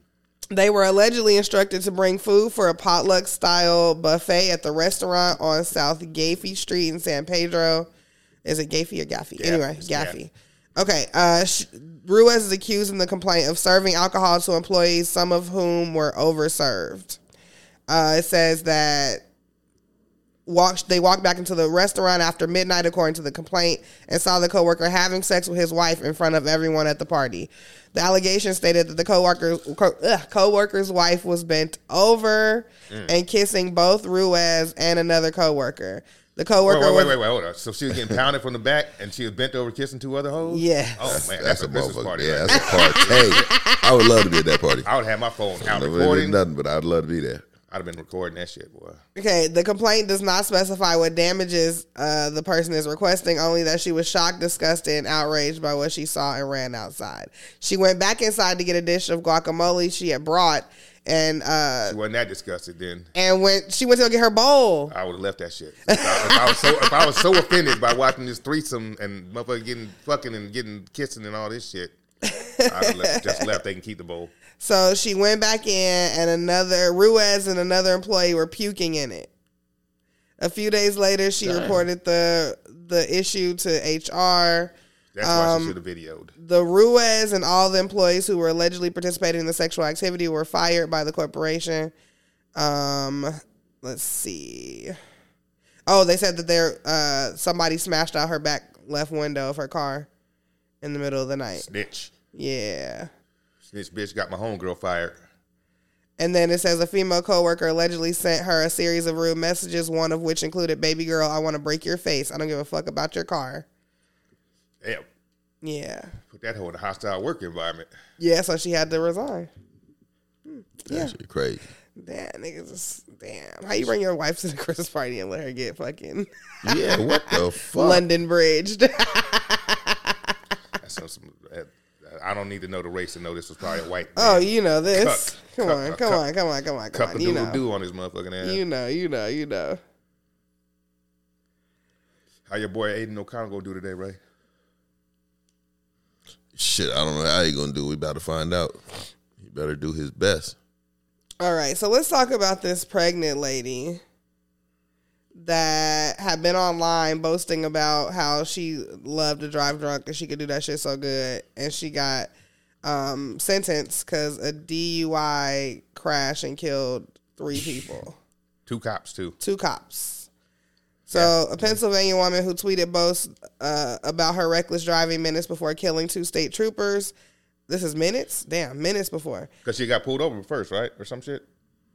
[SPEAKER 3] They were allegedly instructed to bring food for a potluck style buffet at the restaurant on South Gaffey Street in San Pedro. Is it Gaffey or Gaffey? anyway,
[SPEAKER 2] it's
[SPEAKER 3] Gaffey. Okay. Uh, sh- Ruiz is accused in the complaint of serving alcohol to employees, some of whom were overserved. Uh, it says that walked they walked back into the restaurant after midnight according to the complaint and saw the coworker having sex with his wife in front of everyone at the party. The allegation stated that the coworker co- ugh, coworker's wife was bent over
[SPEAKER 2] Mm.
[SPEAKER 3] and kissing both Ruiz and another coworker. The coworker
[SPEAKER 2] Wait, wait,
[SPEAKER 3] was
[SPEAKER 2] wait, wait, wait, hold on. So she was getting pounded from the back, and she was bent over kissing two other hoes.
[SPEAKER 3] Yeah.
[SPEAKER 2] Oh man,
[SPEAKER 4] That's a
[SPEAKER 2] business
[SPEAKER 4] motherfucker.
[SPEAKER 2] party.
[SPEAKER 4] yeah,
[SPEAKER 2] right
[SPEAKER 4] that's a party. hey, I would love to be at that party.
[SPEAKER 2] there. I would have my phone out
[SPEAKER 4] Never did
[SPEAKER 2] recording. I'd
[SPEAKER 4] nothing, but I'd love to be there.
[SPEAKER 2] have been recording that shit, boy.
[SPEAKER 3] Okay, the complaint does not specify what damages uh, the person is requesting, only that she was shocked, disgusted, and outraged by what she saw and ran outside. She went back inside to get a dish of guacamole she had brought, and uh,
[SPEAKER 2] She wasn't that disgusted then.
[SPEAKER 3] and when she went to go get her bowl,
[SPEAKER 2] I would have left that shit. If I, if I was so if I was so offended by watching this threesome and motherfucker getting fucking and getting kissing and all this shit, I would left, just left. They can keep the bowl.
[SPEAKER 3] so she went back in, and another Ruiz and another employee were puking in it. A few days later, she reported the the issue to HR.
[SPEAKER 2] That's why she should have videoed.
[SPEAKER 3] The Ruiz and all the employees who were allegedly participating in the sexual activity were fired by the corporation. Um, let's see. Oh, they said that there uh somebody smashed out her back left window of her car in the middle of the night.
[SPEAKER 2] Snitch,
[SPEAKER 3] Yeah.
[SPEAKER 2] snitch, bitch got my homegirl fired.
[SPEAKER 3] And then it says a female coworker allegedly sent her a series of rude messages, one of which included "Baby girl, I want to break your face. I don't give a fuck about your car."
[SPEAKER 2] Damn,
[SPEAKER 3] Yeah.
[SPEAKER 2] put that hoe in a hostile work environment.
[SPEAKER 3] Yeah. So she had to resign.
[SPEAKER 4] That shit crazy.
[SPEAKER 3] Damn, niggas is damn. How you bring your wife to the Christmas party and let her get fucking
[SPEAKER 4] Yeah, what the fuck?
[SPEAKER 3] London bridged?
[SPEAKER 2] That's some, some, that- I don't need to know the race to know this was probably a white.
[SPEAKER 3] oh, you know this.
[SPEAKER 2] Cuck.
[SPEAKER 3] Come
[SPEAKER 2] Cuck,
[SPEAKER 3] on,
[SPEAKER 2] cuck,
[SPEAKER 3] come
[SPEAKER 2] cuck.
[SPEAKER 3] on, come on, come on, come
[SPEAKER 2] cup
[SPEAKER 3] on.
[SPEAKER 2] of
[SPEAKER 3] You
[SPEAKER 2] doodle
[SPEAKER 3] know,
[SPEAKER 2] doo on his motherfucking ass.
[SPEAKER 3] you know, you know, you know.
[SPEAKER 2] How your boy Aiden O'Connell gonna do today, Ray?
[SPEAKER 4] Shit, I don't know how he gonna do. it. We about to find out. He better do his best.
[SPEAKER 3] All right, so let's talk about this pregnant lady that had been online boasting about how she loved to drive drunk and she could do that shit so good, and she got um, sentenced because a DUI crash and killed three people.
[SPEAKER 2] Two cops too.
[SPEAKER 3] two cops. So a Pennsylvania woman who tweeted boasts uh, about her reckless driving minutes before killing two state troopers. This is minutes, damn, minutes before.
[SPEAKER 2] Cause she got pulled over first, right, or some shit,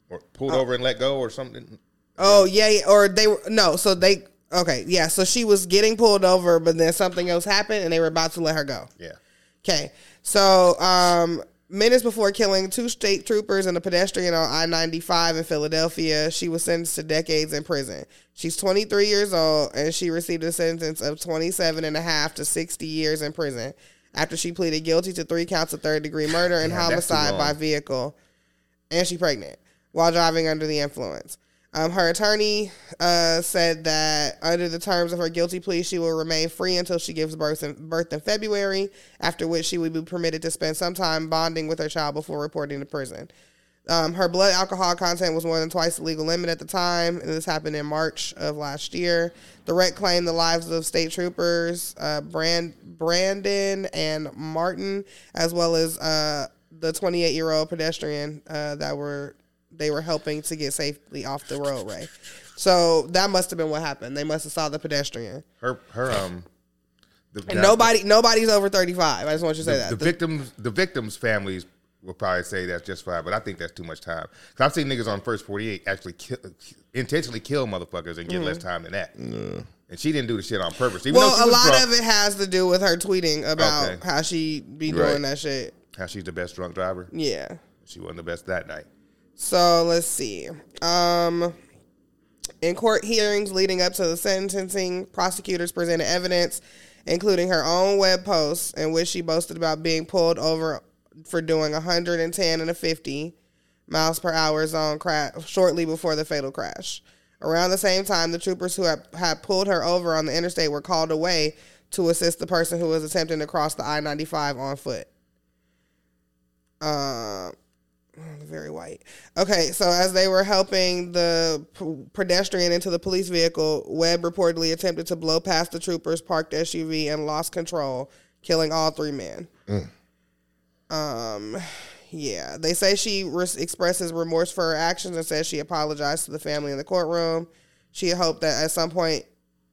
[SPEAKER 2] or pulled over and let go, or something.
[SPEAKER 3] Oh yeah, yeah, or they were no. So they okay, yeah. So she was getting pulled over, but then something else happened, and they were about to let her go.
[SPEAKER 2] Yeah,
[SPEAKER 3] Okay. So, um, minutes before killing two state troopers and a pedestrian on I 95 in Philadelphia, she was sentenced to decades in prison. She's 23 years old and she received a sentence of 27 and a half to 60 years in prison after she pleaded guilty to three counts of third degree murder and
[SPEAKER 2] Damn, that's too
[SPEAKER 3] homicide by
[SPEAKER 2] long.
[SPEAKER 3] vehicle. And she pregnant while driving under the influence. Um, her attorney uh, said that under the terms of her guilty plea, she will remain free until she gives birth in, birth in February, after which she will be permitted to spend some time bonding with her child before reporting to prison. Um, her blood alcohol content was more than twice the legal limit at the time, and this happened in March of last year. The wreck claimed the lives of state troopers uh, Brand Brandon and Martin, as well as uh, the 28 year old pedestrian uh, that were they were helping to get safely off the roadway. So that must have been what happened. They must have saw the pedestrian.
[SPEAKER 2] Her her um. The,
[SPEAKER 3] And nobody nobody's over 35. I just want you to say
[SPEAKER 2] the,
[SPEAKER 3] that.
[SPEAKER 2] the
[SPEAKER 3] The-
[SPEAKER 2] victims the victims families will probably say that's justified, but I think that's too much time. Cause I've seen niggas on first forty eight actually kill, intentionally kill motherfuckers and get less time than that. And she didn't do the shit on purpose. Even though
[SPEAKER 3] Mm-hmm. well,
[SPEAKER 2] she
[SPEAKER 3] a
[SPEAKER 2] was
[SPEAKER 3] lot
[SPEAKER 2] drunk,
[SPEAKER 3] of it has to do with her tweeting about
[SPEAKER 2] Okay.
[SPEAKER 3] how she be doing
[SPEAKER 4] Right.
[SPEAKER 3] that shit.
[SPEAKER 2] How she's the best drunk driver?
[SPEAKER 3] Yeah.
[SPEAKER 2] She wasn't the best that night.
[SPEAKER 3] So let's see. Um, in court hearings leading up to the sentencing, prosecutors presented evidence, including her own web posts in which she boasted about being pulled over for doing 110 and a 50 miles per hour zone crash shortly before the fatal crash. Around the same time, the troopers who had, had pulled her over on the interstate were called away to assist the person who was attempting to cross the I 95 on foot. Um, very white. Okay, so as they were helping the p- pedestrian into the police vehicle, Webb reportedly attempted to blow past the troopers' parked SUV and lost control, killing all three men. Um, yeah, they say she re- expresses remorse for her actions and says she apologized to the family in the courtroom. She had hoped that at some point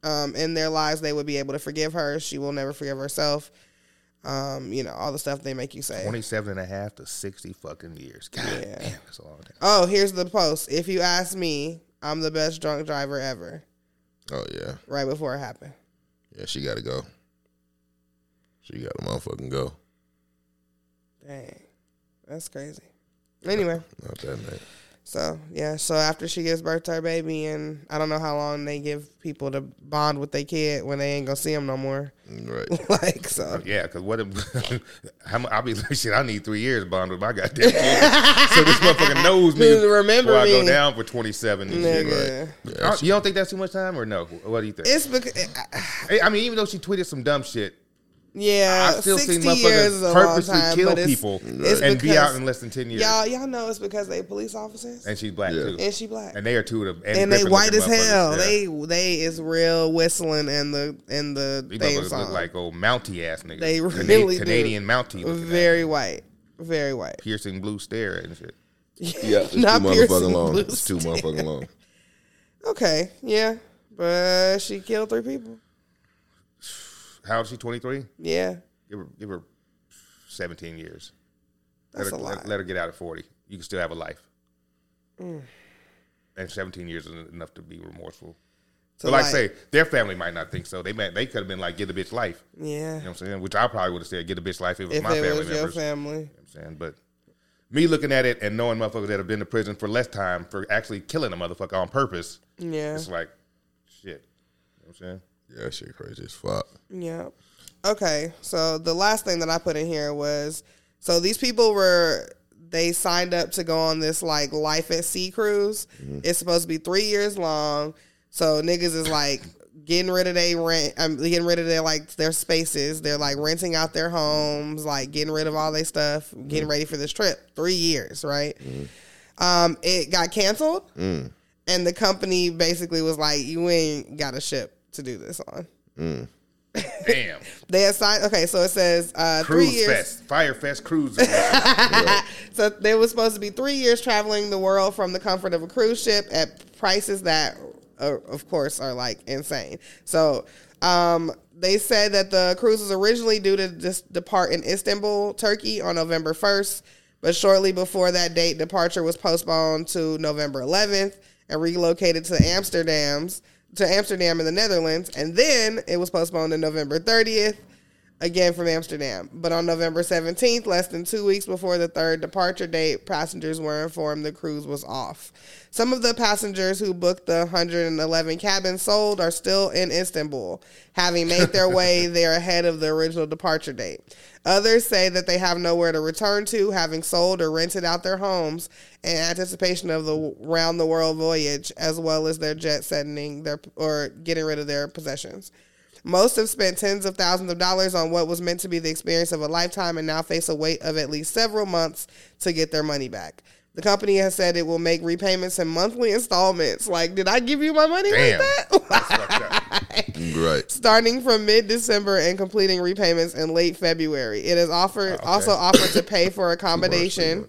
[SPEAKER 3] um, in their lives they would be able to forgive her. She will never forgive herself. Um, you know all the stuff they make you say.
[SPEAKER 2] 27 and a half to 60 fucking years. God damn, that's a long time.
[SPEAKER 3] Oh, here's the post. If you ask me, I'm the best drunk driver ever.
[SPEAKER 4] Oh yeah,
[SPEAKER 3] Right before it happened.
[SPEAKER 4] yeah. She got to go. She got to motherfucking go.
[SPEAKER 3] Dang. That's crazy. Anyway,
[SPEAKER 4] Not that night.
[SPEAKER 3] so yeah, so after she gives birth to her baby, and I don't know how long they give people to bond with their kid when they ain't gonna see them no more.
[SPEAKER 4] Right.
[SPEAKER 3] like, so
[SPEAKER 2] Yeah, because what if how mu- I'll be like, shit, I need three years bond with my goddamn kid. so this motherfucker knows me.
[SPEAKER 3] Dude, remember
[SPEAKER 2] before I go
[SPEAKER 3] me.
[SPEAKER 2] down for 27 and shit.
[SPEAKER 3] nigga.
[SPEAKER 2] I don't- you don't think that's too much time or no? What do you think?
[SPEAKER 3] It's eh, because,
[SPEAKER 2] Hey, I mean, even though she tweeted some dumb shit,
[SPEAKER 3] yeah,
[SPEAKER 2] I've still seen
[SPEAKER 3] 60 Uh, years is a
[SPEAKER 2] motherfuckers
[SPEAKER 3] long
[SPEAKER 2] purposely
[SPEAKER 3] time,
[SPEAKER 2] kill
[SPEAKER 3] but it's,
[SPEAKER 2] people
[SPEAKER 3] it's
[SPEAKER 2] and be
[SPEAKER 3] because-
[SPEAKER 2] out in less than 10 years.
[SPEAKER 3] Y'all, y'all know it's because they police officers
[SPEAKER 2] and she's black
[SPEAKER 4] Yeah.
[SPEAKER 2] too.
[SPEAKER 3] and she black.
[SPEAKER 2] And they are two of the
[SPEAKER 3] and they
[SPEAKER 2] Griffin
[SPEAKER 3] white as
[SPEAKER 2] looking
[SPEAKER 3] hell.
[SPEAKER 2] motherfuckers. Yeah.
[SPEAKER 3] They they is real whistling and the and the
[SPEAKER 2] These
[SPEAKER 3] theme
[SPEAKER 2] motherfuckers
[SPEAKER 3] song.
[SPEAKER 2] look like old Mountie ass niggas.
[SPEAKER 3] They
[SPEAKER 2] Cana-
[SPEAKER 3] really do. Mm-hmm.
[SPEAKER 2] Canadian Mountie looking at
[SPEAKER 3] very white, very white.
[SPEAKER 2] piercing blue stare and shit.
[SPEAKER 4] Yeah, it's
[SPEAKER 3] Not
[SPEAKER 4] too
[SPEAKER 3] piercing
[SPEAKER 4] motherfucking long.
[SPEAKER 3] blue
[SPEAKER 4] It's too motherfucking long.
[SPEAKER 3] Okay, yeah, but she killed three people.
[SPEAKER 2] How old is she? Twenty three.
[SPEAKER 3] Yeah,
[SPEAKER 2] Give her, give her seventeen years. let
[SPEAKER 3] That's
[SPEAKER 2] her,
[SPEAKER 3] a
[SPEAKER 2] let-
[SPEAKER 3] lot. Mm.
[SPEAKER 2] Let, her get out at forty. You can still have a life. And seventeen years is enough to be remorseful.
[SPEAKER 3] So
[SPEAKER 2] But like I
[SPEAKER 3] like-
[SPEAKER 2] say, their family might not think so. They might, they could have been like, "Get a bitch life."
[SPEAKER 3] yeah.
[SPEAKER 2] You know what I'm saying? Which I probably would have said, "Get a bitch life," if it was
[SPEAKER 3] if
[SPEAKER 2] my
[SPEAKER 3] it
[SPEAKER 2] family
[SPEAKER 3] was your
[SPEAKER 2] members.
[SPEAKER 3] family,
[SPEAKER 2] You know what I'm saying, but me looking at it and knowing motherfuckers that have been to prison for less time for actually killing a motherfucker on purpose,
[SPEAKER 3] yeah,
[SPEAKER 2] it's like, shit. You know what I'm saying?
[SPEAKER 4] Yeah, that shit crazy as fuck.
[SPEAKER 3] yeah. Okay, so the last thing that I put in here was so these people were they signed up to go on this like life at sea cruise. It's supposed to be three years long. So niggas is like getting rid of their rent, um, getting rid of their like their spaces. They're like renting out their homes, like getting rid of all their stuff, getting ready for this trip. Three years, right? Um, it got canceled, and the company basically was like, "You ain't got a ship to do this on."
[SPEAKER 2] Damn.
[SPEAKER 3] They assigned. Okay, so it says uh, three
[SPEAKER 2] Cruise
[SPEAKER 3] years.
[SPEAKER 2] Fest, Fire Fest Cruise.
[SPEAKER 3] So they were supposed to be three years traveling the world from the comfort of a cruise ship at prices that, uh, of course, are like insane. So um, they said that the cruise was originally due to just depart in Istanbul, Turkey, on November first, but shortly before that date, departure was postponed to November 11th and relocated to Amsterdam's to Amsterdam in the Netherlands, and then it was postponed to November 30th again from Amsterdam. But on November 17th, less than two weeks before the third departure date, passengers were informed the cruise was off. Some of the passengers who booked the 111 cabins sold are still in Istanbul, having made their way there ahead of the original departure date. Others say that they have nowhere to return to, having sold or rented out their homes in anticipation of the round the world voyage, as well as their jet setting their or getting rid of their possessions. Most have spent tens of thousands of dollars on what was meant to be the experience of a lifetime and now face a wait of at least several months to get their money back. The company has said it will make repayments in monthly installments. Like, did I give you my money
[SPEAKER 2] Damn.
[SPEAKER 3] like that?
[SPEAKER 2] Fucked up.
[SPEAKER 4] Right.
[SPEAKER 3] starting from mid-December and completing repayments in late February. It is
[SPEAKER 2] Oh,
[SPEAKER 3] offered also offered to pay for accommodation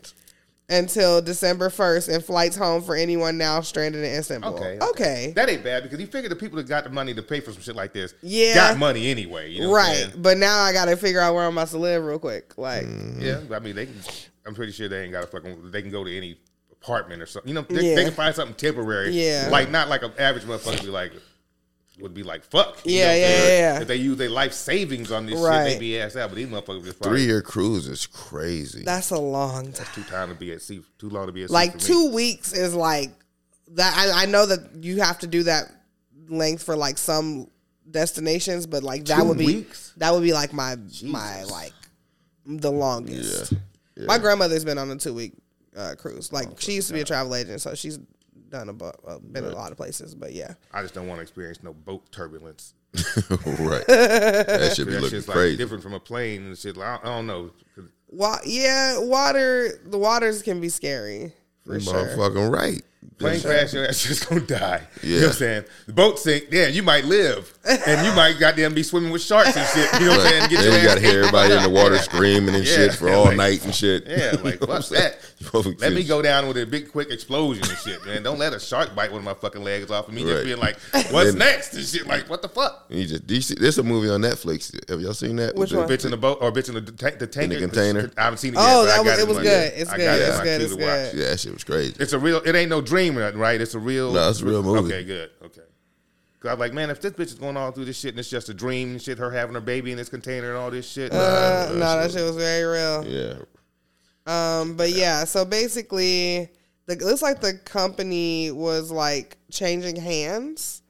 [SPEAKER 3] until December 1st and flights home for anyone now stranded in Istanbul.
[SPEAKER 2] Okay,
[SPEAKER 3] Okay.
[SPEAKER 2] okay. That ain't bad because you figure the people that got the money to pay for some shit like this
[SPEAKER 3] Yeah.
[SPEAKER 2] got money anyway. You know what I'm
[SPEAKER 3] right. But now I got to figure out where I'm about to live real quick. Like,
[SPEAKER 2] saying? Yeah. but I mean, they can, I'm pretty sure they ain't got a fucking, they can go to any apartment or something. You know, they, they
[SPEAKER 3] Yeah.
[SPEAKER 2] can find something temporary.
[SPEAKER 3] Yeah.
[SPEAKER 2] Like, not like an average motherfucker be like, would be like, fuck. you
[SPEAKER 3] Yeah,
[SPEAKER 2] know what I'm
[SPEAKER 3] yeah,
[SPEAKER 2] saying?
[SPEAKER 3] yeah, yeah.
[SPEAKER 2] If they use their life savings on this shit, they
[SPEAKER 3] Right.
[SPEAKER 2] be ass out. But these motherfuckers just
[SPEAKER 4] Three
[SPEAKER 2] probably
[SPEAKER 4] year cruise is crazy.
[SPEAKER 3] that's a long time.
[SPEAKER 2] too time to be at sea, too long to be at sea.
[SPEAKER 3] Like
[SPEAKER 2] for me.
[SPEAKER 3] two weeks is like that. I, I know that you have to do that length for like some destinations, but like that
[SPEAKER 2] Two
[SPEAKER 3] would be
[SPEAKER 2] weeks?
[SPEAKER 3] that would be like my my like the longest.
[SPEAKER 4] Yeah.
[SPEAKER 3] My grandmother's been on a two week uh, cruise. Like
[SPEAKER 2] Oh,
[SPEAKER 3] she used to be a travel agent, so she's done a bu- uh, been a lot of places. But yeah,
[SPEAKER 2] I just don't want to experience no boat turbulence.
[SPEAKER 4] right. That should be
[SPEAKER 2] That
[SPEAKER 4] looking
[SPEAKER 2] shit's like
[SPEAKER 4] crazy.
[SPEAKER 2] different from a plane and shit. Like, I, don't, I don't know. 'Cause
[SPEAKER 3] Wa- yeah, water. The waters can be scary for
[SPEAKER 4] You
[SPEAKER 3] sure.
[SPEAKER 4] motherfucking right.
[SPEAKER 2] Plane crash, your ass just gonna die. You know
[SPEAKER 4] Yeah.
[SPEAKER 2] what I'm saying? The boat sink, yeah, you might live. And you might goddamn be swimming with sharks and shit. You know what I'm saying?
[SPEAKER 4] Right.
[SPEAKER 2] Get
[SPEAKER 4] Then
[SPEAKER 2] your
[SPEAKER 4] you
[SPEAKER 2] ass
[SPEAKER 4] gotta hear everybody in the water screaming and shit
[SPEAKER 2] Yeah,
[SPEAKER 4] for all
[SPEAKER 2] like-
[SPEAKER 4] night and shit.
[SPEAKER 2] Yeah, like,
[SPEAKER 4] You know what I'm
[SPEAKER 2] fuck that.
[SPEAKER 4] saying? You
[SPEAKER 2] Let me go down with a big quick explosion and shit, man. Don't let a shark bite one of my fucking legs off of me just
[SPEAKER 4] Right.
[SPEAKER 2] being like, what's
[SPEAKER 4] Then-
[SPEAKER 2] next? And shit, like, what the fuck?
[SPEAKER 4] You just, do you see, there's a movie on Netflix. Have y'all seen that?
[SPEAKER 3] Which
[SPEAKER 4] With the-
[SPEAKER 3] one?
[SPEAKER 2] Bitch in the boat or bitch in the, ta- the tank.
[SPEAKER 4] container?
[SPEAKER 2] I haven't seen it yet.
[SPEAKER 3] Oh,
[SPEAKER 2] but I
[SPEAKER 3] that
[SPEAKER 2] got
[SPEAKER 3] was
[SPEAKER 2] in
[SPEAKER 3] it was
[SPEAKER 2] my-
[SPEAKER 3] good. It's
[SPEAKER 2] I
[SPEAKER 3] good.
[SPEAKER 2] got it in
[SPEAKER 3] It's
[SPEAKER 2] my
[SPEAKER 3] good.
[SPEAKER 2] queue
[SPEAKER 3] It's
[SPEAKER 2] to watch.
[SPEAKER 3] good.
[SPEAKER 4] Yeah, that shit was crazy.
[SPEAKER 2] It's a real. It ain't no dream, right? It's a real.
[SPEAKER 4] No, it's a real movie.
[SPEAKER 2] Okay, good. Okay. Cause I'm like, man, if this bitch is going all through this shit and it's just a dream and shit, her having her baby in this container and all this shit.
[SPEAKER 3] Uh, no, that shit was very real.
[SPEAKER 4] yeah.
[SPEAKER 3] Um, but yeah, so basically, the, it looks like the company was like changing hands,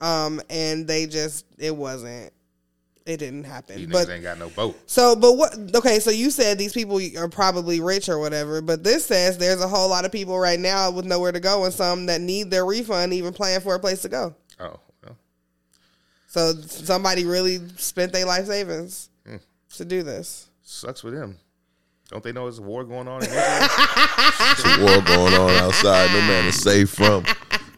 [SPEAKER 3] um, and they just it wasn't, it didn't happen.
[SPEAKER 2] These
[SPEAKER 3] But
[SPEAKER 2] niggas ain't got no boat.
[SPEAKER 3] so, but what? Okay, so you said these people are probably rich or whatever, but this says there's a whole lot of people right now with nowhere to go, and some that need their refund, even playing for a place to go.
[SPEAKER 2] Oh, well,
[SPEAKER 3] So somebody really spent their life savings to do this.
[SPEAKER 2] sucks for them. Don't they know there's a war going on? In Israel?
[SPEAKER 4] It's a war going on outside. No man is safe from.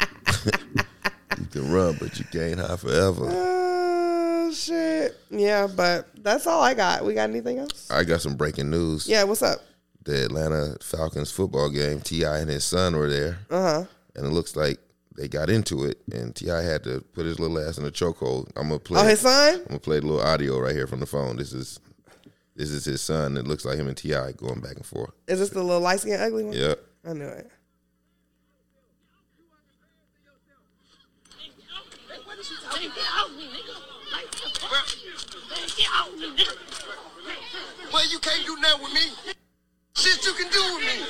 [SPEAKER 4] you can run, but you can't hide forever.
[SPEAKER 3] Oh shit. Yeah, but that's all I got. We got anything else?
[SPEAKER 4] I got some breaking news.
[SPEAKER 3] Yeah, what's up?
[SPEAKER 4] The Atlanta Falcons football game, T.I. and his son were there.
[SPEAKER 3] Uh huh.
[SPEAKER 4] And it looks like they got into it. And T.I. had to put his little ass in a chokehold. I'm going to play.
[SPEAKER 3] Oh, his son?
[SPEAKER 4] I'm gonna play the little audio right here from the phone. This is this is his son. It looks like him and Ti going back and forth.
[SPEAKER 3] Is this the little light skinned ugly one?
[SPEAKER 4] Yep.
[SPEAKER 3] I knew it.
[SPEAKER 5] Like, what is she talking about? Get out me, nigga. Like, the fuck? Man, get out me, nigga.
[SPEAKER 6] Well, you can't do nothing with me. Shit you can do with me.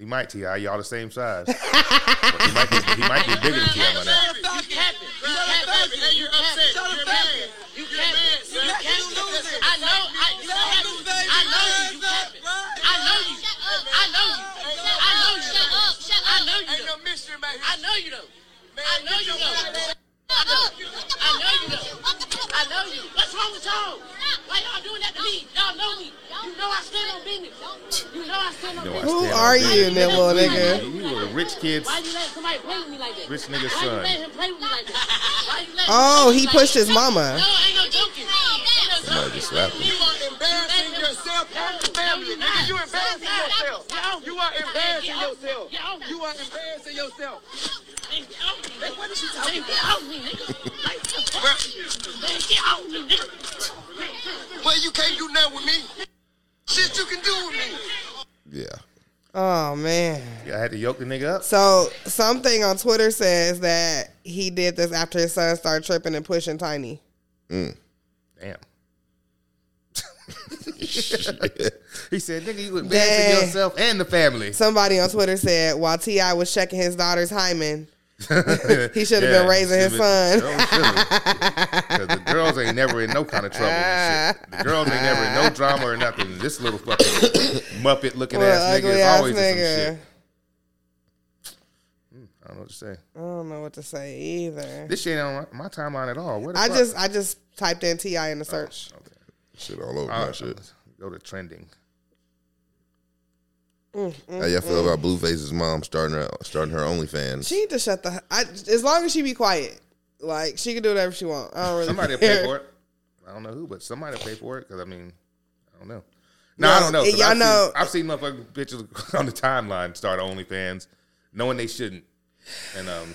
[SPEAKER 2] he might Ti. Y'all the same size. But he might be. He might be bigger than Ti by now.
[SPEAKER 5] You capping. You capping.
[SPEAKER 6] Hey, you're upset.
[SPEAKER 5] Show the
[SPEAKER 6] You're
[SPEAKER 5] back.
[SPEAKER 6] mad.
[SPEAKER 5] You capping.
[SPEAKER 6] You're mad, son.
[SPEAKER 5] You capping.
[SPEAKER 6] You losing.
[SPEAKER 5] I know. I you capping. I know you capping. I know you. I know you. I know you. Shut up. Shut up. I know you.
[SPEAKER 6] Ain't no
[SPEAKER 5] though.
[SPEAKER 6] mystery about
[SPEAKER 5] I
[SPEAKER 6] here.
[SPEAKER 5] know you though.
[SPEAKER 6] Man,
[SPEAKER 5] I know
[SPEAKER 6] get
[SPEAKER 5] you
[SPEAKER 6] your
[SPEAKER 5] though.
[SPEAKER 6] mother-
[SPEAKER 5] I know you. I know you though. I know you. What's wrong with y'all? Why y'all doing that to me? Y'all know me. You know I stand on business. You know I stand on
[SPEAKER 2] You know, I
[SPEAKER 3] Who
[SPEAKER 5] business.
[SPEAKER 2] stand
[SPEAKER 3] are
[SPEAKER 2] on
[SPEAKER 3] you,
[SPEAKER 2] business.
[SPEAKER 3] that little nigga?
[SPEAKER 2] You were a rich kid.
[SPEAKER 5] Why you let somebody play with me like that?
[SPEAKER 2] Rich nigga's
[SPEAKER 5] Why
[SPEAKER 2] son.
[SPEAKER 5] you let him play with me like that? Why you let him
[SPEAKER 3] Oh,
[SPEAKER 5] play with
[SPEAKER 3] he
[SPEAKER 5] me
[SPEAKER 3] pushed
[SPEAKER 5] like
[SPEAKER 3] his
[SPEAKER 5] that?
[SPEAKER 3] mama.
[SPEAKER 5] No, ain't no joking. Ain't no
[SPEAKER 4] Somebody
[SPEAKER 5] joking.
[SPEAKER 4] just slapped him.
[SPEAKER 6] You are embarrassing yourself and your family, nigga. You embarrassing yourself. You are embarrassing yourself. You are embarrassing yourself.
[SPEAKER 5] Man, what is she talking about? Get out me, nigga. Like, the fuck? Man, get out me, nigga.
[SPEAKER 6] Well, you can't do nothing with me. Shit you can do with me.
[SPEAKER 4] Yeah.
[SPEAKER 3] Oh man.
[SPEAKER 2] I had to yoke the nigga up.
[SPEAKER 3] So something on Twitter says that he did this after his son started tripping and pushing Tiny.
[SPEAKER 2] Damn. he said, "Nigga, you embarrassing
[SPEAKER 3] Damn.
[SPEAKER 2] yourself and the family."
[SPEAKER 3] Somebody on Twitter said while T.I. was checking his daughter's hymen, he should have
[SPEAKER 2] Yeah,
[SPEAKER 3] been raising his
[SPEAKER 2] she
[SPEAKER 3] son.
[SPEAKER 2] was- Because the girls ain't never in no kind of trouble. And shit. The girls ain't never in no drama or nothing. This little fucking muppet looking
[SPEAKER 3] Little
[SPEAKER 2] ass nigga
[SPEAKER 3] ugly
[SPEAKER 2] is
[SPEAKER 3] ass
[SPEAKER 2] always in some
[SPEAKER 3] nigga.
[SPEAKER 2] shit. I don't know what to say.
[SPEAKER 3] I don't know what to say either.
[SPEAKER 2] This shit ain't on my, my timeline at all. Where the
[SPEAKER 3] I
[SPEAKER 2] fuck?
[SPEAKER 3] just I just typed in Ti in the search.
[SPEAKER 2] Okay. Uh,
[SPEAKER 4] Shit all over
[SPEAKER 2] All
[SPEAKER 4] my
[SPEAKER 2] right,
[SPEAKER 4] shit.
[SPEAKER 2] Go to trending.
[SPEAKER 4] How y'all feel about Blueface's mom starting her starting her OnlyFans?
[SPEAKER 3] mm-hmm. She need to shut the. I, as long as she be quiet, like she can do whatever she want. I don't really
[SPEAKER 2] Somebody will
[SPEAKER 3] care.
[SPEAKER 2] pay for it. I don't know who, but somebody will pay for it because I mean, I don't know. No, I don't know.
[SPEAKER 3] and
[SPEAKER 2] 'cause
[SPEAKER 3] y'all
[SPEAKER 2] I've
[SPEAKER 3] know-
[SPEAKER 2] seen, I've seen motherfucking bitches on the timeline start OnlyFans, knowing they shouldn't, and um,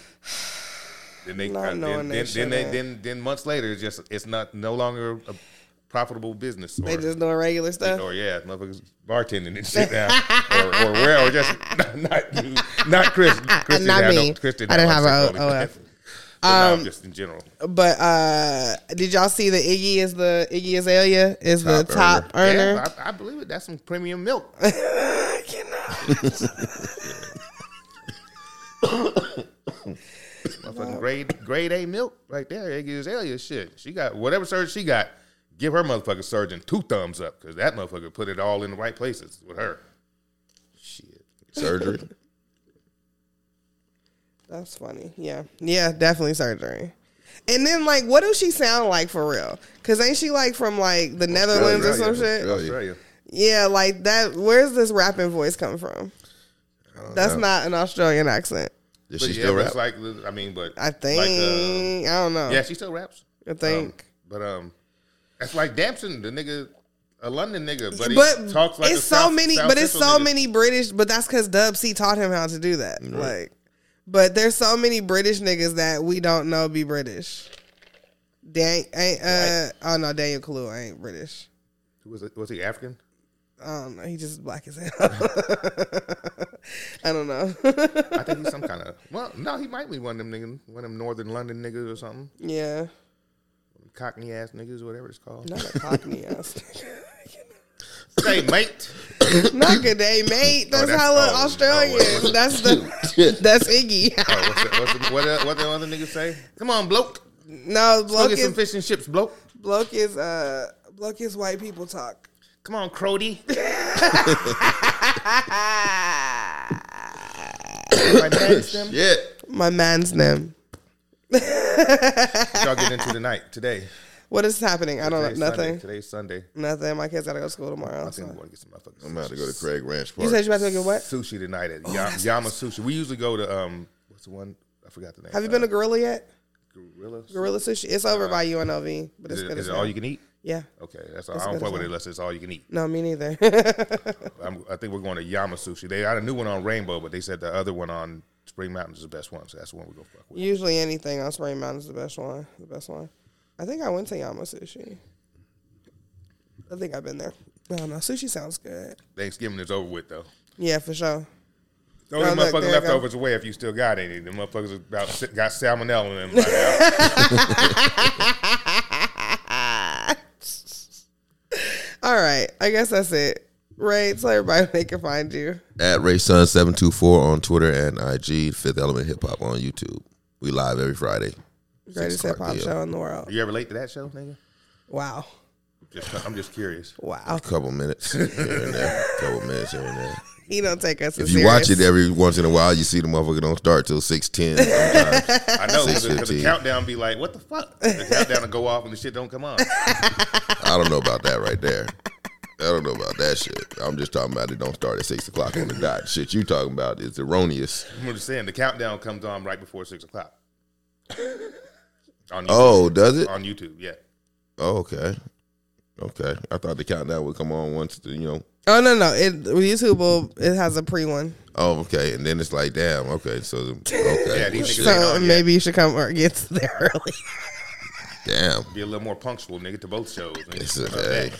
[SPEAKER 2] then they, uh,
[SPEAKER 3] Not
[SPEAKER 2] then, then,
[SPEAKER 3] knowing they
[SPEAKER 2] then, they
[SPEAKER 3] shouldn't.
[SPEAKER 2] then then months later, it's just it's not no longer a profitable business. Or,
[SPEAKER 3] They just doing regular stuff.
[SPEAKER 2] or yeah, motherfuckers bartending and shit now, or, or where, or just not not, you, not Chris. Chris didn't
[SPEAKER 3] Not
[SPEAKER 2] have
[SPEAKER 3] me.
[SPEAKER 2] No, Chris didn't
[SPEAKER 3] I didn't have
[SPEAKER 2] no
[SPEAKER 3] a Um,
[SPEAKER 2] sex
[SPEAKER 3] OF.
[SPEAKER 2] OnlyFans. But no, just in general.
[SPEAKER 3] But uh did y'all see the Iggy is the Iggy Azalea is the top
[SPEAKER 4] Top
[SPEAKER 3] earner?
[SPEAKER 2] Yeah, I, I believe it. That's some premium milk. Motherfucking grade grade A milk right there. Iggy Azalea shit. She got whatever surgeon she got. Give her motherfucking surgeon two thumbs up because that motherfucker put it all in the right places with her. Shit.
[SPEAKER 4] Surgery.
[SPEAKER 3] That's funny. Yeah, yeah, definitely surgery. And then like, what does she sound like for real? Cause ain't she like from like the Netherlands or some
[SPEAKER 2] Australia,
[SPEAKER 3] shit?
[SPEAKER 4] Australia.
[SPEAKER 2] Australia.
[SPEAKER 3] Yeah, like that. Where's this rapping voice come from? That's
[SPEAKER 4] know.
[SPEAKER 3] not an Australian accent.
[SPEAKER 4] Does
[SPEAKER 2] But
[SPEAKER 4] she
[SPEAKER 2] yeah,
[SPEAKER 4] still
[SPEAKER 2] but
[SPEAKER 4] rap?
[SPEAKER 2] it's like uh, I mean, but
[SPEAKER 3] I think
[SPEAKER 2] Like,
[SPEAKER 3] I don't know.
[SPEAKER 2] uh, yeah, she still raps.
[SPEAKER 3] I think.
[SPEAKER 2] But um, that's like Damson, the nigga, a London nigga, but, he
[SPEAKER 3] but
[SPEAKER 2] talks like
[SPEAKER 3] it's
[SPEAKER 2] a
[SPEAKER 3] so
[SPEAKER 2] South-
[SPEAKER 3] many.
[SPEAKER 2] South
[SPEAKER 3] but it's
[SPEAKER 2] Central
[SPEAKER 3] so
[SPEAKER 2] nigga.
[SPEAKER 3] many British. But that's because Dub C taught him how to do that. Like, but there's so many British niggas that we don't know be British. Dan ain't uh oh no Daniel Kaluuya ain't British.
[SPEAKER 2] Was, it, was he African?
[SPEAKER 3] I don't know. He just black as hell. I don't know.
[SPEAKER 2] I think he's some kind of well, no, he might be one of them niggas, one of them Northern London niggas or something,
[SPEAKER 3] yeah,
[SPEAKER 2] Cockney ass niggas, whatever it's called.
[SPEAKER 3] not a cockney ass.
[SPEAKER 2] Hey mate,
[SPEAKER 3] not good day, mate. That's,
[SPEAKER 2] that's-
[SPEAKER 3] hella
[SPEAKER 2] oh, no,
[SPEAKER 3] Australian.
[SPEAKER 2] wait, wait.
[SPEAKER 3] that's the that's Iggy.
[SPEAKER 2] oh, what's the, what's the, what, the, what the other niggas say? Come on, bloke,
[SPEAKER 3] no,
[SPEAKER 2] go
[SPEAKER 3] bloke
[SPEAKER 2] get
[SPEAKER 3] is
[SPEAKER 2] some fish and chips, bloke.
[SPEAKER 3] bloke is uh bloke is white people talk.
[SPEAKER 2] Come on, Crody.
[SPEAKER 3] Ah.
[SPEAKER 2] My man's them.
[SPEAKER 4] Yeah.
[SPEAKER 3] My man's name.
[SPEAKER 2] What y'all get into tonight today.
[SPEAKER 3] What is happening? I don't
[SPEAKER 2] Today's
[SPEAKER 3] know.
[SPEAKER 2] Sunday.
[SPEAKER 3] Uh, Nothing.
[SPEAKER 2] Today's Sunday.
[SPEAKER 3] Nothing. My kids gotta go to school tomorrow.
[SPEAKER 2] I think
[SPEAKER 3] so.
[SPEAKER 2] I'm going to get some motherfuckers.
[SPEAKER 4] I'm about to go to Craig Ranch Park.
[SPEAKER 3] You said you about to go get what?
[SPEAKER 2] sushi tonight at
[SPEAKER 3] Oh,
[SPEAKER 2] Ya- Yama Sushi. We usually go to um, what's the one? I forgot the name.
[SPEAKER 3] Have you been to Gorilla yet?
[SPEAKER 2] Gorilla?
[SPEAKER 3] Gorilla Sushi. It's over by UNLV, but it's
[SPEAKER 2] Uh, Is,
[SPEAKER 3] good
[SPEAKER 2] it,
[SPEAKER 3] as
[SPEAKER 2] is it
[SPEAKER 3] hell.
[SPEAKER 2] all you can eat?
[SPEAKER 3] yeah.
[SPEAKER 2] Okay, that's all. I don't
[SPEAKER 3] good
[SPEAKER 2] play
[SPEAKER 3] as
[SPEAKER 2] with it
[SPEAKER 3] hell.
[SPEAKER 2] unless it's all you can eat.
[SPEAKER 3] No, me neither.
[SPEAKER 2] I'm, I think we're going to Yama Sushi. They got a new one on Rainbow, but they said the other one on Spring Mountain is the best one, so that's the one we go fuck with.
[SPEAKER 3] Usually anything on Spring Mountain is the best one. The best one. I think I went to Yama Sushi. I think I've been there. I don't know. Sushi sounds good.
[SPEAKER 2] Thanksgiving is over with though.
[SPEAKER 3] Yeah, for sure.
[SPEAKER 2] The only
[SPEAKER 3] Oh, look, there
[SPEAKER 2] motherfucking
[SPEAKER 3] you go.
[SPEAKER 2] leftovers away if you still got any. The motherfuckers about got salmonella in them. By now.
[SPEAKER 3] All right. I guess that's it. Right. Tell everybody where they can find you.
[SPEAKER 4] At RaySun724 on Twitter and IG, Fifth Element Hip Hop on YouTube. We live every Friday.
[SPEAKER 3] Greatest hip hop
[SPEAKER 4] PM.
[SPEAKER 3] show in the world.
[SPEAKER 2] you ever late to that show, nigga?
[SPEAKER 3] Wow.
[SPEAKER 2] Just, I'm just curious.
[SPEAKER 3] Wow.
[SPEAKER 4] Couple minutes here and there. Couple minutes here and there.
[SPEAKER 3] He don't take us.
[SPEAKER 4] If you watch it every once in a while, you see the motherfucker don't start till six ten.
[SPEAKER 2] I know because the, 'cause the
[SPEAKER 4] 6:15.
[SPEAKER 2] countdown be like, what the fuck? The countdown will go off and the shit don't come on.
[SPEAKER 4] I don't know about that right there. I don't know about that shit. I'm just talking about it don't start at six o'clock on the dot. Shit you talking about is erroneous.
[SPEAKER 2] I'm just saying the countdown comes on right before six o'clock. On YouTube,
[SPEAKER 4] Oh, does it?
[SPEAKER 2] on YouTube, yeah.
[SPEAKER 4] Oh, okay. Okay. I thought the countdown would come on once the, you know.
[SPEAKER 3] Oh no no! It YouTube will it has a pre one,
[SPEAKER 4] Oh, okay. And then it's like, damn, okay. So
[SPEAKER 2] Yeah,
[SPEAKER 4] okay.
[SPEAKER 2] these niggas ain't
[SPEAKER 3] so
[SPEAKER 2] on yet.
[SPEAKER 3] maybe you should come or get there early.
[SPEAKER 4] Damn.
[SPEAKER 2] be a little more punctual, nigga, to both shows. nigga.
[SPEAKER 4] This is
[SPEAKER 2] Fuck
[SPEAKER 4] hey.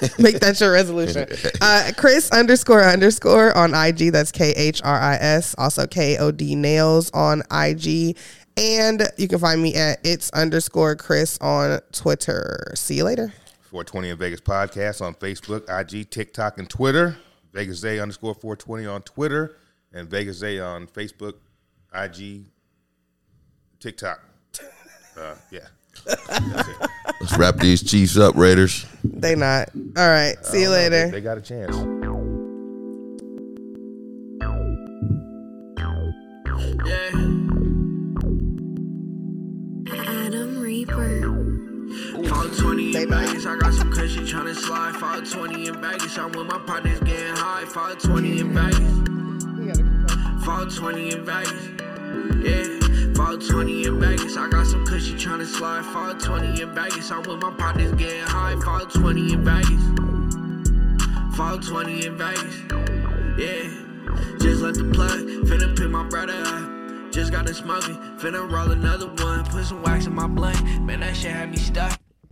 [SPEAKER 2] that.
[SPEAKER 3] Make that your resolution. Uh, Chris underscore underscore on IG. That's K H R I S. Also K O D nails on IG. And you can find me at it's underscore Chris on Twitter. See you later.
[SPEAKER 2] 420 in Vegas podcast on Facebook, IG, TikTok, and Twitter. Vegas Zay underscore 420 on Twitter and Vegas Zay on Facebook, IG, TikTok. Uh, yeah.
[SPEAKER 4] Let's wrap these Chiefs up, Raiders.
[SPEAKER 3] They not. All right. See you later.
[SPEAKER 2] They got a chance.
[SPEAKER 1] Yeah.
[SPEAKER 7] Adam Reaper.
[SPEAKER 1] 520
[SPEAKER 3] They
[SPEAKER 1] in
[SPEAKER 3] know.
[SPEAKER 1] Vegas, I got some cushion tryna slide. 520 in Vegas, I'm with my partners getting high. 520 in Vegas. 420 in Vegas. Yeah, 420 in Vegas. I got some cushy tryna slide. 420 in Vegas. I'm with my partners getting high. 420 in Vegas. 420 in Vegas. Yeah, just left the plug. Finna pin my brother up. Just got a smoking. Finna roll another one. Put some wax in my blunt. Man, that shit had me stuck.